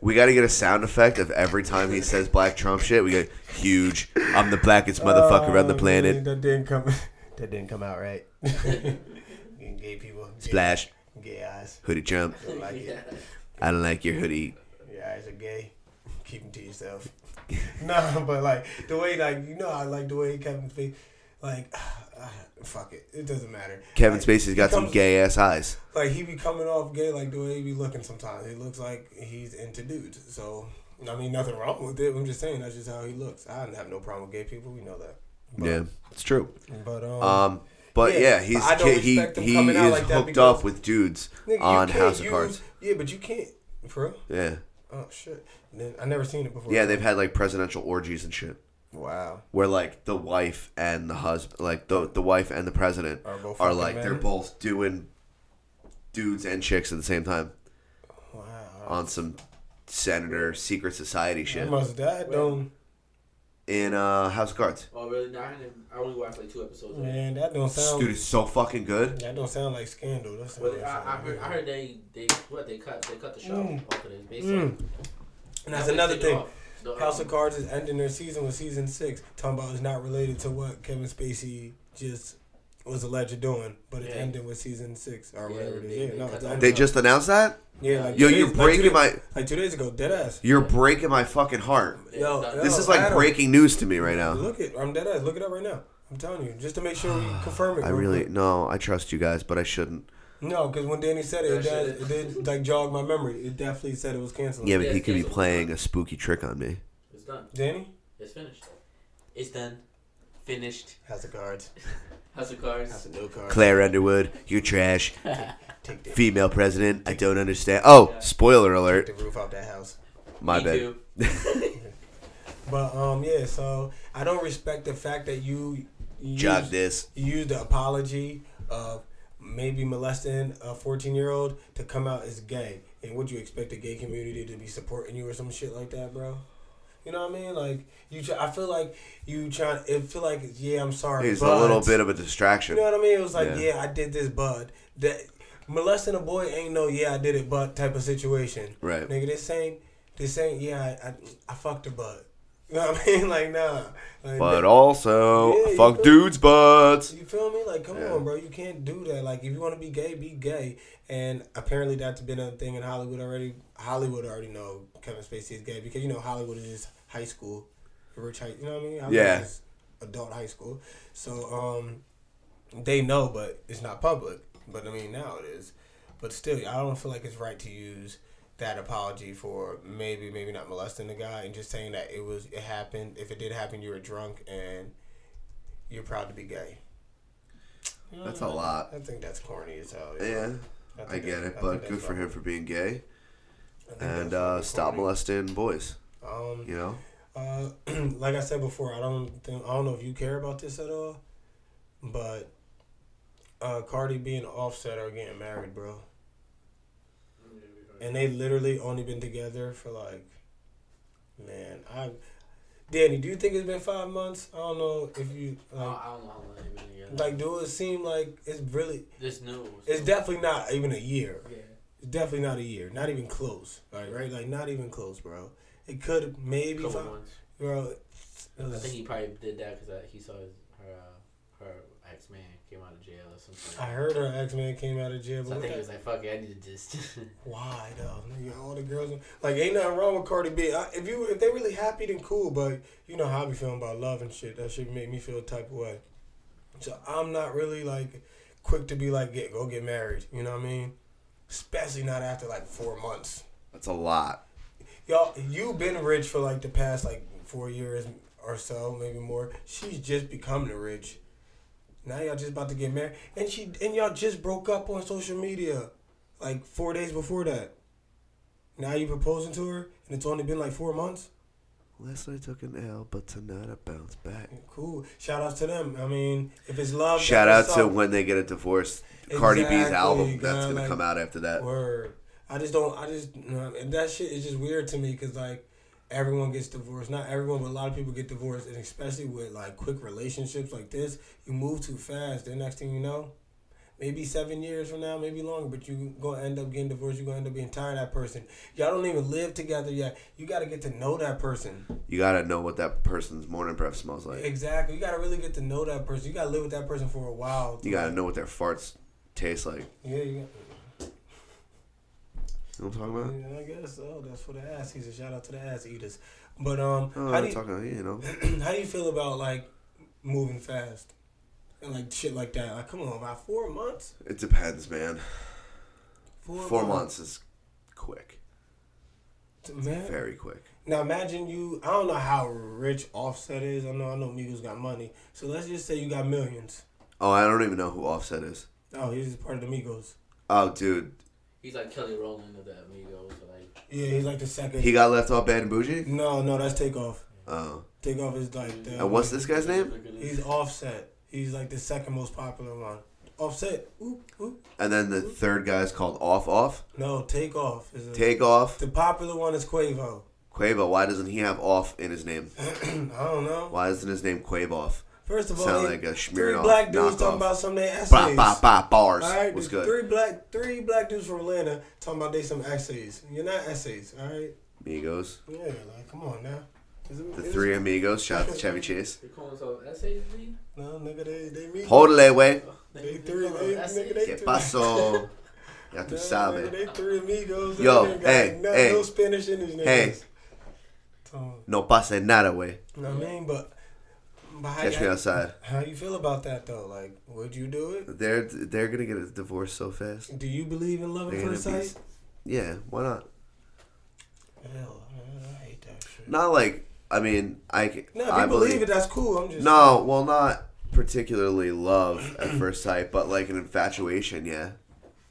[SPEAKER 5] we got to get a sound effect of every time he says Black Trump shit. We get huge. I'm the blackest motherfucker on the
[SPEAKER 6] Oh,
[SPEAKER 5] planet.
[SPEAKER 6] that didn't come. That didn't come out right. gay people. gay-
[SPEAKER 5] Splash
[SPEAKER 6] Gay eyes.
[SPEAKER 5] hoodie Trump.
[SPEAKER 6] Don't like it.
[SPEAKER 5] I don't like your hoodie.
[SPEAKER 6] Your eyes are gay. Keep them to yourself. no, but like the way, like you know, I like the way Kevin Spacey. Like, fuck it. It doesn't matter.
[SPEAKER 5] Kevin
[SPEAKER 6] Like,
[SPEAKER 5] Spacey's got
[SPEAKER 6] he
[SPEAKER 5] some
[SPEAKER 6] comes-
[SPEAKER 5] gay ass eyes.
[SPEAKER 6] like he be coming off gay like the way he be looking sometimes. He looks like he's into dudes. So I mean nothing wrong with it. I'm just saying that's just how he looks. I don't have no problem with gay people. We know that.
[SPEAKER 5] Yeah, it's true.
[SPEAKER 6] But um,
[SPEAKER 5] Um, but
[SPEAKER 6] Yeah, but
[SPEAKER 5] yeah,
[SPEAKER 6] I
[SPEAKER 5] he's
[SPEAKER 6] don't
[SPEAKER 5] he
[SPEAKER 6] respect him
[SPEAKER 5] he
[SPEAKER 6] coming out
[SPEAKER 5] is
[SPEAKER 6] like that
[SPEAKER 5] hooked
[SPEAKER 6] because-
[SPEAKER 5] up with dudes
[SPEAKER 6] nigga, you
[SPEAKER 5] on
[SPEAKER 6] can't
[SPEAKER 5] House of
[SPEAKER 6] use-
[SPEAKER 5] Cards.
[SPEAKER 6] Yeah, but you can't for real?
[SPEAKER 5] Yeah,
[SPEAKER 6] Oh shit. Then- I never seen it before.
[SPEAKER 5] yeah, they've had like presidential orgies and shit,
[SPEAKER 6] Wow.
[SPEAKER 5] where like the wife and the husband, like the the wife and the president
[SPEAKER 6] Are both
[SPEAKER 5] are
[SPEAKER 6] fucking
[SPEAKER 5] like they're
[SPEAKER 6] men?
[SPEAKER 5] both doing dudes and chicks at the same time
[SPEAKER 6] Wow.
[SPEAKER 5] on some senator secret society
[SPEAKER 6] I
[SPEAKER 5] shit
[SPEAKER 6] must that don't
[SPEAKER 5] in uh House of Cards.
[SPEAKER 1] Oh, really? No, I, didn't- I only watched like two episodes. of it.
[SPEAKER 6] man, that don't sound
[SPEAKER 5] Dude, it's so fucking good.
[SPEAKER 6] that don't sound like scandal. That sound
[SPEAKER 1] But
[SPEAKER 6] like
[SPEAKER 1] I, I
[SPEAKER 6] something.
[SPEAKER 1] heard, I heard they, they, what they cut, they cut the show
[SPEAKER 6] Mm.
[SPEAKER 1] off of this. Based on-
[SPEAKER 6] Mm. And that's
[SPEAKER 1] Netflix
[SPEAKER 6] another
[SPEAKER 1] took it
[SPEAKER 6] thing.
[SPEAKER 1] off. The, um,
[SPEAKER 6] House of Cards is ending their season with season six. Talking about it's not related to what Kevin Spacey just
[SPEAKER 3] was alleged doing, but it
[SPEAKER 1] Yeah.
[SPEAKER 3] ended with season six or
[SPEAKER 1] Yeah,
[SPEAKER 3] whatever it is.
[SPEAKER 1] they-
[SPEAKER 3] Yeah,
[SPEAKER 1] they
[SPEAKER 3] no,
[SPEAKER 1] cut
[SPEAKER 3] it's
[SPEAKER 1] that
[SPEAKER 3] ended
[SPEAKER 5] They
[SPEAKER 3] up-
[SPEAKER 5] just announced that?
[SPEAKER 3] yeah, like
[SPEAKER 5] Yo,
[SPEAKER 3] two
[SPEAKER 5] you're
[SPEAKER 3] days-
[SPEAKER 5] breaking
[SPEAKER 3] like two
[SPEAKER 5] my-
[SPEAKER 3] days, like two days ago, dead ass.
[SPEAKER 5] You're breaking my fucking heart.
[SPEAKER 3] Yo,
[SPEAKER 1] Yeah.
[SPEAKER 5] This
[SPEAKER 3] yo,
[SPEAKER 5] is like
[SPEAKER 3] Adam,
[SPEAKER 5] breaking news to me right now.
[SPEAKER 3] Look it, I'm dead ass. Look it up right now. I'm telling you, just to make sure we confirm it.
[SPEAKER 5] I
[SPEAKER 3] real
[SPEAKER 5] really
[SPEAKER 3] quick.
[SPEAKER 5] no, I trust you guys, but I shouldn't.
[SPEAKER 3] no, because when Danny said it, it,
[SPEAKER 1] That
[SPEAKER 3] does,
[SPEAKER 1] shit-
[SPEAKER 3] it did like jog my memory. It definitely said it was canceled.
[SPEAKER 5] Yeah, but
[SPEAKER 1] Yeah,
[SPEAKER 5] he could be
[SPEAKER 1] cancel.
[SPEAKER 5] playing a spooky trick on me.
[SPEAKER 1] It's done.
[SPEAKER 3] Danny
[SPEAKER 1] It's finished. It's done. Finished.
[SPEAKER 3] how's the cards.
[SPEAKER 1] House of Cards.
[SPEAKER 3] That's a new card.
[SPEAKER 5] Claire Underwood, you're trash.
[SPEAKER 3] Take the,
[SPEAKER 5] Female president, I don't understand. Oh, spoiler alert.
[SPEAKER 3] the roof off that house.
[SPEAKER 5] My
[SPEAKER 1] Me
[SPEAKER 5] bad.
[SPEAKER 1] too.
[SPEAKER 3] But um, yeah. So I don't respect the fact that you used,
[SPEAKER 5] Jog this.
[SPEAKER 3] you used the apology of maybe molesting a fourteen year old to come out as gay. And would you expect the gay community to be supporting you or some shit like that, bro? You know what I mean? Like you, try, I feel like you trying. It feel like yeah, I'm sorry.
[SPEAKER 5] It's a
[SPEAKER 3] but-
[SPEAKER 5] little bit of a distraction.
[SPEAKER 3] You know what I mean? It was like
[SPEAKER 5] Yeah.
[SPEAKER 3] yeah, I did this, bud. That molesting a boy ain't no yeah, I did it, but type of situation.
[SPEAKER 5] Right.
[SPEAKER 3] Nigga, this ain't this ain't yeah, I I, I fucked her butt. You know what I mean? Like nah. Like,
[SPEAKER 5] But also,
[SPEAKER 3] Yeah, you
[SPEAKER 5] fuck
[SPEAKER 3] feel-
[SPEAKER 5] dudes' butts.
[SPEAKER 3] you feel me? Like, come
[SPEAKER 5] Yeah.
[SPEAKER 3] on, bro. You can't do that. Like, if you want to be gay, be gay. And apparently, that's been a thing in Hollywood already. Hollywood already know Kevin Spacey is gay because you know Hollywood is high school, rich high. You know what I mean? Hollywood
[SPEAKER 5] Yeah.
[SPEAKER 3] is adult high school. So, um, they know, but it's not public. But I mean, now it is. But still, I don't feel like it's right to use that apology for maybe, maybe not molesting the guy and just saying that it was it happened. If it did happen, you were drunk and you're proud to be gay.
[SPEAKER 5] That's a lot.
[SPEAKER 3] I think that's corny as hell.
[SPEAKER 5] Yeah,
[SPEAKER 3] think
[SPEAKER 5] I get
[SPEAKER 3] that's-
[SPEAKER 5] it,
[SPEAKER 3] I think
[SPEAKER 5] but good
[SPEAKER 3] that's
[SPEAKER 5] for him
[SPEAKER 3] fucking-
[SPEAKER 5] for being gay
[SPEAKER 3] I think that's
[SPEAKER 5] and uh,
[SPEAKER 3] fucking
[SPEAKER 5] stop
[SPEAKER 3] corny.
[SPEAKER 5] molesting boys.
[SPEAKER 3] Um,
[SPEAKER 5] You know,
[SPEAKER 3] uh, like I said before, I don't think I don't know if you care about this at all, but uh, Cardi B and Offset are getting married, bro. And they literally only been together for like, man, I. Danny, do you think it's been five months? I don't know if you
[SPEAKER 1] I don't,
[SPEAKER 3] like.
[SPEAKER 1] I don't know how long they've been together.
[SPEAKER 3] Like, do it seem like it's really?
[SPEAKER 1] This new.
[SPEAKER 3] It's definitely not even a year.
[SPEAKER 1] Yeah.
[SPEAKER 3] It's definitely not a year. Not even close. Like right, like not even close, bro. It could maybe,
[SPEAKER 1] Couple
[SPEAKER 3] fi-
[SPEAKER 1] months.
[SPEAKER 3] bro. it
[SPEAKER 1] I
[SPEAKER 3] was-
[SPEAKER 1] think he probably did that because he saw his, her uh, her ex man came out of jail or something.
[SPEAKER 3] I heard her X Men came out of jail,
[SPEAKER 1] So
[SPEAKER 3] but
[SPEAKER 1] I
[SPEAKER 3] what
[SPEAKER 1] think
[SPEAKER 3] the-
[SPEAKER 1] he was like, "Fuck it, I need to just."
[SPEAKER 3] why though? Nigga, all the girls like ain't nothing wrong with Cardi B. I, if you if they really happy, then cool. But you know how I be feeling about love and shit. That shit make me feel a type of way. So I'm not really like quick to be like get go get married. You know what I mean? Especially not after like four months.
[SPEAKER 5] that's a lot.
[SPEAKER 3] Y'all, you've been rich for like the past like four years or so, maybe more. She's just becoming rich. Now y'all just about to get married, and she and y'all just broke up on social media, like four days before that. Now you proposing to her, and it's only been like four months.
[SPEAKER 5] Last night took an L, but tonight I bounce back.
[SPEAKER 3] Cool. Shout outs to them. I mean, if it's love,
[SPEAKER 5] Shout out
[SPEAKER 3] that's
[SPEAKER 5] to
[SPEAKER 3] what's up.
[SPEAKER 5] when they get a divorce, Cardi B's
[SPEAKER 3] Exactly,
[SPEAKER 5] album that's
[SPEAKER 3] God,
[SPEAKER 5] gonna
[SPEAKER 3] like-
[SPEAKER 5] come out after that.
[SPEAKER 3] Word. I just don't. I just you know, and that shit is just weird to me because like everyone gets divorced. Not everyone, but a lot of people get divorced, and especially with like quick relationships like this, you move too fast. The next thing you know, maybe seven years from now, maybe longer, but you gonna end up getting divorced. You gonna end up being tired of that person. Y'all don't even live together yet. You gotta get to know that person.
[SPEAKER 5] You gotta know what that person's morning breath smells like.
[SPEAKER 3] Exactly. You gotta really get to know that person. You gotta live with that person for a while.
[SPEAKER 5] You gotta know what their farts taste like.
[SPEAKER 3] Yeah. You got-
[SPEAKER 5] You know what I'm talking about?
[SPEAKER 3] Yeah, I guess so. That's for the ass eaters. Shout out to the ass eaters. But um,
[SPEAKER 5] Oh,
[SPEAKER 3] how,
[SPEAKER 5] I'm
[SPEAKER 3] do you,
[SPEAKER 5] talking about you know.
[SPEAKER 3] how do you feel about like moving fast and like shit like that? Like, come on, about four months.
[SPEAKER 5] It depends, man. Four months is quick,
[SPEAKER 3] man.
[SPEAKER 5] very quick.
[SPEAKER 3] Now imagine you. I don't know how rich Offset is. I know. I know Migos got money. So let's just say you got millions.
[SPEAKER 5] Oh, I don't even know who Offset is.
[SPEAKER 3] Oh, he's part of the Migos.
[SPEAKER 5] Oh, dude,
[SPEAKER 1] He's like Kelly Rowland of the Amigos. or Like,
[SPEAKER 3] Yeah, he's like the second.
[SPEAKER 5] he got left off Bad and Bougie.
[SPEAKER 3] no, no, that's Takeoff.
[SPEAKER 5] Oh,
[SPEAKER 3] Takeoff is like the.
[SPEAKER 5] and what's this guy's name?
[SPEAKER 3] He's Offset. He's like the second most popular one. Offset. Ooh, ooh.
[SPEAKER 5] And then the third guy's called Off Off.
[SPEAKER 3] No, Takeoff is a,
[SPEAKER 5] Take off.
[SPEAKER 3] The popular one is Quavo.
[SPEAKER 5] Quavo. Why doesn't he have off in his name?
[SPEAKER 3] I don't know.
[SPEAKER 5] Why isn't his name Quavoff?
[SPEAKER 3] First of all,
[SPEAKER 5] Sound
[SPEAKER 3] they-
[SPEAKER 5] like a
[SPEAKER 3] three
[SPEAKER 5] Smirnoff
[SPEAKER 3] black dudes
[SPEAKER 5] knockoff.
[SPEAKER 3] talking about some of their essays.
[SPEAKER 5] Bah, bah, bah, bars.
[SPEAKER 3] All right,
[SPEAKER 5] What's
[SPEAKER 3] there's
[SPEAKER 5] good?
[SPEAKER 3] three black three black dudes from Atlanta talking about they some essays. You're not essays, all right?
[SPEAKER 5] Migos.
[SPEAKER 3] Yeah, like come on now. Is it-
[SPEAKER 5] The
[SPEAKER 3] is it-
[SPEAKER 5] Three Amigos. Shout out to Chevy Chase.
[SPEAKER 1] They call themselves SAV?
[SPEAKER 3] No, nigga, they they meet.
[SPEAKER 5] Hold way.
[SPEAKER 1] They,
[SPEAKER 3] three,
[SPEAKER 1] call
[SPEAKER 3] they-
[SPEAKER 1] themselves
[SPEAKER 3] nigga,
[SPEAKER 1] SAV.
[SPEAKER 5] Que paso? Ya
[SPEAKER 3] Nah,
[SPEAKER 5] tu
[SPEAKER 3] nigga,
[SPEAKER 5] sabes.
[SPEAKER 3] They three amigos.
[SPEAKER 5] Yo,
[SPEAKER 3] They ain't
[SPEAKER 5] hey,
[SPEAKER 3] got no,
[SPEAKER 5] hey.
[SPEAKER 3] no Spanish in these niggas.
[SPEAKER 5] Hey.
[SPEAKER 3] So,
[SPEAKER 5] No pasa nada, way.
[SPEAKER 3] you know what I mean? But, but how,
[SPEAKER 5] Catch me outside.
[SPEAKER 3] how you feel about that though? Like, would you do it?
[SPEAKER 5] They're they're gonna get a divorce so fast.
[SPEAKER 3] Do you believe in love at
[SPEAKER 5] They're gonna
[SPEAKER 3] first
[SPEAKER 5] be.
[SPEAKER 3] sight?
[SPEAKER 5] Yeah, why not?
[SPEAKER 3] Hell, I- I hate that shit.
[SPEAKER 5] Not like I mean I c-
[SPEAKER 3] No, if you
[SPEAKER 5] I
[SPEAKER 3] believe,
[SPEAKER 5] believe
[SPEAKER 3] it, that's cool. I'm just
[SPEAKER 5] no, well not particularly love at first sight, but like an infatuation, yeah.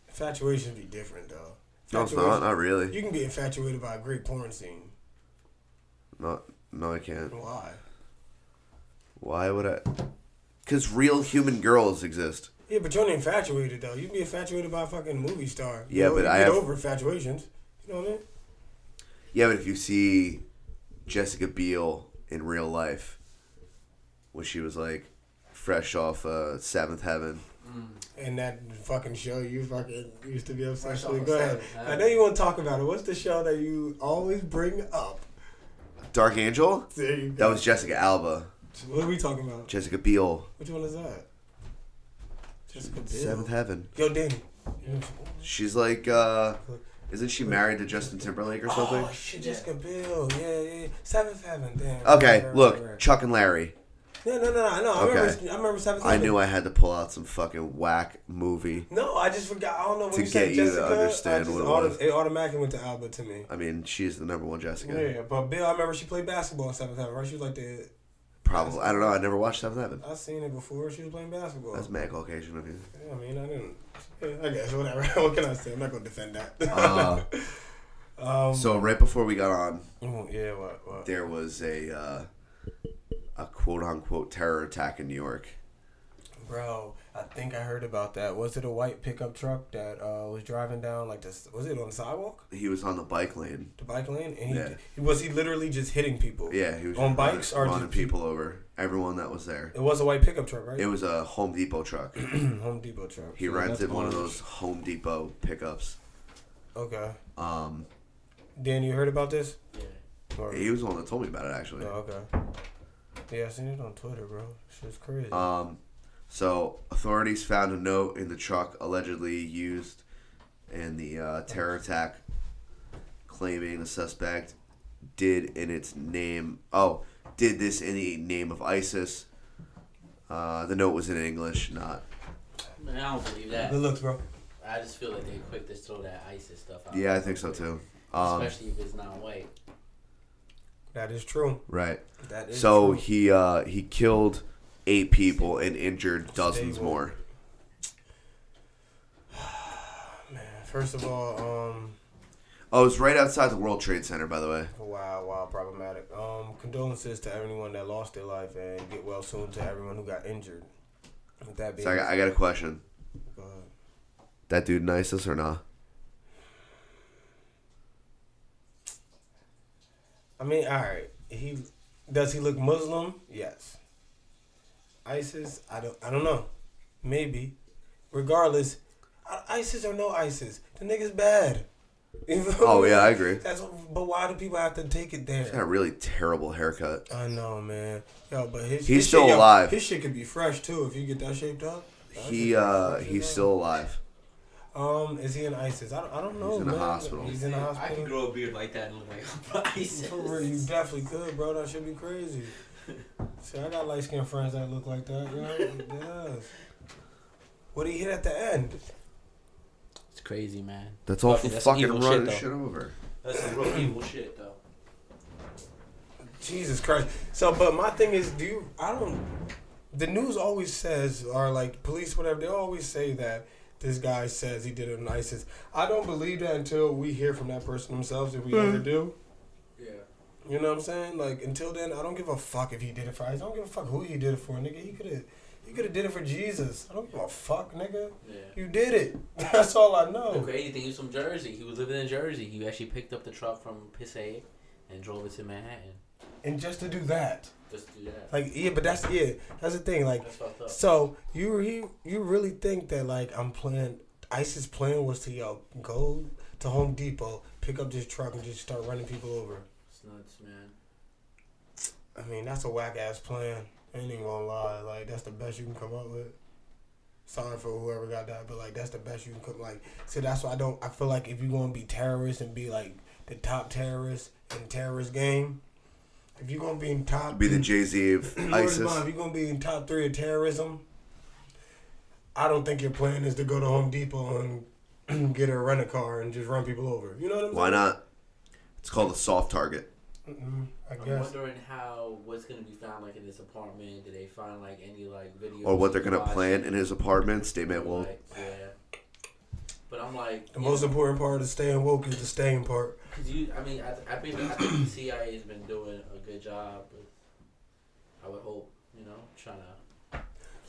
[SPEAKER 3] Infatuation be different though.
[SPEAKER 5] No, it's not. Not really.
[SPEAKER 3] You can be infatuated by a great porn scene.
[SPEAKER 5] No, no, I can't.
[SPEAKER 3] Why?
[SPEAKER 5] Why would I? Because real human girls exist.
[SPEAKER 3] Yeah, but you're only infatuated though. You can be infatuated by a fucking movie star.
[SPEAKER 5] Yeah,
[SPEAKER 3] you know,
[SPEAKER 5] but
[SPEAKER 3] you
[SPEAKER 5] I
[SPEAKER 3] get
[SPEAKER 5] have-
[SPEAKER 3] over infatuations. You know what I mean?
[SPEAKER 5] Yeah, but if you see Jessica Biel in real life, when she was like fresh off uh, Seventh Heaven,
[SPEAKER 3] And that fucking show you fucking used to be obsessed
[SPEAKER 1] Fresh
[SPEAKER 3] with.
[SPEAKER 1] off
[SPEAKER 3] Go
[SPEAKER 1] of
[SPEAKER 3] ahead.
[SPEAKER 1] Seven,
[SPEAKER 3] I know you want to talk about it. What's the show that you always bring up?
[SPEAKER 5] Dark Angel,
[SPEAKER 3] There you
[SPEAKER 5] that
[SPEAKER 3] go.
[SPEAKER 5] was Jessica Alba,
[SPEAKER 3] what are we talking about?
[SPEAKER 5] Jessica Biel,
[SPEAKER 3] Which one is that? Jessica Biel.
[SPEAKER 5] Seventh Heaven.
[SPEAKER 3] Yo, Danny.
[SPEAKER 5] She's like, uh, isn't she married to Justin Timberlake or something?
[SPEAKER 3] Oh shit, Jessica Bill. Yeah, yeah. Seventh Heaven. Damn. Right,
[SPEAKER 5] Okay,
[SPEAKER 3] right, right,
[SPEAKER 5] look,
[SPEAKER 3] right.
[SPEAKER 5] Chuck and Larry.
[SPEAKER 3] No, no, no, no. no I
[SPEAKER 5] Okay.
[SPEAKER 3] remember. I remember Seventh
[SPEAKER 5] I
[SPEAKER 3] Heaven.
[SPEAKER 5] knew I had to pull out some fucking whack movie.
[SPEAKER 3] No, I just forgot. I don't know when
[SPEAKER 5] To
[SPEAKER 3] you said
[SPEAKER 5] get you to
[SPEAKER 3] Jessica. I
[SPEAKER 5] understand
[SPEAKER 3] just
[SPEAKER 5] what it
[SPEAKER 3] auto-
[SPEAKER 5] was.
[SPEAKER 3] It automatically went to Alba to me.
[SPEAKER 5] I mean, she's the number one Jessica.
[SPEAKER 3] Yeah. but Bill, I remember she played basketball in seventh heaven, right? She was like the
[SPEAKER 5] Probably. I don't know. I never watched Seventh Heaven.
[SPEAKER 3] I seen it before. She was playing basketball.
[SPEAKER 5] That's mad Caucasian of you.
[SPEAKER 3] Yeah, I mean, I didn't. Yeah, I guess whatever. what can I say? I'm not gonna defend that.
[SPEAKER 5] Uh,
[SPEAKER 3] um,
[SPEAKER 5] so right before we got on,
[SPEAKER 3] oh, yeah, what, what?
[SPEAKER 5] there was a uh, a quote unquote terror attack in New York.
[SPEAKER 3] Bro, I think I heard about that. Was it a white pickup truck that uh, was driving down like this? Was it on the sidewalk,
[SPEAKER 5] He was on the bike lane.
[SPEAKER 3] the bike lane? And he,
[SPEAKER 5] Yeah.
[SPEAKER 3] was he literally just hitting people?
[SPEAKER 5] Yeah, he was
[SPEAKER 3] on bikes or
[SPEAKER 5] running
[SPEAKER 3] just
[SPEAKER 5] people over. Everyone that was there.
[SPEAKER 3] It was a white pickup truck, right?
[SPEAKER 5] It was a Home Depot truck.
[SPEAKER 3] Home Depot truck.
[SPEAKER 5] He rented
[SPEAKER 7] that's
[SPEAKER 5] one of
[SPEAKER 7] orange.
[SPEAKER 5] those Home Depot pickups.
[SPEAKER 3] Okay.
[SPEAKER 5] Um,
[SPEAKER 3] Dan, you heard about this?
[SPEAKER 1] Yeah.
[SPEAKER 3] Or-
[SPEAKER 5] he was the one that told me about it actually.
[SPEAKER 3] Oh, okay. Yeah, I seen it on Twitter, bro. Shit's crazy.
[SPEAKER 5] Um, so authorities found a note in the truck allegedly used in the uh, terror attack, claiming the suspect did in its name. Oh, did this in the name of ISIS? Uh, the note was in English, not
[SPEAKER 1] Man, I don't believe that.
[SPEAKER 3] Good looks, bro.
[SPEAKER 1] I just feel like they quick to throw that ISIS stuff out.
[SPEAKER 5] yeah, I think so too. Um,
[SPEAKER 1] Especially if it's not white.
[SPEAKER 3] That is true.
[SPEAKER 5] right.
[SPEAKER 3] That is
[SPEAKER 5] So
[SPEAKER 3] true.
[SPEAKER 5] he uh, he killed eight people and injured dozens
[SPEAKER 3] woke.
[SPEAKER 5] more.
[SPEAKER 3] man. First of all, um,
[SPEAKER 5] Oh, it was right outside the World Trade Center, by the way.
[SPEAKER 3] wow, wow, problematic. Um, condolences to everyone that lost their life, and get well soon to everyone who got injured. With that being,
[SPEAKER 5] So I got, I got a question.
[SPEAKER 3] Go ahead.
[SPEAKER 5] That dude in ISIS or not?
[SPEAKER 3] I mean, all right. He does he look Muslim? Yes. ISIS? I don't. I don't know. Maybe. Regardless, I- ISIS or no ISIS, the nigga's bad. You know
[SPEAKER 5] Oh,
[SPEAKER 3] what
[SPEAKER 5] yeah, I
[SPEAKER 3] mean?
[SPEAKER 5] agree.
[SPEAKER 3] That's what- but why do people have to take it
[SPEAKER 5] He's got a
[SPEAKER 3] there?
[SPEAKER 5] really terrible haircut.
[SPEAKER 3] I know, man. Yo, but
[SPEAKER 5] He's
[SPEAKER 3] his his
[SPEAKER 5] still
[SPEAKER 3] shit, yo,
[SPEAKER 5] alive.
[SPEAKER 3] his shit could be fresh too if you get that shaped up. That shit
[SPEAKER 5] He
[SPEAKER 3] could
[SPEAKER 5] uh
[SPEAKER 3] be fresh
[SPEAKER 5] he's
[SPEAKER 3] as
[SPEAKER 5] still alive.
[SPEAKER 3] hell. Um, is he in ISIS? I don't. I don't know.
[SPEAKER 5] in a
[SPEAKER 3] man.
[SPEAKER 5] hospital.
[SPEAKER 3] He's in a
[SPEAKER 1] I can
[SPEAKER 3] hospital.
[SPEAKER 1] grow a beard like that and look like I'm from ISIS.
[SPEAKER 3] For real, you definitely could, bro. That should be crazy. See, I got light skinned friends that look like that, yo. It does. What he hit at the end?
[SPEAKER 1] It's crazy, man.
[SPEAKER 5] That's all
[SPEAKER 1] Fucking-
[SPEAKER 5] for
[SPEAKER 1] that's
[SPEAKER 5] fucking
[SPEAKER 1] evil
[SPEAKER 5] running
[SPEAKER 1] shit,
[SPEAKER 5] shit,
[SPEAKER 1] though.
[SPEAKER 5] over.
[SPEAKER 1] That's some real evil shit, though.
[SPEAKER 3] Jesus Christ. So, but my thing is, do you? I don't. The news always says, or like police, whatever. They always say that this guy says he did it in ISIS. I don't believe that until we hear from that person themselves. If we ever do.
[SPEAKER 1] Yeah.
[SPEAKER 3] You know what I'm saying? Like until then, I don't give a fuck if he did it for. I don't give a fuck who he did it for, nigga. He could have, he could have did it for Jesus. I don't give a fuck, nigga.
[SPEAKER 1] Yeah.
[SPEAKER 3] You did it. That's all I
[SPEAKER 1] The
[SPEAKER 3] know.
[SPEAKER 1] crazy thing, he was from Jersey. He was living in Jersey. He actually picked up the truck from Passaic and drove it to Manhattan.
[SPEAKER 3] And just to do that,
[SPEAKER 1] Just to do that.
[SPEAKER 3] like yeah, but that's yeah, that's the thing. Like
[SPEAKER 1] That's fucked up.
[SPEAKER 3] so, you he, you really think that like I'm playing ISIS' plan was to yo go to Home Depot, pick up this truck, and just start running people over.
[SPEAKER 1] It's nuts, man.
[SPEAKER 6] I mean, that's a whack ass plan. I ain't even gonna lie. Like, that's the best you can come up with. Sorry for whoever got that, but like, that's the best you can come. Like, so that's why I don't. I feel like if you're gonna be terrorist and be like the top terrorist in terrorist game, if you're gonna be in top,
[SPEAKER 5] Be the Jay Z of
[SPEAKER 6] Lord
[SPEAKER 5] ISIS.
[SPEAKER 6] Bond, if you're gonna be in top three of terrorism, I don't think your plan is to go to Home Depot and get a rent a car and just run people over. You know what I'm
[SPEAKER 5] Why not? It's called a soft target.
[SPEAKER 6] saying? I
[SPEAKER 1] I'm
[SPEAKER 6] guess.
[SPEAKER 1] wondering how what's gonna be found like in this apartment. Did they find like any like videos
[SPEAKER 5] Or what they're
[SPEAKER 1] you
[SPEAKER 5] gonna
[SPEAKER 1] watched?
[SPEAKER 5] plan in his apartment. Statement will
[SPEAKER 1] Like, yeah. But I'm like
[SPEAKER 6] The most important part of staying woke is the staying part.
[SPEAKER 1] Cause you, I mean, I, I, think, I think the CIA has been doing a good job. But I would hope, you know, trying to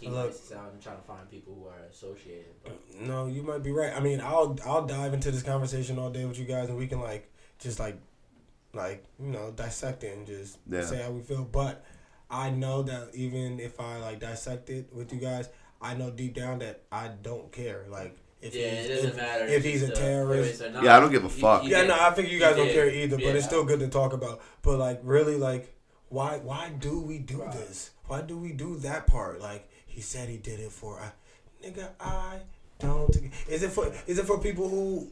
[SPEAKER 1] keep
[SPEAKER 6] Look.
[SPEAKER 1] ISIS out and trying to find people who are associated. But
[SPEAKER 6] No, you might be right. I mean, I'll I'll dive into this conversation all day with you guys, and we can like just like like you know dissect it and just
[SPEAKER 5] Yeah.
[SPEAKER 6] say how we feel. But I know that even if I like dissect it with you guys, I know deep down that I don't care. Like if
[SPEAKER 1] yeah,
[SPEAKER 6] he's,
[SPEAKER 1] it doesn't
[SPEAKER 6] if,
[SPEAKER 1] matter
[SPEAKER 6] if he's a
[SPEAKER 1] the
[SPEAKER 6] terrorist.
[SPEAKER 1] or not.
[SPEAKER 5] Yeah, I don't give a fuck.
[SPEAKER 6] Yeah, no, I think you guys don't
[SPEAKER 1] did.
[SPEAKER 6] care either, but
[SPEAKER 1] Yeah.
[SPEAKER 6] it's still good to talk about. But like, really, like, why why do we do this? Why do we do that part? Like, he said he did it for, I, nigga, I don't. Is it for is it for people who?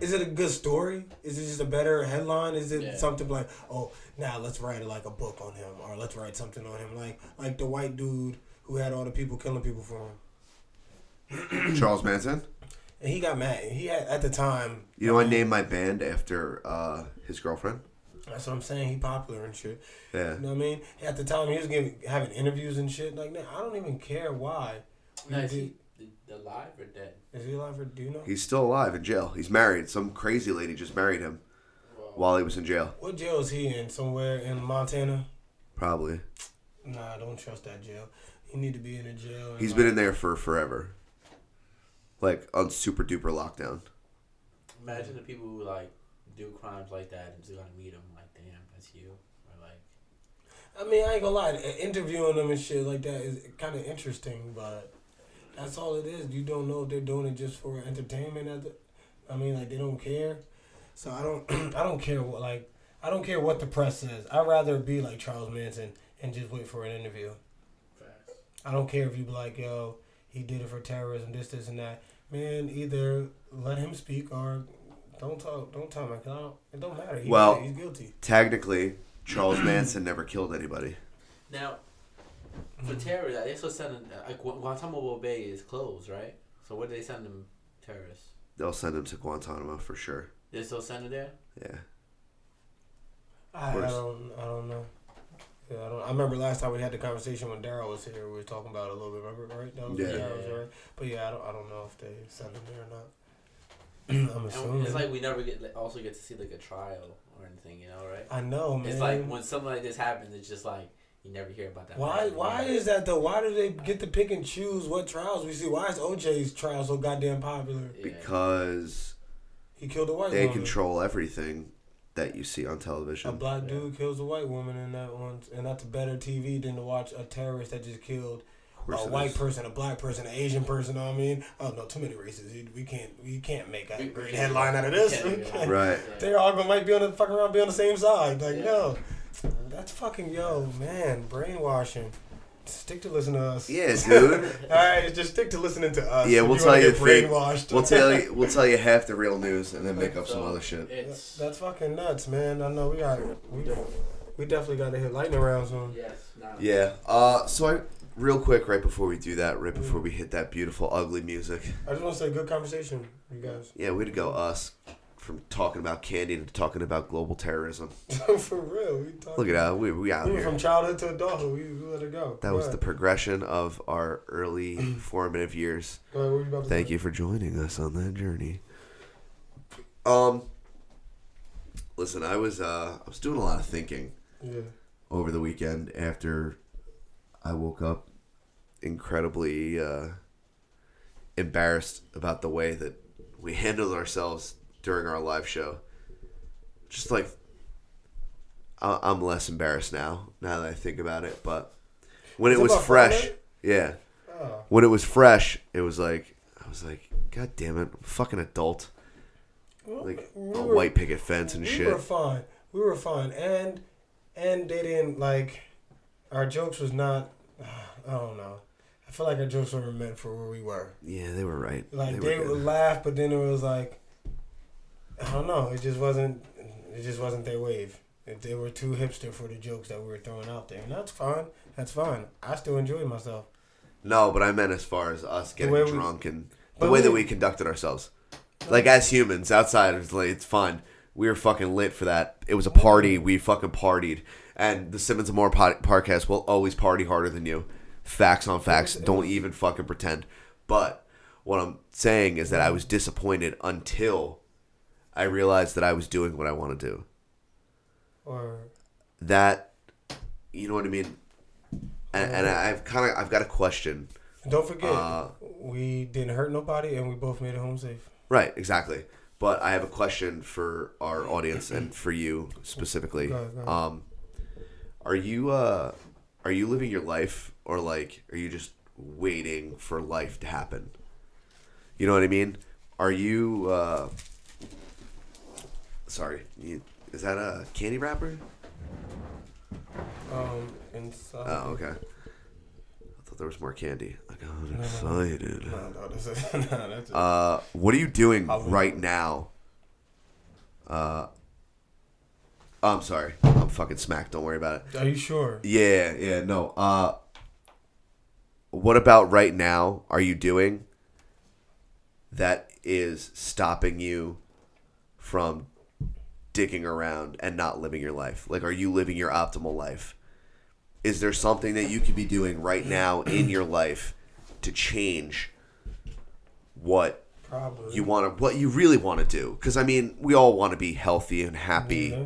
[SPEAKER 6] Is it a good story? Is it just a better headline? Is it
[SPEAKER 1] Yeah.
[SPEAKER 6] something like, oh, now let's write like a book on him, or let's write something on him, like like the white dude who had all the people killing people for him,
[SPEAKER 5] Charles Manson.
[SPEAKER 6] and he got mad. He had at the time
[SPEAKER 5] You know, I named my band after uh, his girlfriend.
[SPEAKER 6] That's what I'm saying. He popular and shit.
[SPEAKER 5] Yeah.
[SPEAKER 6] You know what I mean? At the time, he was giving having interviews and shit. Like, man, I don't even care why. We
[SPEAKER 1] No, is
[SPEAKER 6] did-
[SPEAKER 1] he the- alive or dead?
[SPEAKER 6] is he alive or do you know?
[SPEAKER 5] He's still alive in jail. He's married. Some crazy lady just married him while he was in jail.
[SPEAKER 6] What jail is he in? Somewhere in Montana?
[SPEAKER 5] Probably.
[SPEAKER 6] Nah, I don't trust that jail. He need to be in a jail.
[SPEAKER 5] He's been in there for forever. Like on super duper lockdown.
[SPEAKER 1] Imagine the people who like do crimes like that and just gonna meet him. Like, damn, that's you. Or like,
[SPEAKER 6] I mean, I ain't gonna lie. Interviewing them and shit like that is kind of interesting, but that's all it is. You don't know if they're doing it just for entertainment. At the, I mean, like they don't care. So I don't, I don't care what like I don't care what the press says. I'd rather be like Charles Manson and just wait for an interview.
[SPEAKER 1] facts.
[SPEAKER 6] I don't care if you be like, yo, he did it for terrorism, this, this, and that. Man, either let him speak or don't talk. Don't tell him. I don't, it don't matter. He
[SPEAKER 5] Well-
[SPEAKER 6] did it. he's guilty.
[SPEAKER 5] Technically, Charles Manson never killed anybody.
[SPEAKER 1] Now, for
[SPEAKER 6] Mm.
[SPEAKER 1] terrorists, they're still sending like Gu- Guantanamo Bay is closed, right? So where do they send them terrorists?
[SPEAKER 5] They'll send him to Guantanamo for sure.
[SPEAKER 1] They still send them there.
[SPEAKER 5] Yeah.
[SPEAKER 6] I, I
[SPEAKER 5] course.
[SPEAKER 6] don't. I don't know. Yeah, I, don't, I remember last time we had the conversation when Daryl was here. We were talking about it a little bit. Remember, right? That was
[SPEAKER 5] Yeah.
[SPEAKER 6] Daryl's, right? But yeah, I don't. I don't know if they send him there or not. I'm
[SPEAKER 1] And
[SPEAKER 6] assuming.
[SPEAKER 1] it's like we never get like, also get to see like a trial or anything, you know, right?
[SPEAKER 6] I know, man.
[SPEAKER 1] It's like when something like this happens, it's just like you never hear about that.
[SPEAKER 6] Why?
[SPEAKER 1] person,
[SPEAKER 6] Why
[SPEAKER 1] you know?
[SPEAKER 6] is that though? Why do they get to pick and choose what trials we see? Why is OJ's trial so goddamn popular?
[SPEAKER 1] Yeah.
[SPEAKER 5] Because
[SPEAKER 6] He killed a white
[SPEAKER 5] they
[SPEAKER 6] woman.
[SPEAKER 5] control everything that you see on
[SPEAKER 6] A
[SPEAKER 5] television.
[SPEAKER 6] black dude kills a white woman in that one, and that's better TV than to watch a terrorist that just killed
[SPEAKER 5] Of
[SPEAKER 6] a
[SPEAKER 5] course it
[SPEAKER 6] white
[SPEAKER 5] is.
[SPEAKER 6] person, a black person, an Asian person. know what I mean, oh no, too many races. You- We can't, we can't make a
[SPEAKER 1] We- we
[SPEAKER 6] great
[SPEAKER 1] can't-
[SPEAKER 6] headline out of
[SPEAKER 1] we
[SPEAKER 6] this.
[SPEAKER 1] can't
[SPEAKER 6] We
[SPEAKER 1] do that.
[SPEAKER 6] can't.
[SPEAKER 5] Right.
[SPEAKER 1] Yeah.
[SPEAKER 6] They're all gonna might be on the fucking around, be on the same side. Like
[SPEAKER 1] Yeah.
[SPEAKER 6] no, that's fucking yo, man, brainwashing. Stick to listening to us.
[SPEAKER 5] Yeah, dude.
[SPEAKER 6] All right, just stick to listening to us.
[SPEAKER 5] Yeah,
[SPEAKER 6] if
[SPEAKER 5] we'll
[SPEAKER 6] you
[SPEAKER 5] tell
[SPEAKER 6] wanna
[SPEAKER 5] you
[SPEAKER 6] get
[SPEAKER 5] the fake-
[SPEAKER 6] brainwashed.
[SPEAKER 5] We'll tell you we'll tell you half the real news and then make up some
[SPEAKER 1] So,
[SPEAKER 5] other shit.
[SPEAKER 1] It's
[SPEAKER 6] That's fucking nuts, man. I know we got we, we definitely got to hit lightning rounds on.
[SPEAKER 1] yes. Nah,
[SPEAKER 5] Yeah. Uh so I real quick right before we do that, right before we hit that beautiful ugly music.
[SPEAKER 6] I just want to say, good conversation, you guys.
[SPEAKER 5] Yeah, way to go us from talking about candy to talking about global terrorism.
[SPEAKER 6] For real, we talked.
[SPEAKER 5] Look at that. We we out
[SPEAKER 6] we went
[SPEAKER 5] here.
[SPEAKER 6] from childhood to adulthood. We, we let it go.
[SPEAKER 5] That was the progression of our early formative years. Thank you for joining us on that journey. Um Listen, I was uh I was doing a lot of thinking
[SPEAKER 6] Yeah.
[SPEAKER 5] over the weekend after I woke up incredibly uh, embarrassed about the way that we handled ourselves during our live show. Just like I- I'm less embarrassed now, now that I think about it. But when
[SPEAKER 6] Is
[SPEAKER 5] it
[SPEAKER 6] it
[SPEAKER 5] was
[SPEAKER 6] about
[SPEAKER 5] fresh,
[SPEAKER 6] Friday?
[SPEAKER 5] yeah,
[SPEAKER 6] Oh,
[SPEAKER 5] when it was fresh, it was like I was like, God damn it, I'm a fucking adult,
[SPEAKER 6] Well,
[SPEAKER 5] like a
[SPEAKER 6] we were-
[SPEAKER 5] white picket fence and
[SPEAKER 6] we
[SPEAKER 5] shit.
[SPEAKER 6] were fine. We were fine, and and they didn't like our jokes was not. I don't know. I feel like our jokes were meant for where we were.
[SPEAKER 5] Yeah, they were right.
[SPEAKER 6] Like
[SPEAKER 5] were
[SPEAKER 6] they,
[SPEAKER 5] good.
[SPEAKER 6] would laugh, but then it was like, I don't know. It just wasn't. It just wasn't their wave. If They were too hipster for the jokes that we were throwing out there, and that's fine. That's fine. I still enjoyed myself.
[SPEAKER 5] No, but I meant as far as us getting
[SPEAKER 6] way we-
[SPEAKER 5] drunk and the
[SPEAKER 6] but
[SPEAKER 5] way
[SPEAKER 6] we-
[SPEAKER 5] that we conducted ourselves. Like as humans, outside it's like it's fun. We were fucking lit for that. It was a party. We fucking partied. And the Simmons and More pod- podcast will always party harder than you. Facts on facts. Don't even fucking pretend. But what I'm saying is that I was disappointed until I realized that I was doing what I want to do.
[SPEAKER 6] Or
[SPEAKER 5] That, you know what I mean. And, and I've kind of I've got a question.
[SPEAKER 6] and don't forget,
[SPEAKER 5] Uh,
[SPEAKER 6] we didn't hurt nobody, and we both made it home safe.
[SPEAKER 5] Right, exactly. But I have a question for our audience and for you specifically.
[SPEAKER 6] Go ahead, go ahead.
[SPEAKER 5] Um, are you uh, are you living your life, or like, are you just waiting for life to happen? You know what I mean? Are you? Uh, sorry, you, is that a candy wrapper?
[SPEAKER 6] Um, and so,
[SPEAKER 5] Oh, okay. I thought there was more candy. I got excited.
[SPEAKER 6] no, no, that's it. no, that's it.
[SPEAKER 5] Uh, what are you doing
[SPEAKER 6] I'll-
[SPEAKER 5] right now? Uh, I'm sorry. I'm fucking smacked. Don't worry about it.
[SPEAKER 6] Are you sure?
[SPEAKER 5] Yeah, yeah, no. Uh, what about right now are you doing that is stopping you from digging around and not living your life? Like, are you living your optimal life? Is there something that you could be doing right now in your life to change what
[SPEAKER 6] Probably.
[SPEAKER 5] you want to what you really want to do because i mean we all want to be healthy and happy
[SPEAKER 6] Yeah.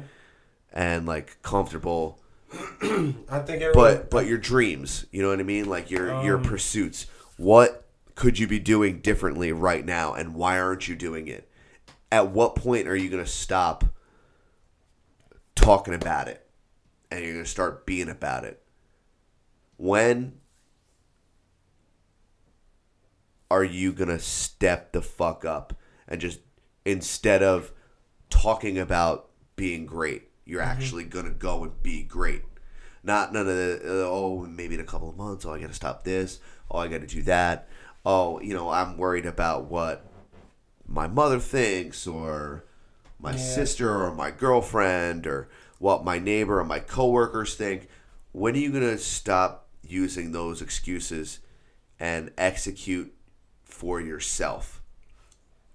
[SPEAKER 5] and like comfortable
[SPEAKER 6] I think everyone.
[SPEAKER 5] but but your dreams you know what i mean like your your pursuits what could you be doing differently right now and why aren't you doing it at what point are you going to stop talking about it and you're going to start being about it when are you gonna step the fuck up and just instead of talking about being great, you're actually gonna go and be great. Not none of the uh, oh maybe in a couple of months oh I gotta stop this oh I gotta do that oh you know I'm worried about what my mother thinks or my sister or my girlfriend or what my neighbor or my coworkers think. When are you gonna stop using those excuses and execute for yourself?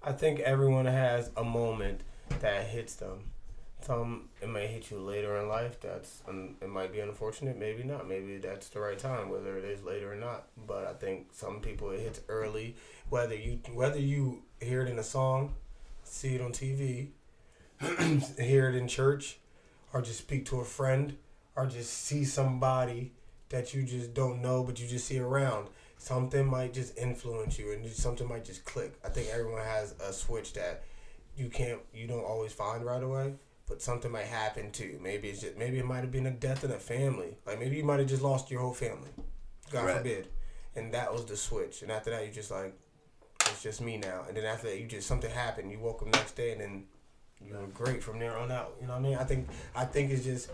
[SPEAKER 6] I think everyone has a moment that hits them. Some it may hit you later in life. That's um, it might be unfortunate. Maybe not. Maybe that's the right time, whether it is later or not. But I think some people it hits early. Whether you whether you hear it in a song, see it on TV, hear it in church, or just speak to a friend, or just see somebody that you just don't know but you just see around. Something might just influence you and just- something might just click. I think everyone has a switch that you can't you don't always find right away. But something might happen to you. Maybe it's just maybe it might have been a death in a family. Like maybe you might have just lost your whole family. God
[SPEAKER 5] Right.
[SPEAKER 6] forbid. And that was the switch. And after that you just like it's just me now. And then after that you just something happened. You woke up next day and then you were great from there on out. You know what I mean? I think I think it's just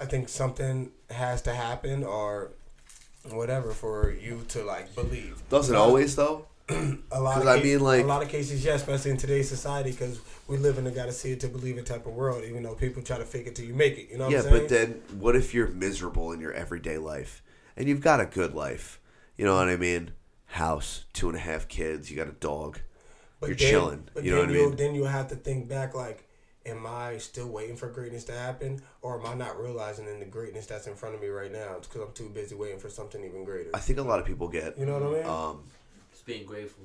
[SPEAKER 6] I think something has to happen or whatever for you to like believe.
[SPEAKER 5] Doesn't always though.
[SPEAKER 6] A lot
[SPEAKER 5] 'Cause I
[SPEAKER 6] of ca-
[SPEAKER 5] mean, like-
[SPEAKER 6] a lot of cases, yes, especially in today's society, because we live in a gotta see it to believe it type of world. Even though people try to fake it till you make it, you know what
[SPEAKER 5] yeah,
[SPEAKER 6] I'm saying?
[SPEAKER 5] but then what if you're miserable in your everyday life and you've got a good life? You know what I mean? House, two and a half kids, you got a dog.
[SPEAKER 6] But
[SPEAKER 5] you're
[SPEAKER 6] then-
[SPEAKER 5] chilling.
[SPEAKER 6] but
[SPEAKER 5] You know what
[SPEAKER 6] then
[SPEAKER 5] I
[SPEAKER 6] you'll-
[SPEAKER 5] mean?
[SPEAKER 6] Then you'll have to think back, like, am I still waiting for greatness to happen, or am I not realizing in the greatness that's in front of me right now? It's because I'm too busy waiting for something even greater.
[SPEAKER 5] I think a lot of people get
[SPEAKER 6] You know what I mean?
[SPEAKER 5] um
[SPEAKER 1] Just being grateful.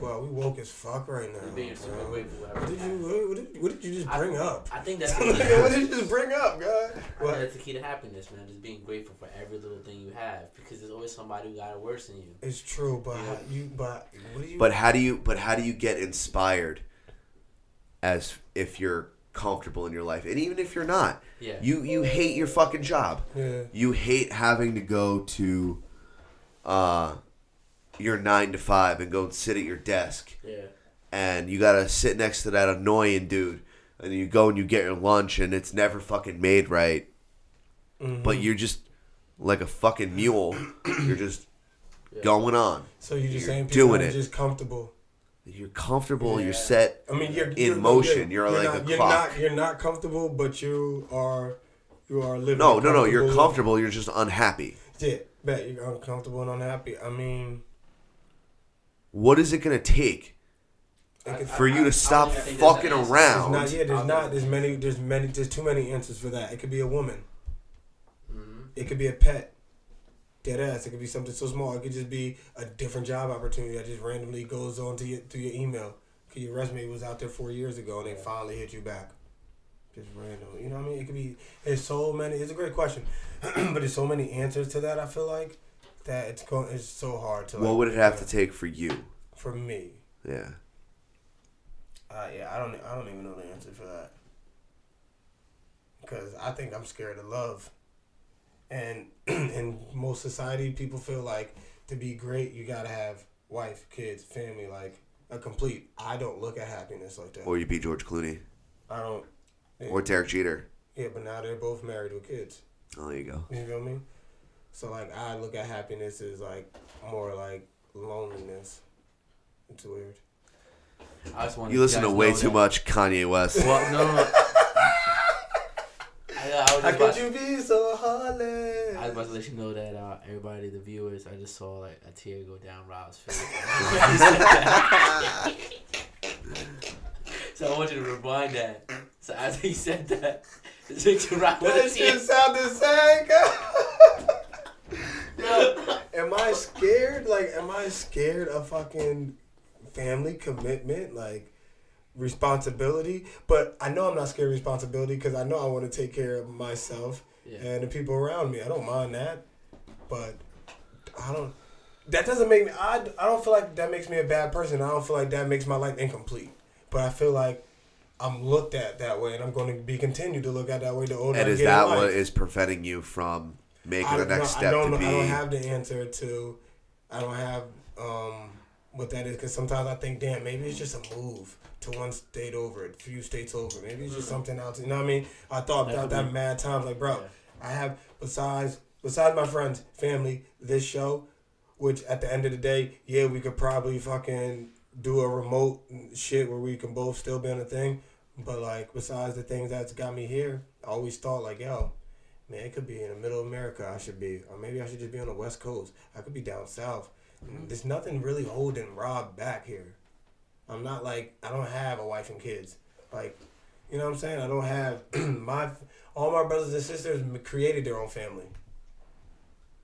[SPEAKER 6] well, we woke as fuck right now.
[SPEAKER 1] Just being super
[SPEAKER 6] bro.
[SPEAKER 1] grateful. Whatever.
[SPEAKER 6] What did you what did, what did you just bring up?
[SPEAKER 1] I think that's the key.
[SPEAKER 6] what did you just bring up, guy?
[SPEAKER 1] I think
[SPEAKER 6] What?
[SPEAKER 1] that's the key to happiness, man. Just being grateful for every little thing you have, because there's always somebody who got it worse than you.
[SPEAKER 6] It's true, but how, you but what do you?
[SPEAKER 5] but how do you but how do you get inspired as if you're comfortable in your life and even if you're not
[SPEAKER 1] Yeah.
[SPEAKER 5] you you hate your fucking job
[SPEAKER 6] Yeah.
[SPEAKER 5] you hate having to go to uh your nine to five and go and sit at your desk
[SPEAKER 1] Yeah.
[SPEAKER 5] and you gotta sit next to that annoying dude and you go and you get your lunch and it's never fucking made right but you're just like a fucking mule. you're just going on.
[SPEAKER 3] So you're just
[SPEAKER 5] You're
[SPEAKER 3] saying people
[SPEAKER 5] doing
[SPEAKER 3] are
[SPEAKER 5] it.
[SPEAKER 3] just comfortable.
[SPEAKER 5] You're comfortable. You're set.
[SPEAKER 3] I mean, you're
[SPEAKER 5] in
[SPEAKER 3] you're-
[SPEAKER 5] motion. You're, like
[SPEAKER 3] not,
[SPEAKER 5] a
[SPEAKER 3] you're
[SPEAKER 5] clock.
[SPEAKER 3] Not, you're not comfortable, but you are you are living.
[SPEAKER 5] no,
[SPEAKER 3] a
[SPEAKER 5] no, no. You're
[SPEAKER 3] comfortable
[SPEAKER 5] comfortable. You're just unhappy.
[SPEAKER 3] Yeah, bet you're uncomfortable and unhappy. I mean,
[SPEAKER 5] What is it gonna take for you to stop
[SPEAKER 1] I think
[SPEAKER 5] fucking
[SPEAKER 1] there's an
[SPEAKER 3] there's
[SPEAKER 1] answer.
[SPEAKER 5] around?
[SPEAKER 3] not yeah, there's
[SPEAKER 1] I'll-
[SPEAKER 3] not there's many there's many there's too many answers for that. It could be a woman. It could be a pet. Dead ass. It could be something so small. It could just be a different job opportunity that just randomly goes on to your through your email. 'Cause your resume was out there four years ago and they finally hit you back. Just random. You know what I mean? It could be there's so many it's a great question. but there's so many answers to that I feel like that it's going it's so hard to like,
[SPEAKER 5] what would it have to take for you?
[SPEAKER 3] for me.
[SPEAKER 5] Yeah.
[SPEAKER 3] Uh, yeah, I don't. I don't even know the answer for that. Because I think I'm scared of love, and in most society, people feel like to be great, you gotta have wife, kids, family, like a complete. I don't look at happiness like that.
[SPEAKER 5] Or you be George Clooney
[SPEAKER 3] I don't.
[SPEAKER 5] or Derek Jeter.
[SPEAKER 3] Yeah, but now they're both married with kids.
[SPEAKER 5] Oh, there you go.
[SPEAKER 3] You feel me? So like, I look at happiness as like more like loneliness. It's weird.
[SPEAKER 1] I just wanted
[SPEAKER 5] You listen
[SPEAKER 1] guys
[SPEAKER 5] to way
[SPEAKER 1] know
[SPEAKER 5] too
[SPEAKER 1] that-
[SPEAKER 5] much Kanye West.
[SPEAKER 1] Well, no, no, no. I, I, was
[SPEAKER 3] How could
[SPEAKER 1] just about,
[SPEAKER 3] you be so
[SPEAKER 1] I was
[SPEAKER 3] heartless?
[SPEAKER 1] about to let you know that uh, everybody, the viewers, I just saw like a tear go down Rob's face. so I want you to rewind that. So as he said that, the picture Rob with a
[SPEAKER 3] That
[SPEAKER 1] tear.
[SPEAKER 3] shit sounded sad. Yo, am I scared? Like, am I scared of fucking family commitment? Like, responsibility? But I know I'm not scared of responsibility because I know I want to take care of myself
[SPEAKER 1] Yeah.
[SPEAKER 3] and the people around me. I don't mind that. But I don't. That doesn't make me. I, I don't feel like that makes me a bad person. I don't feel like that makes my life incomplete. But I feel like I'm looked at that way, and I'm going to be continued to look at that way the older
[SPEAKER 5] and
[SPEAKER 3] I
[SPEAKER 5] is
[SPEAKER 3] get in
[SPEAKER 5] that
[SPEAKER 3] life.
[SPEAKER 5] what is preventing you from making
[SPEAKER 3] I
[SPEAKER 5] the
[SPEAKER 3] don't
[SPEAKER 5] next
[SPEAKER 3] know-
[SPEAKER 5] step
[SPEAKER 3] I don't,
[SPEAKER 5] to be?
[SPEAKER 3] know- I don't have the answer to. I don't have um, what that is because sometimes I think, damn, maybe it's just a move to one state over, a few states over. Maybe it's just something else. You know what I mean? I thought
[SPEAKER 1] Mm-hmm. That
[SPEAKER 3] about
[SPEAKER 1] could
[SPEAKER 3] that
[SPEAKER 1] be-
[SPEAKER 3] mad times, like, bro, I have besides besides my friends, family, this show, which at the end of the day, yeah, we could probably fucking do a remote shit where we can both still be on a thing. But like besides the things that's got me here, I always thought like, yo, man, it could be in the middle of America I should be. Or maybe I should just be on the west coast. I could be down south. There's nothing really holding Rob back here. I'm not like I don't have a wife and kids. Like, you know what I'm saying? I don't have my all my brothers and sisters m- created their own family.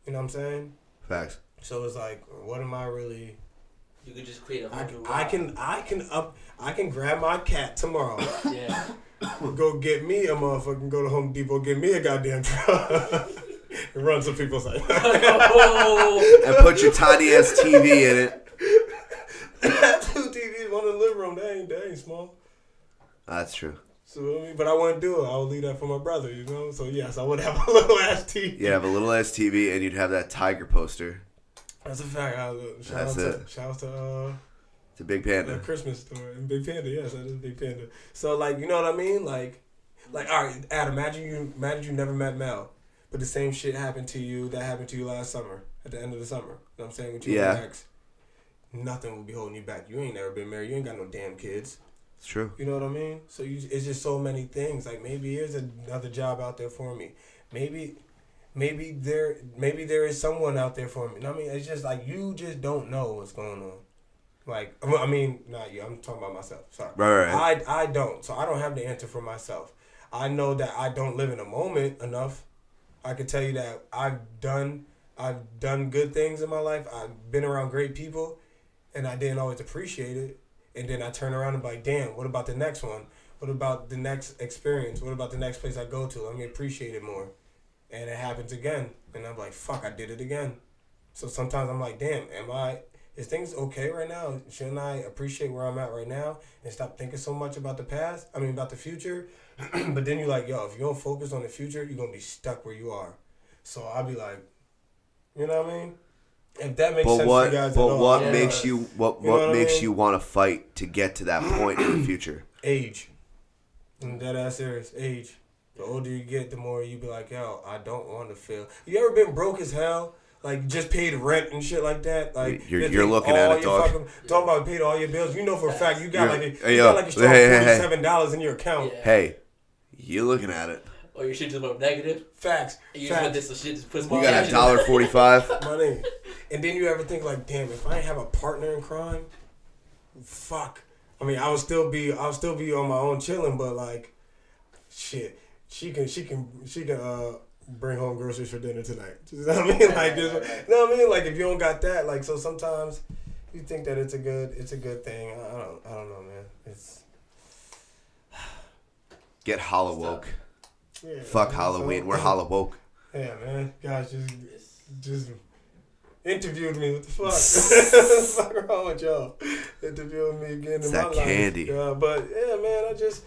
[SPEAKER 3] You know what I'm saying?
[SPEAKER 5] Facts.
[SPEAKER 3] So it's like, what am I really?
[SPEAKER 1] You could just create a whole
[SPEAKER 3] I,
[SPEAKER 1] new
[SPEAKER 3] I
[SPEAKER 1] Rob.
[SPEAKER 3] can I can up I can grab my cat tomorrow,
[SPEAKER 1] Yeah.
[SPEAKER 3] go get me a motherfucking go to Home Depot, get me a goddamn truck, and run some people's like
[SPEAKER 1] oh,
[SPEAKER 5] And put your tiny ass TV in it.
[SPEAKER 3] two TVs, one in the living room. That ain't that ain't small.
[SPEAKER 5] That's true.
[SPEAKER 3] So I mean, but I wouldn't do it. I would leave that for my brother, you know. So yes, I would have a little ass TV.
[SPEAKER 5] You'd have a little ass TV and you'd have that tiger poster.
[SPEAKER 3] That's a fact. I, look, shout
[SPEAKER 5] That's
[SPEAKER 3] out to,
[SPEAKER 5] it.
[SPEAKER 3] Shout out to uh,
[SPEAKER 5] It's a big
[SPEAKER 3] the
[SPEAKER 5] panda.
[SPEAKER 3] Christmas store and Big Panda. Yes, that is Big Panda. So like, you know what I mean? Like, like all right, Adam. Imagine you, imagine you never met Mel, but the same shit happened to you that happened to you last summer at the end of the summer. You know what I'm saying with you
[SPEAKER 5] Yeah.
[SPEAKER 3] and your ex, nothing will be holding you back. You ain't never been married. You ain't got no damn kids.
[SPEAKER 5] It's true.
[SPEAKER 3] You know what I mean? So you, it's just so many things. Like maybe there's another job out there for me. Maybe, maybe there, maybe there is someone out there for me. You know what I mean, it's just like you just don't know what's going on. Like I mean- I mean, not you. I'm talking about myself. Sorry.
[SPEAKER 5] Right, right,
[SPEAKER 3] I I don't. So I don't have the answer for myself. I know that I don't live in the moment enough. I can tell you that I've done I've done good things in my life. I've been around great people and I didn't always appreciate it. And then I turn around and be like, damn, what about the next one? What about the next experience? What about the next place I go to? Let me appreciate it more. And it happens again. And I'm like, fuck, I did it again. So sometimes I'm like, damn, am I is things okay right now? Shouldn't I appreciate where I'm at right now and stop thinking so much about the past? I mean about the future. but then you're like, yo, if you don't focus on the future, you're gonna be stuck where you are. So I'll be like, you know what I mean? If that makes
[SPEAKER 5] But
[SPEAKER 3] sense
[SPEAKER 5] what
[SPEAKER 3] to you guys, at
[SPEAKER 5] but
[SPEAKER 3] all,
[SPEAKER 5] what
[SPEAKER 3] yeah.
[SPEAKER 5] makes you what
[SPEAKER 3] You know
[SPEAKER 5] what,
[SPEAKER 3] what I
[SPEAKER 5] makes
[SPEAKER 3] mean?
[SPEAKER 5] you want to fight to get to that point in the future?
[SPEAKER 3] age? I'm dead ass serious. Age. The older you get, the more you be like, yo, I don't want to feel. You ever been broke as hell? Like just paid rent and shit like that. Like
[SPEAKER 5] You're-
[SPEAKER 3] just
[SPEAKER 5] you're
[SPEAKER 3] paid
[SPEAKER 5] looking at
[SPEAKER 3] all
[SPEAKER 5] it,
[SPEAKER 3] your
[SPEAKER 5] dog.
[SPEAKER 3] Fucking, talking about paid all your bills. You know for a fact you got
[SPEAKER 5] You're-
[SPEAKER 3] like a,
[SPEAKER 5] hey,
[SPEAKER 3] you
[SPEAKER 5] yo.
[SPEAKER 3] got like a strong
[SPEAKER 5] Hey, hey, hey.
[SPEAKER 3] forty seven dollars in your account.
[SPEAKER 1] Yeah.
[SPEAKER 5] Hey, you looking at it?
[SPEAKER 1] Or your shit just went negative.
[SPEAKER 3] Facts.
[SPEAKER 1] And you just went
[SPEAKER 3] Facts.
[SPEAKER 1] this the shit just puts
[SPEAKER 5] You
[SPEAKER 1] more
[SPEAKER 5] got a
[SPEAKER 1] attention.
[SPEAKER 5] dollar forty-five.
[SPEAKER 3] My name. And then you ever think like, damn, if I ain't have a partner in crime, fuck. I mean, I would still be, I would still be on my own chilling, but like, shit, she can, she can, she can uh, bring home groceries for dinner tonight. You know what I mean? Like, this, you know what I mean? Like, if you don't got that, like, so sometimes you think that it's a good, it's a good thing. I, I don't, I don't know, man. It's
[SPEAKER 5] Get hollow woke.
[SPEAKER 3] yeah,
[SPEAKER 5] Fuck
[SPEAKER 3] so-
[SPEAKER 5] Halloween. We're hollow woke.
[SPEAKER 3] Yeah, man. Guys, just, just interviewed me. What the fuck? What's wrong with y'all? Interviewed me again
[SPEAKER 5] It's
[SPEAKER 3] in
[SPEAKER 5] that
[SPEAKER 3] my
[SPEAKER 5] candy.
[SPEAKER 3] life. Yeah, but yeah, man. I just,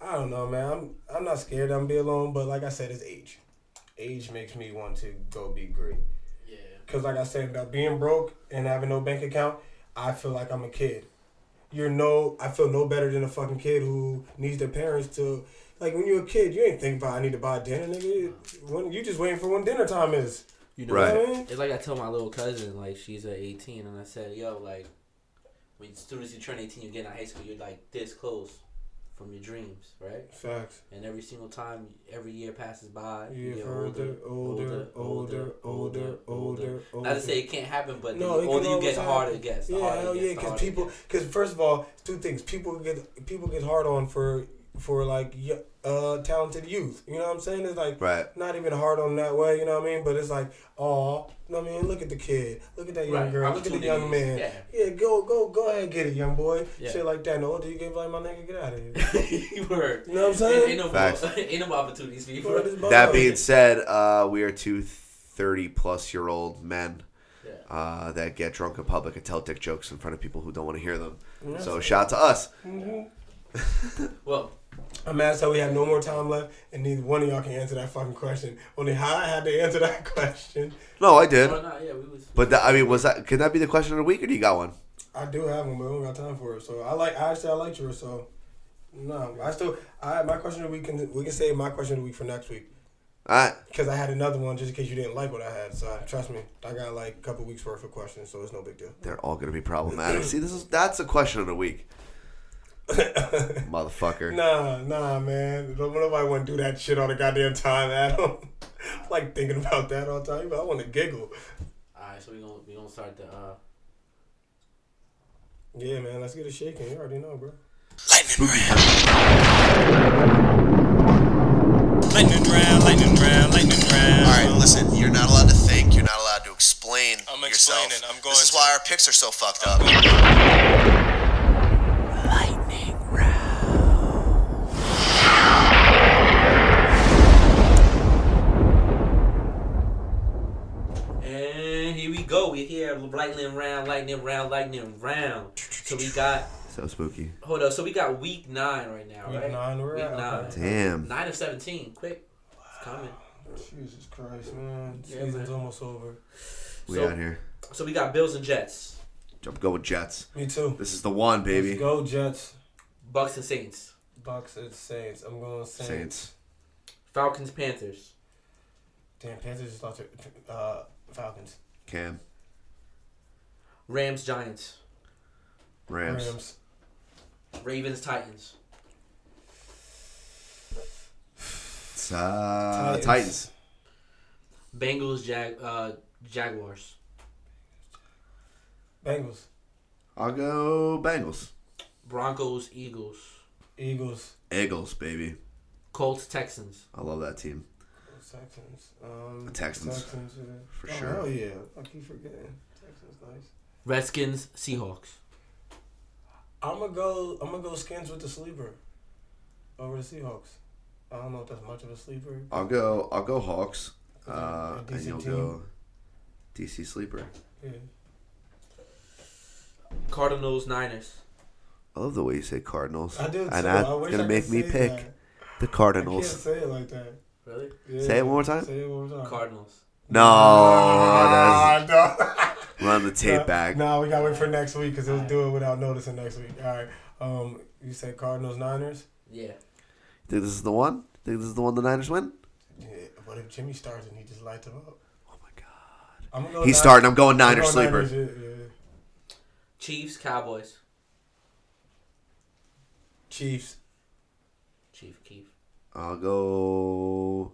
[SPEAKER 3] I don't know, man. I'm, I'm not scared. I'm be alone. But like I said, it's age. Age makes me want to go be great.
[SPEAKER 1] Yeah.
[SPEAKER 3] Cause like I said, about being broke and having no bank account, I feel like I'm a kid. You're no, I feel no better than a fucking kid who needs their parents to. Like when you're a kid, you ain't thinking about I need to buy dinner, nigga. When you just waiting for when dinner time is.
[SPEAKER 1] You
[SPEAKER 3] You know
[SPEAKER 5] Right.
[SPEAKER 3] what I mean?
[SPEAKER 1] It's like I tell my little cousin, like she's uh, 18, and I said, "Yo, like, when as soon as you turn 18, you get in high school, you're like this close from your dreams, right?
[SPEAKER 3] Facts.
[SPEAKER 1] And every single time, every year passes by,
[SPEAKER 3] You get older, older, older, older, older, older.
[SPEAKER 1] Not to say it can't happen, but
[SPEAKER 3] No, it
[SPEAKER 1] the
[SPEAKER 3] can
[SPEAKER 1] older you
[SPEAKER 3] always
[SPEAKER 1] get, the harder
[SPEAKER 3] happen.
[SPEAKER 1] it gets. The
[SPEAKER 3] Yeah,
[SPEAKER 1] harder
[SPEAKER 3] hell
[SPEAKER 1] it
[SPEAKER 3] yeah,
[SPEAKER 1] gets, the
[SPEAKER 3] because
[SPEAKER 1] harder it
[SPEAKER 3] people,
[SPEAKER 1] gets.
[SPEAKER 3] because first of all, two things: people get people get hard on for for like y- uh talented youth. You know what I'm saying? It's like
[SPEAKER 5] Right.
[SPEAKER 3] not even hard on that way. You know what I mean? But it's like, oh, you know what I mean? Look at the kid. Look at that young
[SPEAKER 1] Right,
[SPEAKER 3] girl. Look at the young man.
[SPEAKER 1] opportunities,
[SPEAKER 3] Yeah. go go go ahead, and get it, young boy.
[SPEAKER 1] Yeah.
[SPEAKER 3] Shit like that. And the older you get, like my nigga, get out of here.
[SPEAKER 1] you were.
[SPEAKER 3] You know what I'm
[SPEAKER 1] Ain't,
[SPEAKER 3] saying?
[SPEAKER 1] ain't, no
[SPEAKER 5] Facts.
[SPEAKER 1] more, ain't no more opportunities for you.
[SPEAKER 3] Word is
[SPEAKER 1] bro.
[SPEAKER 3] bond.
[SPEAKER 5] That being said, uh, we are two 30 plus year old men
[SPEAKER 1] Yeah.
[SPEAKER 5] uh, that get drunk in public and tell dick jokes in front of people who don't want to hear them.
[SPEAKER 3] Yeah.
[SPEAKER 5] So shout to us.
[SPEAKER 1] Well,
[SPEAKER 3] I'm mad so we have no more time left, and neither one of y'all can answer that fucking question. Only how I had to answer that question.
[SPEAKER 5] No, I did.
[SPEAKER 1] well, nah, yeah, we was.
[SPEAKER 5] But that, I mean, was that can that be the question of the week, or do you got one?
[SPEAKER 3] I do have one, but we don't got time for it. So I like. I actually I like yours. So no, I still. I my question of the week can we can save my question of the week for next week
[SPEAKER 5] All right,
[SPEAKER 3] because I had another one just in case you didn't like what I had. So trust me, I got like a couple weeks worth of questions, so it's no big deal.
[SPEAKER 5] they're all gonna be problematic. See, this is that's a question of the week, motherfucker.
[SPEAKER 3] Nah, nah, man. Don't- Nobody want to do that shit all the goddamn time, Adam. I like thinking about that all the time. But I want to giggle.
[SPEAKER 1] All right, so we gonna we gonna start the. Uh,
[SPEAKER 3] Yeah, man. Let's get it shaking. You already know, bro.
[SPEAKER 5] Spooky.
[SPEAKER 8] Lightning round, lightning round, lightning round.
[SPEAKER 6] All right, listen. You're not allowed to think. You're not allowed to explain.
[SPEAKER 8] I'm
[SPEAKER 6] yourself.
[SPEAKER 8] explaining, I'm going
[SPEAKER 6] This is
[SPEAKER 8] to.
[SPEAKER 6] why our picks are so fucked up.
[SPEAKER 1] And here we go. We're here. Lightning round, lightning round, lightning round. So we got
[SPEAKER 5] So spooky.
[SPEAKER 1] hold up. So we got week nine right now,
[SPEAKER 3] Week
[SPEAKER 1] right?
[SPEAKER 3] nine, we're
[SPEAKER 1] week
[SPEAKER 3] at,
[SPEAKER 1] nine.
[SPEAKER 3] okay.
[SPEAKER 5] Damn.
[SPEAKER 1] Nine of seventeen. Quick. It's coming.
[SPEAKER 3] Jesus Christ, man.
[SPEAKER 1] Yeah,
[SPEAKER 3] Season's
[SPEAKER 1] man.
[SPEAKER 3] almost over.
[SPEAKER 5] We
[SPEAKER 1] So-
[SPEAKER 5] out here.
[SPEAKER 1] So we got Bills and Jets.
[SPEAKER 5] I'm going Jets.
[SPEAKER 3] Me too.
[SPEAKER 5] This is the one,
[SPEAKER 3] Let's
[SPEAKER 5] baby.
[SPEAKER 3] go Jets.
[SPEAKER 1] Bucks and Saints.
[SPEAKER 3] Bucks and Saints. I'm going Saints.
[SPEAKER 5] Saints.
[SPEAKER 1] Falcons, Panthers.
[SPEAKER 3] Damn, Panthers just lost to uh, Falcons.
[SPEAKER 5] Cam.
[SPEAKER 1] Rams, Giants.
[SPEAKER 5] Rams.
[SPEAKER 3] Rams.
[SPEAKER 1] Ravens, Titans.
[SPEAKER 5] It's, uh,
[SPEAKER 3] Titans.
[SPEAKER 5] Titans.
[SPEAKER 1] Bengals, Jag uh, Jaguars.
[SPEAKER 3] Bengals.
[SPEAKER 5] I'll go Bengals.
[SPEAKER 1] Broncos, Eagles.
[SPEAKER 3] Eagles.
[SPEAKER 5] Eagles, baby.
[SPEAKER 1] Colts, Texans.
[SPEAKER 5] I love that team
[SPEAKER 3] Texans. Um,
[SPEAKER 5] The Texans.
[SPEAKER 3] Texans yeah.
[SPEAKER 5] for
[SPEAKER 3] oh,
[SPEAKER 5] sure.
[SPEAKER 3] Hell yeah. I keep forgetting. Texans nice.
[SPEAKER 1] Redskins, Seahawks.
[SPEAKER 3] I'm gonna go. I'm gonna go skins with the sleeper over the Seahawks. I don't know if that's much of a sleeper.
[SPEAKER 5] I'll go. I'll go Hawks.
[SPEAKER 3] A
[SPEAKER 5] Uh, and
[SPEAKER 3] decent
[SPEAKER 5] you'll
[SPEAKER 3] team.
[SPEAKER 5] go DC sleeper.
[SPEAKER 3] Yeah.
[SPEAKER 1] Cardinals, Niners.
[SPEAKER 5] I love the way you say Cardinals.
[SPEAKER 3] I do too.
[SPEAKER 5] And
[SPEAKER 3] I wish
[SPEAKER 5] that's gonna
[SPEAKER 3] I could
[SPEAKER 5] make me
[SPEAKER 3] say
[SPEAKER 5] pick
[SPEAKER 3] that.
[SPEAKER 5] the
[SPEAKER 3] I can't
[SPEAKER 5] Cardinals.
[SPEAKER 3] say it like that.
[SPEAKER 1] Really?
[SPEAKER 3] Yeah.
[SPEAKER 5] Say it one more time.
[SPEAKER 3] Say it one more time.
[SPEAKER 1] Cardinals.
[SPEAKER 5] No,
[SPEAKER 3] Ah, no.
[SPEAKER 5] that's run the tape back.
[SPEAKER 3] No, we gotta wait for next week because we'll do it without noticing next week. All right. Um, you said Cardinals, Niners.
[SPEAKER 1] Yeah.
[SPEAKER 5] Dude, this is the one. Think this is the one the Niners win?
[SPEAKER 6] Yeah, but if Jimmy starts and he just lights him up,
[SPEAKER 5] Oh my god.
[SPEAKER 6] I'm gonna go
[SPEAKER 5] He's
[SPEAKER 6] Niners.
[SPEAKER 5] starting. I'm going
[SPEAKER 6] I'm going
[SPEAKER 5] Niners sleeper.
[SPEAKER 6] Niners, yeah, yeah.
[SPEAKER 1] Chiefs, Cowboys.
[SPEAKER 6] Chiefs.
[SPEAKER 1] Chief Keef.
[SPEAKER 5] I'll go.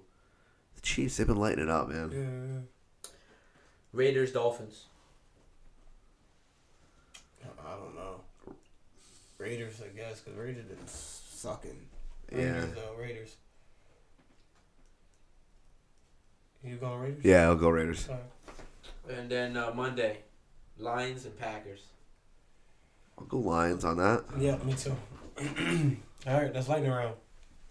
[SPEAKER 5] The Chiefs. They've been lighting it up, man.
[SPEAKER 6] Yeah, yeah, yeah.
[SPEAKER 1] Raiders, Dolphins.
[SPEAKER 6] I don't know. Raiders, I guess, because Raiders been sucking.
[SPEAKER 5] Yeah.
[SPEAKER 6] Raiders, though, Raiders. You going Raiders?
[SPEAKER 5] Yeah, I'll go Raiders.
[SPEAKER 6] Sorry.
[SPEAKER 1] And then uh, Monday, Lions and Packers.
[SPEAKER 5] I'll go Lions on that.
[SPEAKER 6] Yeah, me too. All right, that's lightning round.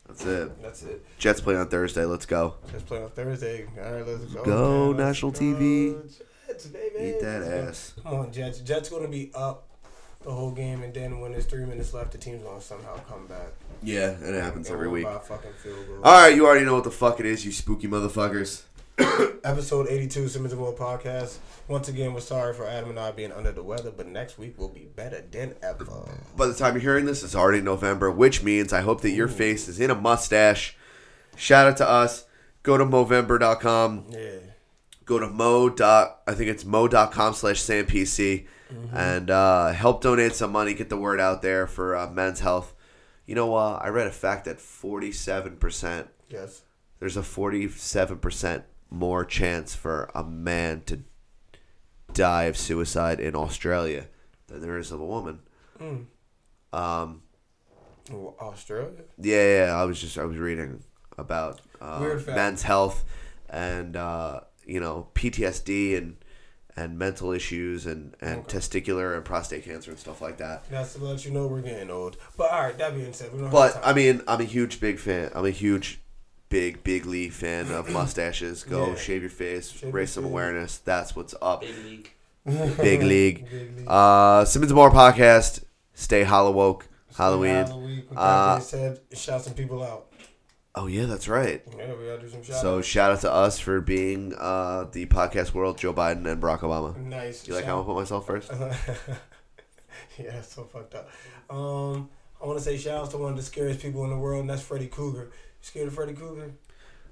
[SPEAKER 5] That's it.
[SPEAKER 6] That's it.
[SPEAKER 5] Jets play on Thursday. Let's go.
[SPEAKER 6] Let's play on Thursday. All right, let's go.
[SPEAKER 5] Go,
[SPEAKER 6] man. Let's
[SPEAKER 5] Oh, national
[SPEAKER 6] go.
[SPEAKER 5] TV.
[SPEAKER 6] Jets, baby.
[SPEAKER 5] Eat that
[SPEAKER 6] Let's go.
[SPEAKER 5] ass.
[SPEAKER 6] Come on, Jets. Jets going to be up the whole game, and then when there's three minutes left, the team's going to somehow come back.
[SPEAKER 5] Yeah, it happens
[SPEAKER 6] And
[SPEAKER 5] every
[SPEAKER 6] win
[SPEAKER 5] week.
[SPEAKER 6] by a fucking field goal.
[SPEAKER 5] All right, you already know what the fuck it is, you spooky motherfuckers.
[SPEAKER 6] Episode 82, Simmons and World Podcast. Once again, we're sorry for Adam and I being under the weather, but next week will be better than ever.
[SPEAKER 5] By the time you're hearing this, it's already November, which means I hope that your face is in a mustache. Shout out to us. Go to Movember.com.
[SPEAKER 6] Yeah.
[SPEAKER 5] Go to Mo. Dot, I think it's Mo.com slash SamPC. And uh, help donate some money. Get the word out there for uh, men's health. You know, uh, I read a fact that 47%,
[SPEAKER 6] Yes.
[SPEAKER 5] there's a 47% more chance for a man to die of suicide in Australia than there is of a woman.
[SPEAKER 6] Australia?
[SPEAKER 5] Yeah, yeah, yeah. I was just I was reading about uh,
[SPEAKER 6] Weird fact.
[SPEAKER 5] men's health and uh, you know PTSD and and mental issues and and testicular and prostate cancer and stuff like that.
[SPEAKER 6] That's to let you know we're getting old. But all right, that being said, we don't have
[SPEAKER 5] But
[SPEAKER 6] time.
[SPEAKER 5] I mean, I'm a huge big fan. I'm a huge big big Lee fan of mustaches. Go
[SPEAKER 6] Yeah.
[SPEAKER 5] shave your face,
[SPEAKER 6] your
[SPEAKER 5] raise some
[SPEAKER 6] face.
[SPEAKER 5] awareness. That's what's up.
[SPEAKER 1] Big league.
[SPEAKER 5] Big league.
[SPEAKER 6] Big league.
[SPEAKER 5] Uh, Simmons and More podcast. Stay hollow woke. Halloween.
[SPEAKER 6] Halloween. With that
[SPEAKER 5] Uh,
[SPEAKER 6] being said, shout some people out.
[SPEAKER 5] Oh yeah, that's right.
[SPEAKER 6] Yeah, we gotta do some shout
[SPEAKER 5] So shout out to us for being uh, the podcast world, Joe Biden and Barack Obama. Do
[SPEAKER 6] Nice.
[SPEAKER 5] you like
[SPEAKER 6] shout-
[SPEAKER 5] how I put myself first?
[SPEAKER 6] yeah, that's so fucked up. Um, I want to say shout outs to one of the scariest people in the world, and that's Freddy Cougar. You scared of Freddy Cougar?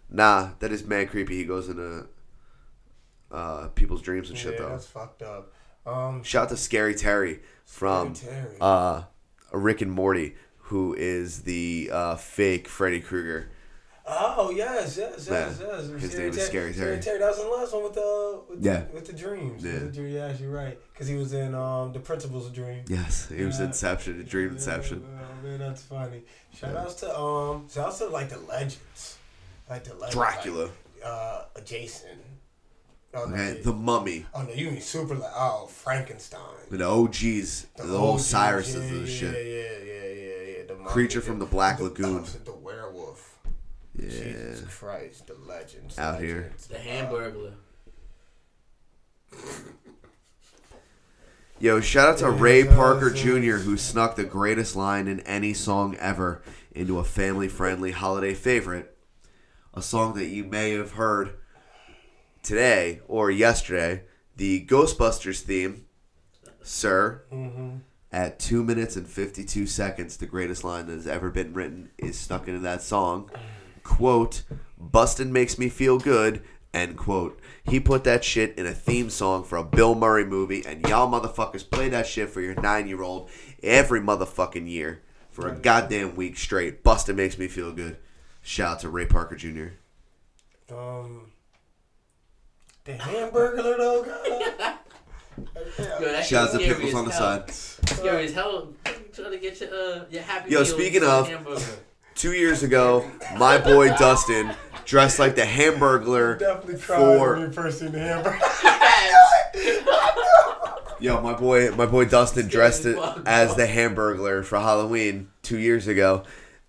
[SPEAKER 5] Nah, that is mad creepy. He goes into uh, people's dreams and shit
[SPEAKER 6] yeah,
[SPEAKER 5] though.
[SPEAKER 6] that's fucked up. Um,
[SPEAKER 5] Shout out to Scary Terry from
[SPEAKER 6] Terry.
[SPEAKER 5] uh, Rick and Morty, who is the uh, fake Freddy Krueger.
[SPEAKER 6] oh yes, yes, yes,
[SPEAKER 5] Yeah,
[SPEAKER 6] yes.
[SPEAKER 5] his name is Scary Terry.
[SPEAKER 6] Terry, that was in the last one with the with,
[SPEAKER 5] Yeah.
[SPEAKER 6] with the dreams.
[SPEAKER 5] Yeah.
[SPEAKER 6] Yeah, with the dream, yeah you're right. Because he was in um the principal's dream.
[SPEAKER 5] Yes, he was
[SPEAKER 6] Yeah.
[SPEAKER 5] Inception, Dream Inception.
[SPEAKER 6] Yeah, oh, man, that's funny. Shout outs to um, shout outs to like the legends, like the legends,
[SPEAKER 5] Dracula.
[SPEAKER 6] like, uh, Jason. Oh, no,
[SPEAKER 5] Okay,
[SPEAKER 6] yeah.
[SPEAKER 5] the Mummy.
[SPEAKER 6] Oh no, you mean super like oh Frankenstein.
[SPEAKER 5] The OGs, the, whole
[SPEAKER 6] OGs,
[SPEAKER 5] Cyrus
[SPEAKER 6] yeah,
[SPEAKER 5] of the
[SPEAKER 6] yeah,
[SPEAKER 5] shit.
[SPEAKER 6] Yeah, yeah, yeah, yeah, yeah. The mummy,
[SPEAKER 5] Creature from the Black Lagoon.
[SPEAKER 6] oh, the werewolf.
[SPEAKER 5] Yeah.
[SPEAKER 6] Jesus Christ, the legends.
[SPEAKER 5] Out here.
[SPEAKER 6] legends.
[SPEAKER 1] The Hamburglar.
[SPEAKER 5] Yo, shout out to
[SPEAKER 6] Yeah,
[SPEAKER 5] Ray
[SPEAKER 6] shout out
[SPEAKER 5] Parker
[SPEAKER 6] to-
[SPEAKER 5] Jr., who snuck the greatest line in any song ever into a family friendly holiday favorite. A song that you may have heard today or yesterday. The Ghostbusters theme, Sir, at 2 minutes and 52 seconds, the greatest line that has ever been written is snuck into that song. Quote, Bustin' makes me feel good. End quote. He put that shit in a theme song for a Bill Murray movie, and y'all motherfuckers play that shit for your nine year old every motherfucking year for a goddamn week straight. Bustin' makes me feel good. Shout out to Ray Parker Jr.
[SPEAKER 6] Um, the Hamburglar though. God.
[SPEAKER 1] Yo, that shit's
[SPEAKER 5] Shout out to
[SPEAKER 1] scary
[SPEAKER 5] Pickles
[SPEAKER 1] as
[SPEAKER 5] on the
[SPEAKER 1] hell.
[SPEAKER 5] side.
[SPEAKER 1] Scary as hell. Trying to get your uh your happy.
[SPEAKER 5] Yo,
[SPEAKER 1] Meal
[SPEAKER 5] speaking
[SPEAKER 1] with
[SPEAKER 5] of-
[SPEAKER 1] Hamburger.
[SPEAKER 5] Two years ago, my boy Dustin dressed like the Hamburglar
[SPEAKER 6] Definitely cried when
[SPEAKER 5] for
[SPEAKER 6] you first seen the Hamburglar.
[SPEAKER 5] Yo, my boy, my boy Dustin dressed
[SPEAKER 1] as
[SPEAKER 5] it
[SPEAKER 1] fuck,
[SPEAKER 5] as the Hamburglar for Halloween two years ago,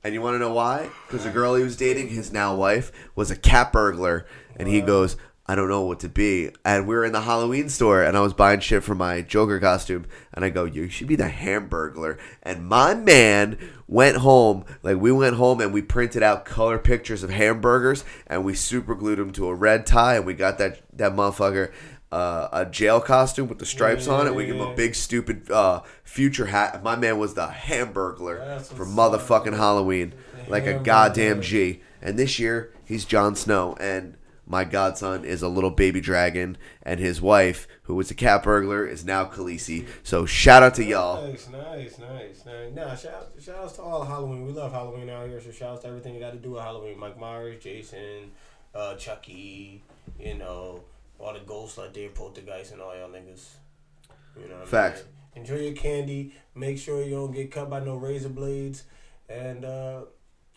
[SPEAKER 5] and you want to know why? Because the girl he was dating, his now wife, was a cat burglar, and he goes, "I don't know what to be." And we were in the Halloween store, and I was buying shit for my Joker costume, and I go, "You should be the Hamburglar." And my man went home, like we went home, and we printed out color pictures of hamburgers, and we super glued them to a red tie, and we got that that motherfucker. Uh, a jail costume with the stripes on it. We give him a big stupid uh, future hat. My man was the Hamburglar
[SPEAKER 6] That's
[SPEAKER 5] for
[SPEAKER 6] what's
[SPEAKER 5] motherfucking Halloween, like a
[SPEAKER 6] Hamburglar.
[SPEAKER 5] goddamn G. And this year, he's Jon Snow, and my godson is a little baby dragon, and his wife, who was a cat burglar, is now Khaleesi. So shout out to y'all.
[SPEAKER 6] Nice, nice, nice, nice. Nah, shout, shout outs to all Halloween. We love Halloween out here, so shout outs to everything you got to do with Halloween. Mike Myers, Jason, uh, Chucky, you know, all the ghosts out there, poltergeist, and all y'all niggas. You know what I
[SPEAKER 5] Facts.
[SPEAKER 6] mean? Enjoy your candy. Make sure you don't get cut by no razor blades. And, uh,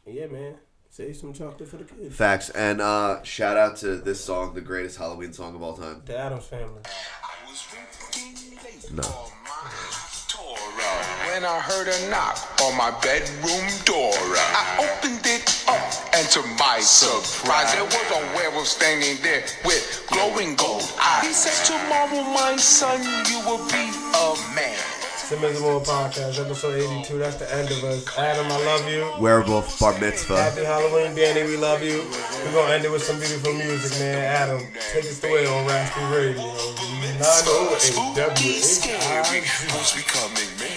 [SPEAKER 6] yeah, man, save some chocolate for the kids.
[SPEAKER 5] Facts. And uh, shout out to this song, the greatest Halloween song of all time.
[SPEAKER 6] The Adams family.
[SPEAKER 5] No.
[SPEAKER 9] When I heard a knock on my bedroom door, I opened it up, and to my surprise, there was a werewolf standing there with glowing gold eyes. He said, "Tomorrow, my son, you will be a man."
[SPEAKER 6] It's the Miserable Podcast, episode 82. That's the end of us. Adam, I love you.
[SPEAKER 5] Werewolf Bar Mitzvah.
[SPEAKER 6] Happy Halloween, Danny. We love you. We're gonna end it with some beautiful music, man. Adam, take us away on Raspy Radio.
[SPEAKER 9] So spooky, scary,
[SPEAKER 6] 908
[SPEAKER 9] wolves becoming men.